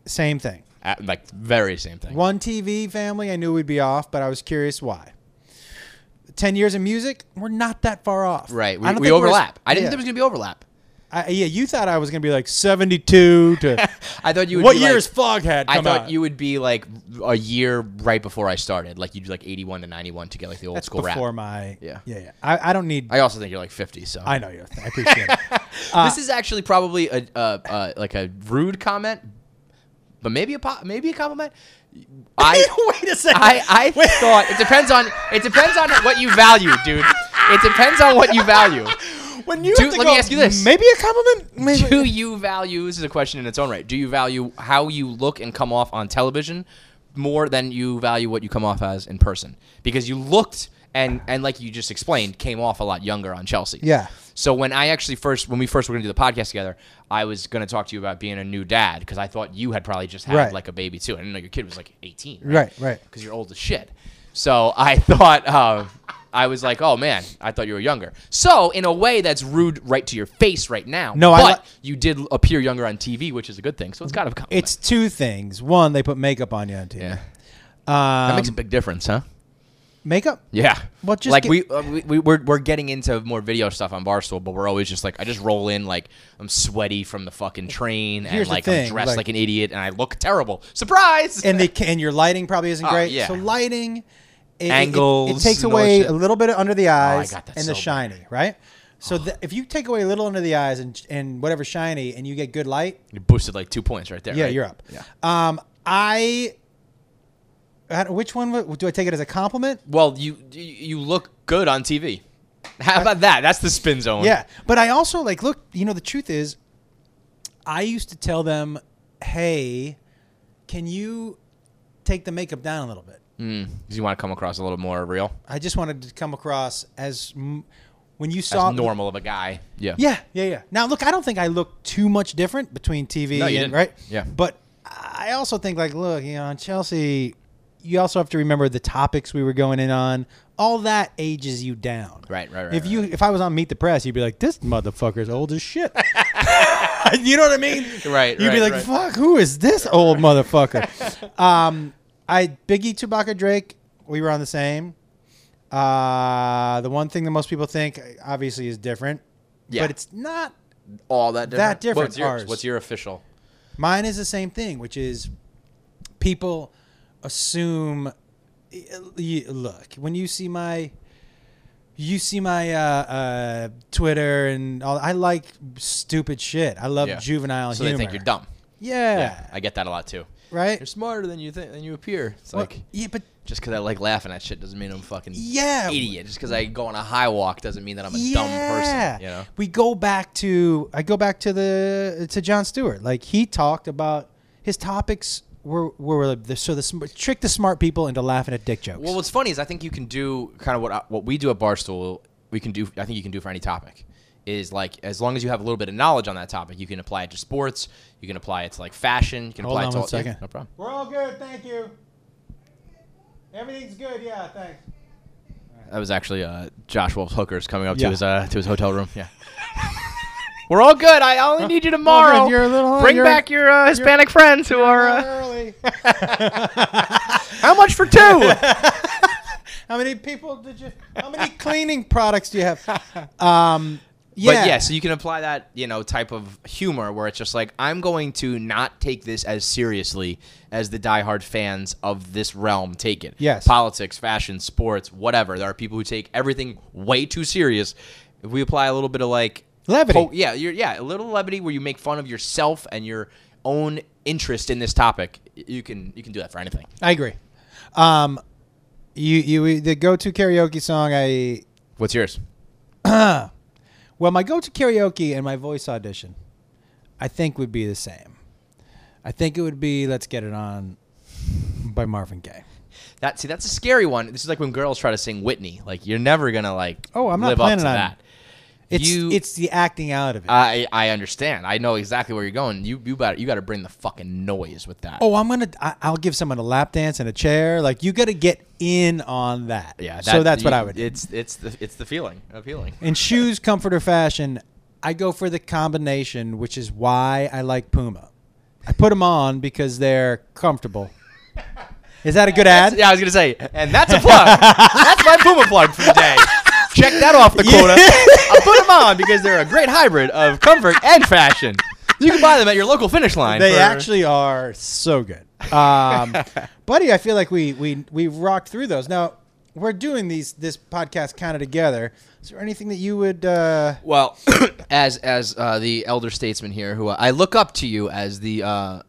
Speaker 1: same thing.
Speaker 2: Uh, like very same thing.
Speaker 1: One TV family, I knew we'd be off, but I was curious why. Ten years of music, we're not that far off.
Speaker 2: Right.
Speaker 1: I
Speaker 2: We,
Speaker 1: don't
Speaker 2: we
Speaker 1: think we're-
Speaker 2: overlap. I didn't
Speaker 1: yeah.
Speaker 2: think there was gonna be overlap.
Speaker 1: I, yeah, you thought I was gonna be like seventy-two to.
Speaker 2: I thought you. Would
Speaker 1: what
Speaker 2: be
Speaker 1: year
Speaker 2: like,
Speaker 1: is Foghat?
Speaker 2: I
Speaker 1: Come
Speaker 2: thought
Speaker 1: out?
Speaker 2: you would be like a year right before I started. Like you'd do like 81 to 91 to get like the old
Speaker 1: That's
Speaker 2: school
Speaker 1: before
Speaker 2: rap.
Speaker 1: my.
Speaker 2: Yeah.
Speaker 1: Yeah, yeah. I, I don't need. I,
Speaker 2: I also think you're like 50. So
Speaker 1: know you. I uh, appreciate it.
Speaker 2: this is actually probably a, a, a like a rude comment, but maybe a po- maybe a compliment. I
Speaker 1: Wait a second.
Speaker 2: I, I thought it depends on it depends on what you value, dude. It depends on what you value.
Speaker 1: when you
Speaker 2: do-
Speaker 1: have to
Speaker 2: let
Speaker 1: go,
Speaker 2: me ask you this.
Speaker 1: Maybe a compliment. Maybe.
Speaker 2: do you value this is a question in its own right do you value how you look and come off on television more than you value what you come off as in person because you looked and and like you just explained came off a lot younger on chelsea
Speaker 1: Yeah.
Speaker 2: so when i actually first when we first were going to do the podcast together i was going to talk to you about being a new dad because i thought you had probably just had
Speaker 1: Right.
Speaker 2: like a baby too i didn't know your kid was like 18
Speaker 1: Right. Right.
Speaker 2: because you're old as shit. So I thought, uh, I was like, oh man, I thought you were younger. So in a way, that's rude right to your face right now.
Speaker 1: No, I
Speaker 2: but
Speaker 1: li-
Speaker 2: you did appear younger on TV, which is a good thing. So it's kind of a compliment.
Speaker 1: It's two things. One, they put makeup on you on Um, TV.
Speaker 2: yeah, that
Speaker 1: Um,
Speaker 2: makes a big difference, huh?
Speaker 1: makeup.
Speaker 2: Yeah.
Speaker 1: Well, just
Speaker 2: like
Speaker 1: get-
Speaker 2: we, uh, we we we're we're getting into more video stuff on Barstool, but we're always just like I just roll in like I'm sweaty from the fucking train
Speaker 1: Here's
Speaker 2: and
Speaker 1: the
Speaker 2: like
Speaker 1: thing,
Speaker 2: I'm dressed
Speaker 1: like-
Speaker 2: like, an idiot and I look terrible. Surprise.
Speaker 1: and they can, and your lighting probably isn't
Speaker 2: Oh,
Speaker 1: great.
Speaker 2: yeah.
Speaker 1: So lighting it- it, it- it,
Speaker 2: Angles,
Speaker 1: takes
Speaker 2: and all
Speaker 1: away
Speaker 2: that shit.
Speaker 1: a little bit of under the eyes
Speaker 2: got that
Speaker 1: and
Speaker 2: so
Speaker 1: the
Speaker 2: Oh. bad.
Speaker 1: shiny, right? So th- if you take away a little under the eyes and and whatever shiny, and you get good light,
Speaker 2: you boosted like two points right there.
Speaker 1: yeah,
Speaker 2: right?
Speaker 1: you're up.
Speaker 2: Yeah.
Speaker 1: Um, I. I don't- Which one wa- do I take it as a compliment?
Speaker 2: Well, you you- you look good on TV. How about that? That's the spin zone.
Speaker 1: Yeah, but I also like look. You know, the truth is, I used to tell them, "Hey, can you take the makeup down a little bit?"
Speaker 2: Mm, 'cause you want to come across a little more real,
Speaker 1: I just wanted to come across as m- when you
Speaker 2: as
Speaker 1: saw
Speaker 2: normal of a guy. Yeah.
Speaker 1: Yeah, yeah, yeah. Now look, I don't think I look too much different between TV
Speaker 2: No,
Speaker 1: and
Speaker 2: you didn't.
Speaker 1: right.
Speaker 2: Yeah.
Speaker 1: but I also think like, look, you know, on Chelsea, you also have to remember the topics we were going in on. All that ages you down.
Speaker 2: Right, right, right,
Speaker 1: If
Speaker 2: right,
Speaker 1: you, if I was on Meet the Press, you'd be like, this motherfucker's old as shit. you know what I mean?
Speaker 2: Right,
Speaker 1: You'd be
Speaker 2: right,
Speaker 1: like, fuck, who is this old motherfucker? um, I Biggie, Chewbacca, Drake. We were on the same. Uh, the one thing that most people think obviously is different,
Speaker 2: Yeah.
Speaker 1: but it's not.
Speaker 2: All that different.
Speaker 1: That different,
Speaker 2: What's yours?
Speaker 1: ours.
Speaker 2: What's your official?
Speaker 1: Mine is the same thing, which is people assume. y- y- Look, when you see my you see my uh, uh, Twitter and all. I like stupid shit. I love
Speaker 2: Yeah.
Speaker 1: juvenile
Speaker 2: so
Speaker 1: humor.
Speaker 2: they think you're dumb.
Speaker 1: Yeah,
Speaker 2: I get that a lot too.
Speaker 1: right.
Speaker 2: You're smarter than you think than you appear. It's
Speaker 1: Well,
Speaker 2: like
Speaker 1: yeah, but
Speaker 2: just because I like laughing at shit doesn't mean I'm fucking
Speaker 1: Yeah.
Speaker 2: idiot. Just because I go on a high walk doesn't mean that I'm a dumb
Speaker 1: Yeah.
Speaker 2: person. You know.
Speaker 1: We go back to I go back to the to John Stewart. Like he talked about his topics were were the, so the sm- trick the smart people into laughing at dick jokes.
Speaker 2: Well, what's funny is I think you can do kind of what I, what we do at Barstool. We can do. I think you can do for any topic. Is like as long as you have a little bit of knowledge on that topic, you can apply it to sports. You can apply it to like fashion. You can
Speaker 1: Hold
Speaker 2: apply
Speaker 1: on
Speaker 2: it to
Speaker 1: one
Speaker 2: all, yeah,
Speaker 1: second.
Speaker 2: no problem.
Speaker 1: We're all good, thank you. Everything's good, yeah, thanks.
Speaker 2: That was actually uh, Josh Wolf's hookers coming up
Speaker 1: Yeah.
Speaker 2: to his uh, to his hotel room. Yeah. We're all good. I only need you tomorrow.
Speaker 1: Oh, you're a little-
Speaker 2: Bring
Speaker 1: you're-
Speaker 2: back your uh, Hispanic friends who are. Uh,
Speaker 1: Early.
Speaker 2: how much for two?
Speaker 1: how many people did you? How many cleaning products do you have? Um, yeah.
Speaker 2: But yeah, so you can apply that, you know, type of humor where it's just like I'm going to not take this as seriously as the diehard fans of this realm take it.
Speaker 1: Yes.
Speaker 2: Politics, fashion, sports, whatever. There are people who take everything way too serious. If we apply a little bit of like
Speaker 1: Levity.
Speaker 2: po- yeah, you're, yeah, a little levity where you make fun of yourself and your own interest in this topic. y- You can you can do that for anything.
Speaker 1: I agree. Um, you you the go-to karaoke song I
Speaker 2: What's yours?
Speaker 1: Well, my go to karaoke and my voice audition, I think would be the same. I think it would be Let's Get It On by Marvin Gaye.
Speaker 2: That see, that's a scary one. This is like when girls try to sing Whitney. Like you're never gonna like.
Speaker 1: Oh, I'm not
Speaker 2: live up
Speaker 1: planning
Speaker 2: to
Speaker 1: on-
Speaker 2: that.
Speaker 1: It's
Speaker 2: You-
Speaker 1: it's the acting out of it.
Speaker 2: I I understand. I know exactly where you're going. You you got you got to bring the fucking noise with that.
Speaker 1: oh, I'm gonna I, I'll give someone a lap dance and a chair. Like you got to get in on that.
Speaker 2: yeah.
Speaker 1: so
Speaker 2: that-
Speaker 1: that's what
Speaker 2: you-
Speaker 1: I would. do.
Speaker 2: It's it's the it's the feeling appealing.
Speaker 1: In shoes, comfort, or fashion, I go for the combination, which is why I like Puma. I put them on because they're comfortable. Is that a good ad?
Speaker 2: Yeah, I was gonna say, and that's a plug. that's my Puma plug for the day. Check that off the quota. I put them on because they're a great hybrid of comfort and fashion. You can buy them at your local finish line.
Speaker 1: They
Speaker 2: for-
Speaker 1: actually are so good. Um, buddy, I feel like we we we rocked through those. Now we're doing these this podcast kind of together. Is there anything that you would? Uh,
Speaker 2: Well, as as uh, the elder statesman here, who uh, I look up to you as the uh,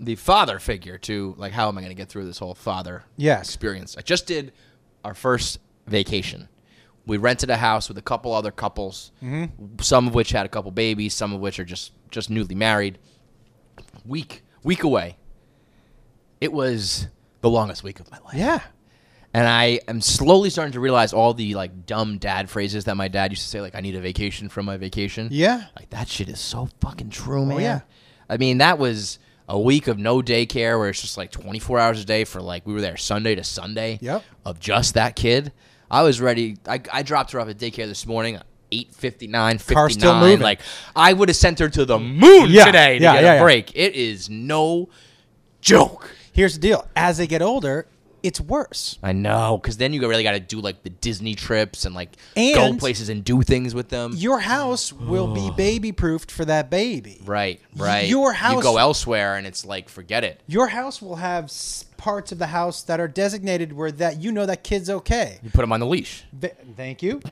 Speaker 2: the father figure to, like, how am I going to get through this whole father
Speaker 1: Yes.
Speaker 2: experience? I just did our first vacation. We rented a house with a couple other couples, some of which had a couple babies, some of which are just just newly married. Week week away. It was the longest week of my life
Speaker 1: yeah,
Speaker 2: and I am slowly starting to realize all the like dumb dad phrases that my dad used to say, like "I need a vacation from my vacation."
Speaker 1: Yeah. Oh,
Speaker 2: like that shit is so fucking true, man.
Speaker 1: yeah.
Speaker 2: I mean that was a week of no daycare where it's just like 24 hours a day for like we were there Sunday to Sunday.
Speaker 1: Yep.
Speaker 2: Of just that kid, I was ready. I, I dropped her off at daycare this morning. 859
Speaker 1: Car still moving.
Speaker 2: like I would have sent her to the moon
Speaker 1: Yeah,
Speaker 2: today to
Speaker 1: yeah,
Speaker 2: get
Speaker 1: yeah,
Speaker 2: a
Speaker 1: yeah.
Speaker 2: break. It is no joke.
Speaker 1: here's the deal: as they get older, it's worse.
Speaker 2: I know, because then you really got to do like the Disney trips and like go
Speaker 1: And-
Speaker 2: places and do things with them.
Speaker 1: Your house will be baby proofed for that baby.
Speaker 2: right, right.
Speaker 1: your
Speaker 2: You
Speaker 1: house-
Speaker 2: go elsewhere and it's like forget it.
Speaker 1: Your house will have s- parts of the house that are designated where that you know that kid's okay.
Speaker 2: You put them on the leash.
Speaker 1: Va- thank you.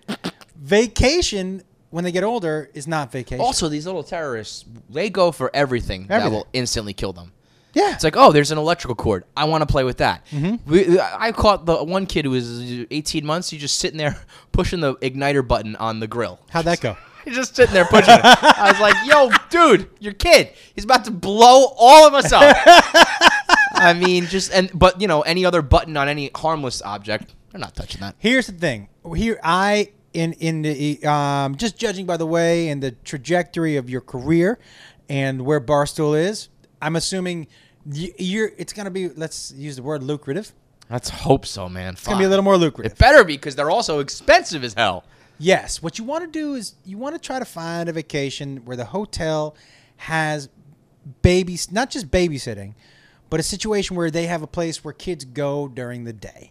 Speaker 1: vacation when they get older is not vacation.
Speaker 2: Also, these little terrorists, they go for everything, that
Speaker 1: Everything.
Speaker 2: will instantly kill them.
Speaker 1: yeah,
Speaker 2: It's like, oh, there's an electrical cord. I want to play with that.
Speaker 1: Mm-hmm.
Speaker 2: We, I caught the one kid who was 18 months. He's just sitting there pushing the igniter button on the grill.
Speaker 1: how'd that go?
Speaker 2: He's just sitting there pushing it. I was like, yo, dude, your kid, he's about to blow all of us up. I mean, just, and, but, you know, any other button on any harmless object, they're not touching that.
Speaker 1: Here's the thing. Here I in in the um, just judging by the way and the trajectory of your career and where Barstool is, I'm assuming y- you're it's going to be let's use the word lucrative. It's
Speaker 2: Let's hope so, man. It's
Speaker 1: going to be a little more lucrative.
Speaker 2: It better be because they're also expensive as hell.
Speaker 1: Yes. What you want to do is you want to try to find a vacation where the hotel has babies, not just babysitting, but a situation where they have a place where kids go during the day.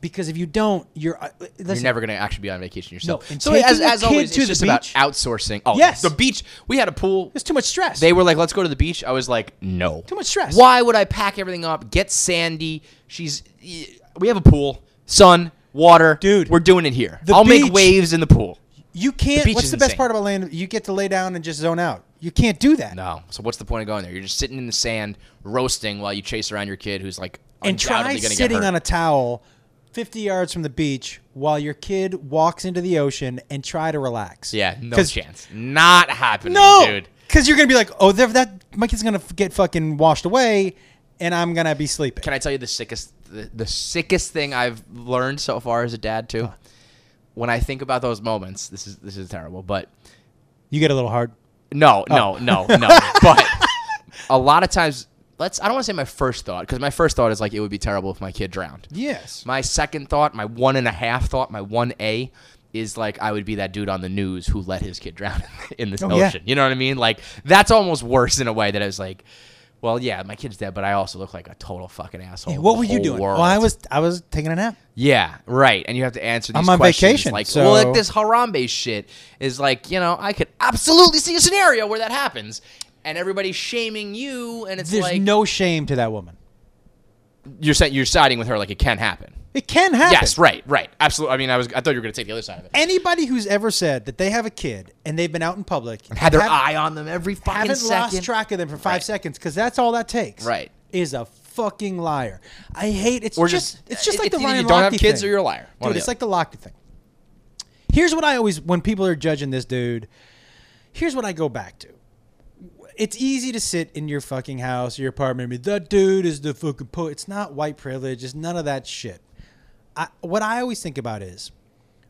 Speaker 1: Because if you don't, you're uh, listen,
Speaker 2: You're never going to actually be on vacation yourself.
Speaker 1: and
Speaker 2: so
Speaker 1: taking
Speaker 2: as,
Speaker 1: your
Speaker 2: as
Speaker 1: kid
Speaker 2: always,
Speaker 1: to
Speaker 2: it's
Speaker 1: the
Speaker 2: just about
Speaker 1: beach-
Speaker 2: outsourcing. Oh,
Speaker 1: Yes.
Speaker 2: The beach. We had a pool.
Speaker 1: There's too much stress.
Speaker 2: They were like, let's go to the beach. I was like, no. Too
Speaker 1: much stress.
Speaker 2: Why would I pack everything up, get Sandy? She's, we have a pool, sun, water,
Speaker 1: Dude,
Speaker 2: We're doing it here.
Speaker 1: the
Speaker 2: I'll
Speaker 1: beach-
Speaker 2: make waves in the pool.
Speaker 1: You can't.
Speaker 2: beach
Speaker 1: what's
Speaker 2: is
Speaker 1: the best
Speaker 2: insane.
Speaker 1: part about laying? You get to lay down and just zone out. You can't do that.
Speaker 2: No. So what's the point of going there? You're just sitting in the sand, roasting while you chase around your kid who's like
Speaker 1: and try
Speaker 2: undoubtedly gonna
Speaker 1: sitting
Speaker 2: get hurt.
Speaker 1: on a towel 50 yards from the beach while your kid walks into the ocean and try to relax.
Speaker 2: Yeah, no
Speaker 1: 'Cause-
Speaker 2: chance. Not happening,
Speaker 1: No,
Speaker 2: dude.
Speaker 1: because you're gonna be like, oh, there, that my kid's gonna f- get fucking washed away, and I'm gonna be sleeping.
Speaker 2: Can I tell you the sickest the, the sickest thing I've learned so far as a dad too? When I think about those moments, this is this is terrible, but
Speaker 1: you get a little hard.
Speaker 2: no,
Speaker 1: Oh.
Speaker 2: no, no, no. but a lot of times let's I don't want to say my first thought because my first thought is like it would be terrible if my kid drowned.
Speaker 1: Yes.
Speaker 2: My second thought, my one and a half thought, my one A is like I would be that dude on the news who let his kid drown in this
Speaker 1: Oh, yeah.
Speaker 2: ocean. You know what I mean? Like that's almost worse in a way that I was like, well, yeah, my kid's dead, but I also look like a total fucking asshole.
Speaker 1: Hey,
Speaker 2: to
Speaker 1: what
Speaker 2: the
Speaker 1: were you
Speaker 2: whole
Speaker 1: doing?
Speaker 2: world.
Speaker 1: Well, I was I was taking a nap.
Speaker 2: Yeah, right. And you have to answer these
Speaker 1: I'm on
Speaker 2: questions.
Speaker 1: vacation,
Speaker 2: like,
Speaker 1: so-
Speaker 2: well, like this Harambe shit is like, you know, I could absolutely see a scenario where that happens, and everybody's shaming you, and it's
Speaker 1: There's
Speaker 2: like
Speaker 1: no shame to that woman.
Speaker 2: you're sa- you're siding with her like it can happen.
Speaker 1: It can happen.
Speaker 2: Yes, right, right, absolutely. I mean, I was I thought you were gonna take the other side of it.
Speaker 1: Anybody who's ever said that they have a kid and they've been out in public and
Speaker 2: had their eye on them every fucking
Speaker 1: haven't
Speaker 2: second.
Speaker 1: lost track of them for five
Speaker 2: Right.
Speaker 1: seconds because that's all that takes.
Speaker 2: Right.
Speaker 1: Is a fucking liar. I hate it's
Speaker 2: Or
Speaker 1: just,
Speaker 2: just-
Speaker 1: it's just
Speaker 2: it-
Speaker 1: like
Speaker 2: it's
Speaker 1: the
Speaker 2: either you
Speaker 1: Ryan
Speaker 2: don't have
Speaker 1: Lochte
Speaker 2: kids
Speaker 1: thing.
Speaker 2: or you're a liar. One or
Speaker 1: Dude,
Speaker 2: the
Speaker 1: it's
Speaker 2: other.
Speaker 1: like the Lochte thing. Here's what I always when people are judging this dude, here's what I go back to. It's easy to sit in your fucking house, your apartment, and be that dude is the fucking poet. It's not white privilege, it's none of that shit. I, what I always think about is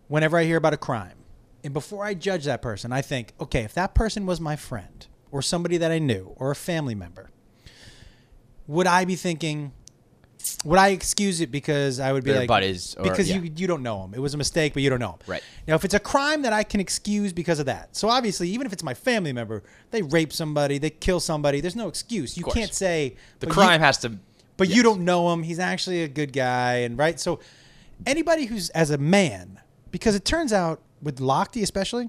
Speaker 1: whenever I hear about a crime, and before I judge that person, I think, okay, if that person was my friend or somebody that I knew or a family member, would I be thinking, would I excuse it because I would be
Speaker 2: They're
Speaker 1: like,
Speaker 2: buddies or-
Speaker 1: because you
Speaker 2: yeah.
Speaker 1: you don't know him. It was a mistake, but you don't know him.
Speaker 2: Right.
Speaker 1: Now, if it's a crime that I can excuse because of that, so obviously, even if it's my family member, they rape somebody, they kill somebody, there's no excuse. You
Speaker 2: course.
Speaker 1: can't say
Speaker 2: The
Speaker 1: "But you-
Speaker 2: crime has to.
Speaker 1: but you don't know him. He's actually a good guy, and right. So anybody who's as a man, because it turns out with Lochte especially,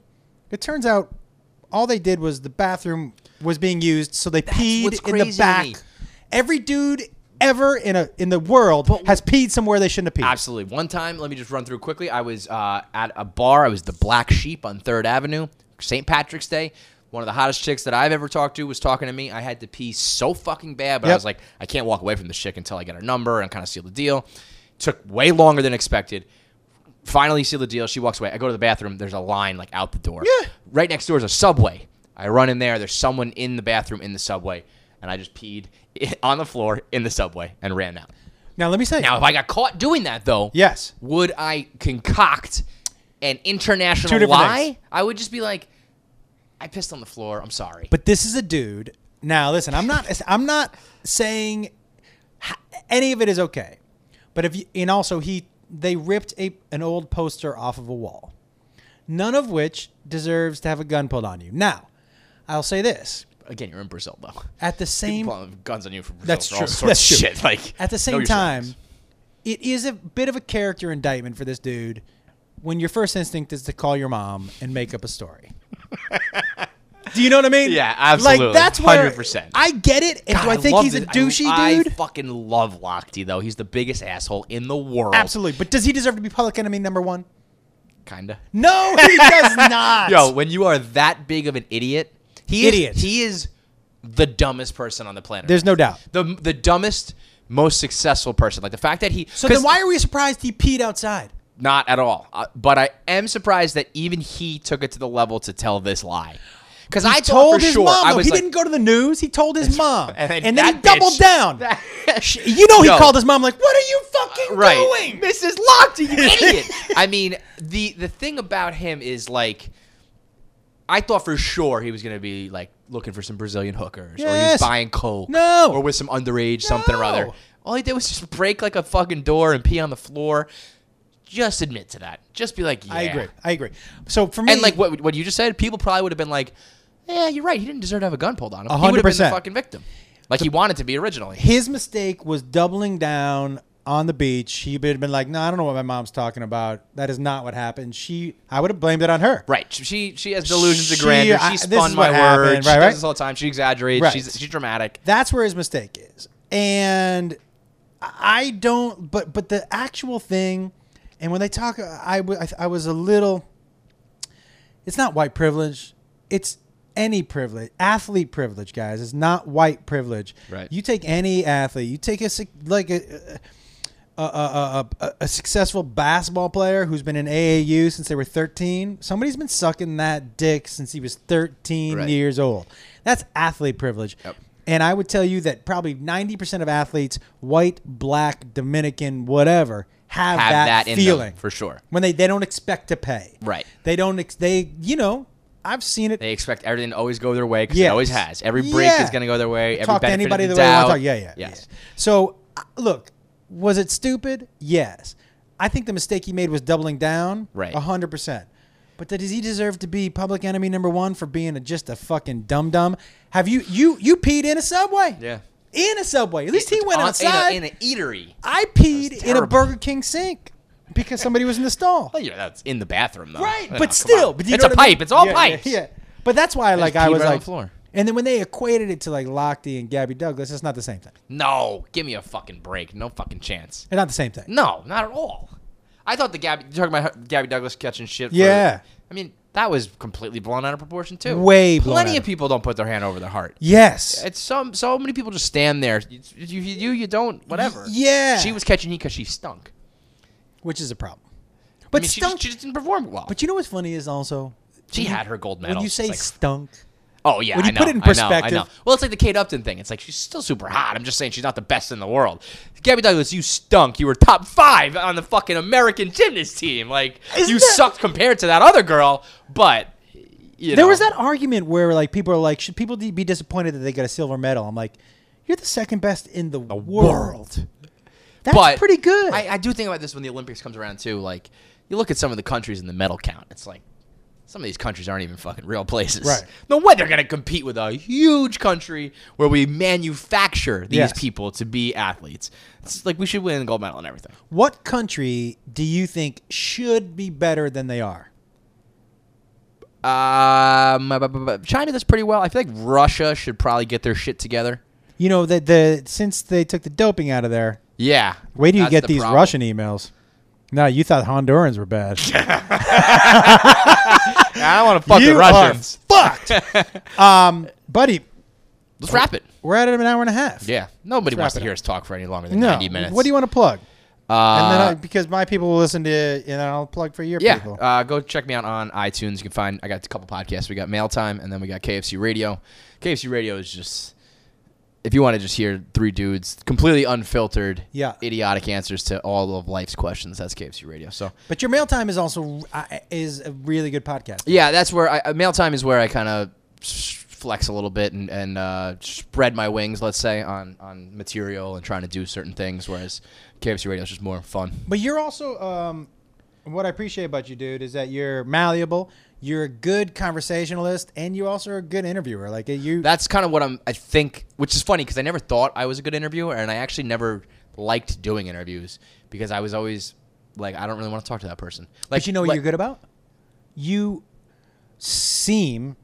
Speaker 1: it turns out all they did was the bathroom was being used, so they
Speaker 2: what's
Speaker 1: peed in the
Speaker 2: crazy to me.
Speaker 1: back. Every dude ever in a in the world has peed somewhere they shouldn't have peed.
Speaker 2: Absolutely. One time, let me just run through quickly. I was uh, at a bar. I was the black sheep on Third Avenue, St. Patrick's Day. One of the hottest chicks that I've ever talked to was talking to me. I had to pee so fucking bad, but I
Speaker 1: Yep.
Speaker 2: was like, I can't walk away from this chick until I get her number and kind of seal the deal. Took way longer than expected. Finally, seal the deal. She walks away. I go to the bathroom. There's a line like out the door.
Speaker 1: Yeah.
Speaker 2: Right next door is a subway. I run in there. There's someone in the bathroom in the subway, and I just peed on the floor in the subway and ran out.
Speaker 1: Now let me say,
Speaker 2: Now, if I got caught doing that, though,
Speaker 1: Yes.
Speaker 2: would I concoct an
Speaker 1: Two
Speaker 2: international
Speaker 1: different
Speaker 2: lie?
Speaker 1: things.
Speaker 2: I would just be like, I pissed on the floor. I'm sorry.
Speaker 1: But this is a dude. Now, listen, I'm not. I'm not saying h- any of it is okay. But if you, and also he, they ripped a an old poster off of a wall, none of which deserves to have a gun pulled on you. Now, I'll say this:
Speaker 2: again, you're in Brazil, though.
Speaker 1: at the same
Speaker 2: People have guns on you from Brazil.
Speaker 1: That's
Speaker 2: for All
Speaker 1: true.
Speaker 2: sorts
Speaker 1: That's
Speaker 2: of
Speaker 1: true.
Speaker 2: Shit. Like
Speaker 1: At the
Speaker 2: know
Speaker 1: same
Speaker 2: your
Speaker 1: time,
Speaker 2: surroundings.
Speaker 1: it is a bit of a character indictment for this dude when your first instinct is to call your mom and make up a story. do you know what I mean?
Speaker 2: Yeah, absolutely.
Speaker 1: Like that's where
Speaker 2: 100%.
Speaker 1: I get it. And
Speaker 2: God,
Speaker 1: do I think
Speaker 2: love
Speaker 1: he's a
Speaker 2: this- I-
Speaker 1: douchey
Speaker 2: I,
Speaker 1: dude?
Speaker 2: fucking love Lochte, though. He's the biggest asshole in the world.
Speaker 1: Absolutely. But does he deserve to be public enemy number one?
Speaker 2: Kinda.
Speaker 1: No, he does not.
Speaker 2: Yo, when you are that big of an idiot, he
Speaker 1: Idiot.
Speaker 2: Is, he is the dumbest person on the planet.
Speaker 1: there's no doubt.
Speaker 2: the the dumbest, most successful person. Like the fact that he
Speaker 1: So then
Speaker 2: 'cause-
Speaker 1: why are we surprised he peed outside?
Speaker 2: Not at all. Uh, but I am surprised that even he took it to the level to tell this lie. Because I told
Speaker 1: Told
Speaker 2: for
Speaker 1: his
Speaker 2: sure
Speaker 1: mom.
Speaker 2: I
Speaker 1: though.
Speaker 2: was
Speaker 1: he
Speaker 2: like,
Speaker 1: didn't go to the news. He told his mom,
Speaker 2: And
Speaker 1: and then,
Speaker 2: then that
Speaker 1: he doubled
Speaker 2: bitch-
Speaker 1: down.
Speaker 2: that-
Speaker 1: you know he
Speaker 2: Yo.
Speaker 1: called his mom like, "What are you fucking
Speaker 2: right,
Speaker 1: doing?"
Speaker 2: Mrs. Lochte, you idiot. I mean, the the thing about him is like, I thought for sure he was gonna be like looking for some Brazilian hookers, or he was
Speaker 1: Yes.
Speaker 2: buying coke,
Speaker 1: No.
Speaker 2: or with some underage something or other.
Speaker 1: No.
Speaker 2: All he did was just break like a fucking door and pee on the floor. Just admit to that. Just be like, yeah.
Speaker 1: I agree. I agree. So for me,
Speaker 2: And like what what you just said, people probably would have been like, "Yeah, you're right. He didn't deserve to have a gun pulled on him. He would have been the
Speaker 1: 100%.
Speaker 2: fucking victim, like he wanted to be originally."
Speaker 1: his mistake was doubling down on the beach. He would have been like, "No, I don't know what my mom's talking about. That is not what happened." She, I would have blamed it on her.
Speaker 2: Right. She she has delusions of
Speaker 1: She-
Speaker 2: grandeur.
Speaker 1: I-
Speaker 2: She
Speaker 1: this
Speaker 2: spun
Speaker 1: is
Speaker 2: my
Speaker 1: what happened,
Speaker 2: words.
Speaker 1: right,
Speaker 2: she
Speaker 1: right?
Speaker 2: does this all the time. She exaggerates.
Speaker 1: Right.
Speaker 2: She's she's dramatic.
Speaker 1: That's where his mistake is. And I don't but but the actual thing And when they talk, I, w- I th- I was a little. It's not white privilege. It's any privilege. Athlete privilege, guys. It's not white privilege.
Speaker 2: Right.
Speaker 1: You take any athlete. You take a suc- like a a, a, a, a, a successful basketball player who's been in AAU since they were 13. Somebody's been sucking that dick since he was 13
Speaker 2: Right.
Speaker 1: years old. That's athlete privilege.
Speaker 2: Yep.
Speaker 1: And I would tell you that probably 90% of athletes, white, black, Dominican, whatever, have,
Speaker 2: Have
Speaker 1: that,
Speaker 2: that in them,
Speaker 1: feeling
Speaker 2: for sure.
Speaker 1: When they, they don't expect to pay.
Speaker 2: Right.
Speaker 1: They don't, ex- they, you know, I've seen it.
Speaker 2: They expect everything to always go their way because it
Speaker 1: Yes.
Speaker 2: always has. Every break
Speaker 1: Yeah.
Speaker 2: is going to go their way. Every
Speaker 1: talk to
Speaker 2: benefit of
Speaker 1: anybody
Speaker 2: the
Speaker 1: the, way I
Speaker 2: doubt.
Speaker 1: want to talk. Yeah, yeah.
Speaker 2: Yes.
Speaker 1: yeah. So, uh, look, was it stupid? Yes. I think the mistake he made was doubling down.
Speaker 2: Right.
Speaker 1: 100%. But does he deserve to be public enemy number one for being a, just a fucking dum dum? Have you you you peed in a subway?
Speaker 2: Yeah.
Speaker 1: In a subway. At least he went
Speaker 2: On-
Speaker 1: outside.
Speaker 2: in, a, in an eatery.
Speaker 1: I peed in a
Speaker 2: terrible.
Speaker 1: Burger King sink because somebody was in the stall.
Speaker 2: Well, you know, that's in the bathroom though.
Speaker 1: Right,
Speaker 2: You know, Oh, come
Speaker 1: but still,
Speaker 2: on.
Speaker 1: but do you
Speaker 2: it's
Speaker 1: know
Speaker 2: a
Speaker 1: what I mean?
Speaker 2: pipe. It's all
Speaker 1: yeah,
Speaker 2: pipes.
Speaker 1: Yeah, yeah. but that's why, like, I
Speaker 2: peed
Speaker 1: was
Speaker 2: right on
Speaker 1: like,
Speaker 2: the floor.
Speaker 1: and then when they equated it to like Lochte and Gabby Douglas, it's not the same thing.
Speaker 2: No, give me a fucking break. No fucking chance.
Speaker 1: It's not the same thing.
Speaker 2: No, not at all. I thought the Gabby you're talking about her- Gabby Douglas catching shit. for-
Speaker 1: Yeah.
Speaker 2: I mean that was completely blown out of proportion too.
Speaker 1: Way blown
Speaker 2: Plenty
Speaker 1: out
Speaker 2: of
Speaker 1: of-
Speaker 2: people don't put their hand over their heart.
Speaker 1: Yes.
Speaker 2: It's some so many people just stand there. You you, you, you don't whatever.
Speaker 1: yeah.
Speaker 2: She was catching heat because she stunk.
Speaker 1: which is a problem. But
Speaker 2: I mean, she,
Speaker 1: stunk.
Speaker 2: just, she just didn't perform well.
Speaker 1: but you know what's funny is also
Speaker 2: she
Speaker 1: when you-
Speaker 2: had her gold medal.
Speaker 1: when you
Speaker 2: It's
Speaker 1: say
Speaker 2: like,
Speaker 1: stunk.
Speaker 2: oh yeah,
Speaker 1: when you
Speaker 2: I know,
Speaker 1: put it in
Speaker 2: I know, I
Speaker 1: perspective-
Speaker 2: know. Well, it's like the Kate Upton thing. It's like she's still super hot. I'm just saying she's not the best in the world. Gabby Douglas, you stunk. You were top five on the fucking American gymnast team. Like
Speaker 1: Isn't
Speaker 2: you
Speaker 1: that-
Speaker 2: sucked compared to that other girl. But you
Speaker 1: There
Speaker 2: know.
Speaker 1: was that argument where like people are like, should people de- be disappointed that they got a silver medal? I'm like, you're the second best in the, world. That's
Speaker 2: but
Speaker 1: pretty good.
Speaker 2: I, I do think about this when the Olympics comes around too. Like you look at some of the countries in the medal count. It's like some of these countries aren't even fucking real places.
Speaker 1: Right.
Speaker 2: No way they're gonna compete with a huge country where we manufacture these
Speaker 1: Yes.
Speaker 2: people to be athletes. It's like we should win the gold medal and everything.
Speaker 1: what country do you think should be better than they are?
Speaker 2: Um, bu- bu- bu- China does pretty well. I feel like Russia should probably get their shit together.
Speaker 1: You know that the since they took the doping out of there,
Speaker 2: Yeah.
Speaker 1: where do you
Speaker 2: that's
Speaker 1: get
Speaker 2: the
Speaker 1: these
Speaker 2: problem.
Speaker 1: Russian emails? No, you thought Hondurans were bad.
Speaker 2: I don't want to fuck the
Speaker 1: You are
Speaker 2: Russians.
Speaker 1: um, buddy,
Speaker 2: Let's wrap it.
Speaker 1: we're at it an hour and a half.
Speaker 2: Yeah. Nobody
Speaker 1: Let's
Speaker 2: wants
Speaker 1: wrap it
Speaker 2: to hear
Speaker 1: up.
Speaker 2: us talk for any longer than
Speaker 1: No.
Speaker 2: 90 minutes.
Speaker 1: What do you want to plug?
Speaker 2: Uh,
Speaker 1: and then I, because my people will listen to it, and I'll plug for your
Speaker 2: Yeah,
Speaker 1: people.
Speaker 2: uh, go check me out on iTunes. You can find I got a couple podcasts. We got Mail Time, and then we got KFC Radio. KFC Radio is just if you want to just hear three dudes completely unfiltered,
Speaker 1: Yeah.
Speaker 2: idiotic answers to all of life's questions. That's KFC Radio. So
Speaker 1: but your mail time is also uh, is a really good podcast.
Speaker 2: yeah, that's where I, uh, Mail Time is where I kind of flex a little bit and, and uh, spread my wings, let's say, on on material and trying to do certain things. Whereas KFC Radio is just more fun.
Speaker 1: But you're also um, what I appreciate about you, dude, is that you're malleable. You're a good conversationalist, and you also are a good interviewer. Like you,
Speaker 2: That's kind of what I'm. I think, which is funny because I never thought I was a good interviewer, and I actually never liked doing interviews because I was always like, I don't really want to talk to that person. Like,
Speaker 1: but you know what
Speaker 2: like-
Speaker 1: you're good about. You seem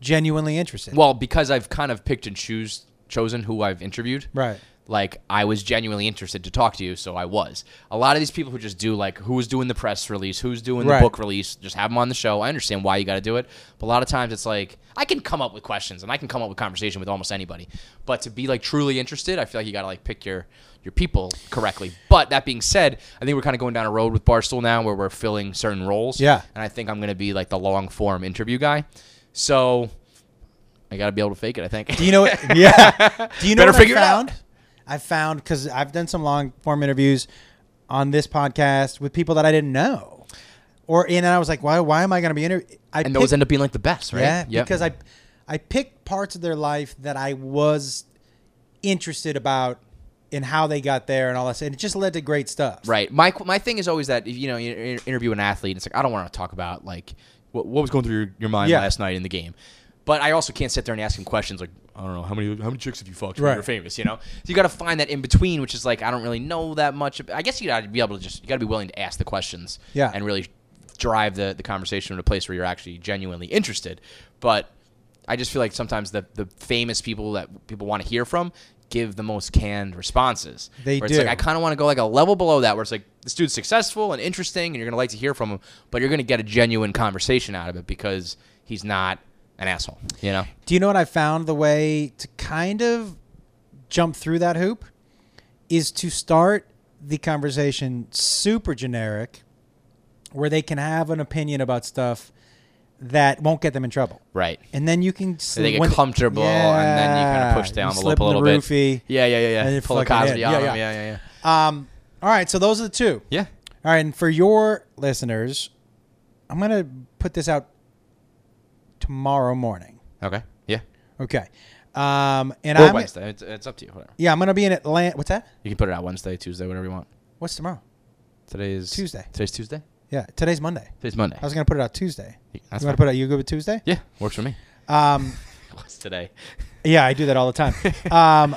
Speaker 1: genuinely interested.
Speaker 2: Well, because I've kind of picked and choose chosen who I've interviewed.
Speaker 1: Right.
Speaker 2: Like I was genuinely interested to talk to you, so I was. A lot of these people who just do like who's doing the press release, who's doing
Speaker 1: Right.
Speaker 2: the book release, just have them on the show. I understand why you got to do it, but a lot of times it's like I can come up with questions and I can come up with conversation with almost anybody, but to be like truly interested, I feel like you got to like pick your your people correctly. But that being said, I think we're kind of going down a road with Barstool now where we're filling certain roles.
Speaker 1: Yeah.
Speaker 2: and I think I'm gonna be like the long form interview guy. So I gotta be able to fake it. I think.
Speaker 1: Do you know? What, yeah. Do you know
Speaker 2: Better
Speaker 1: what
Speaker 2: figure it
Speaker 1: I
Speaker 2: out.
Speaker 1: found? I found because I've done some long form interviews on this podcast with people that I didn't know, or and then I was like, why? Why am I going to be interviewed?
Speaker 2: and those end up being like the best, right?
Speaker 1: yeah,
Speaker 2: Yep.
Speaker 1: because I, I picked parts of their life that I was interested about in how they got there and all that, and it just led to great stuff.
Speaker 2: right. My my thing is always that if you know you inter- interview an athlete, it's like I don't want to talk about like what, what was going through your, your mind
Speaker 1: Yeah.
Speaker 2: last night in the game, but I also can't sit there and ask him questions like I don't know how many how many chicks have you fucked when
Speaker 1: Right.
Speaker 2: you're famous, you know? So you got to find that in between, which is like I don't really know that much. ab- I guess you got to be able to just you got to be willing to ask the questions,
Speaker 1: Yeah.
Speaker 2: and really drive the the conversation to a place where you're actually genuinely interested, but. I just feel like sometimes the, the famous people that people want to hear from give the most canned responses.
Speaker 1: They
Speaker 2: where It's like,
Speaker 1: do.
Speaker 2: I kind of want to go like a level below that, where it's like this dude's successful and interesting, and you're gonna like to hear from him, but you're gonna get a genuine conversation out of it because he's not an asshole. You know?
Speaker 1: Do you know what I found the way to kind of jump through that hoop is to start the conversation super generic where they can have an opinion about stuff that won't get them in trouble.
Speaker 2: Right.
Speaker 1: And then you can
Speaker 2: So they get comfortable, and then you kind of push the envelope a little
Speaker 1: the
Speaker 2: bit.
Speaker 1: roofie.
Speaker 2: Yeah, yeah, yeah, yeah.
Speaker 1: and you
Speaker 2: Pull a
Speaker 1: fucking
Speaker 2: Cosby
Speaker 1: hit.
Speaker 2: on
Speaker 1: Yeah,
Speaker 2: him.
Speaker 1: yeah.
Speaker 2: Yeah, yeah, yeah.
Speaker 1: Um all right, so those are the two.
Speaker 2: Yeah.
Speaker 1: All right, and for your listeners, I'm going to put this out tomorrow morning.
Speaker 2: Okay. Yeah.
Speaker 1: Okay. Um Uh, and
Speaker 2: or
Speaker 1: I'm
Speaker 2: Wednesday. It's, it's up to you. Whatever.
Speaker 1: Yeah, I'm going to be in Atlanta. What's that?
Speaker 2: You can put it out Wednesday, Tuesday, whatever you want.
Speaker 1: What's tomorrow?
Speaker 2: Today's
Speaker 1: Tuesday.
Speaker 2: Today's Tuesday.
Speaker 1: Yeah, today's Monday.
Speaker 2: Today's Monday.
Speaker 1: I was gonna put it out Tuesday.
Speaker 2: That's
Speaker 1: you want
Speaker 2: fine.
Speaker 1: to put it out? You good with Tuesday?
Speaker 2: yeah, works for me.
Speaker 1: Um,
Speaker 2: What's today?
Speaker 1: yeah, I do that all the time. Um,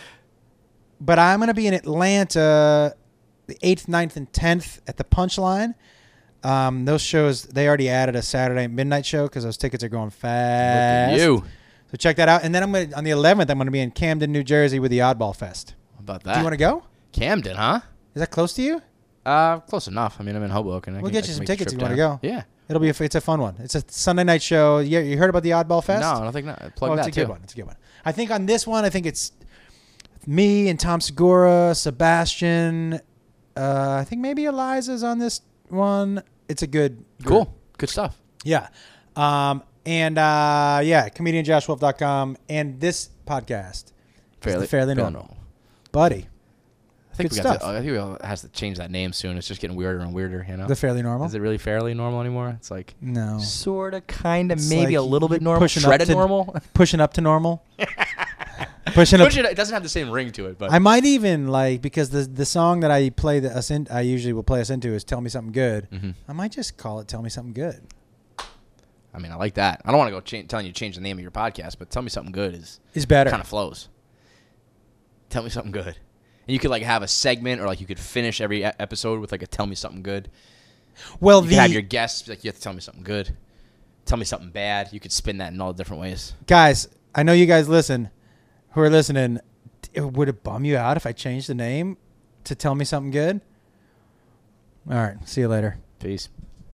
Speaker 1: but I'm gonna be in Atlanta, the eighth, 9th, and tenth at the Punchline. Um, those shows they already added a Saturday midnight show because those tickets are going fast.
Speaker 2: you.
Speaker 1: So check that out. And then I'm gonna on the 11th I'm gonna be in Camden, New Jersey with the Oddball Fest.
Speaker 2: How about that?
Speaker 1: Do you want to go?
Speaker 2: Camden, huh?
Speaker 1: Is that close to you?
Speaker 2: Uh, close enough. I mean, I'm in Hoboken. I
Speaker 1: We'll
Speaker 2: can-
Speaker 1: get you
Speaker 2: I can
Speaker 1: some
Speaker 2: make the
Speaker 1: tickets
Speaker 2: trip
Speaker 1: if you wanna
Speaker 2: down.
Speaker 1: go.
Speaker 2: Yeah.
Speaker 1: It'll be a, it's a fun one. It's a Sunday night show. Yeah, you heard about the Oddball Fest?
Speaker 2: No, I don't think not. Plug
Speaker 1: well,
Speaker 2: that
Speaker 1: it's a good
Speaker 2: too.
Speaker 1: one. It's a good one. I think on this one, I think it's me and Tom Segura, Sebastian. Uh, I think maybe Eliza's on this one. It's a good. group.
Speaker 2: Cool. Good stuff.
Speaker 1: Yeah. Um, and uh, yeah, comedianjoshwolf.com and this podcast,
Speaker 2: Fairly,
Speaker 1: Fairly Normal. buddy.
Speaker 2: I think
Speaker 1: Good
Speaker 2: we got
Speaker 1: stuff.
Speaker 2: To, I think we all has to change that name soon. It's just getting weirder and weirder. You know.
Speaker 1: The Fairly Normal.
Speaker 2: Is it really fairly normal anymore? It's like
Speaker 1: no.
Speaker 2: sort of, kind of,
Speaker 1: It's
Speaker 2: maybe
Speaker 1: like
Speaker 2: a little bit
Speaker 1: you
Speaker 2: normal.
Speaker 1: pushing up
Speaker 2: Shred of
Speaker 1: to-
Speaker 2: normal.
Speaker 1: Pushing up to normal. pushing up.
Speaker 2: Push it. It doesn't have the same ring to it, but
Speaker 1: I might even like because the the song that I play that us in, I usually will play us into is "Tell Me Something Good."
Speaker 2: Mhm.
Speaker 1: I might just call it "Tell Me Something Good."
Speaker 2: I mean, I like that. I don't want to go cha- telling you to change the name of your podcast, but tell me something good is
Speaker 1: Is better.
Speaker 2: kind of flows. Tell me something good, and you could like have a segment or like you could finish every e- episode with like a tell me something good.
Speaker 1: well,
Speaker 2: You
Speaker 1: the
Speaker 2: could have your guests be like you have to tell me something good, tell me something bad. You could spin that in all different ways.
Speaker 1: guys, I know you guys listen, who are listening. It- Would it bum you out if I changed the name to "Tell Me Something Good"? All right. See you later.
Speaker 2: Peace.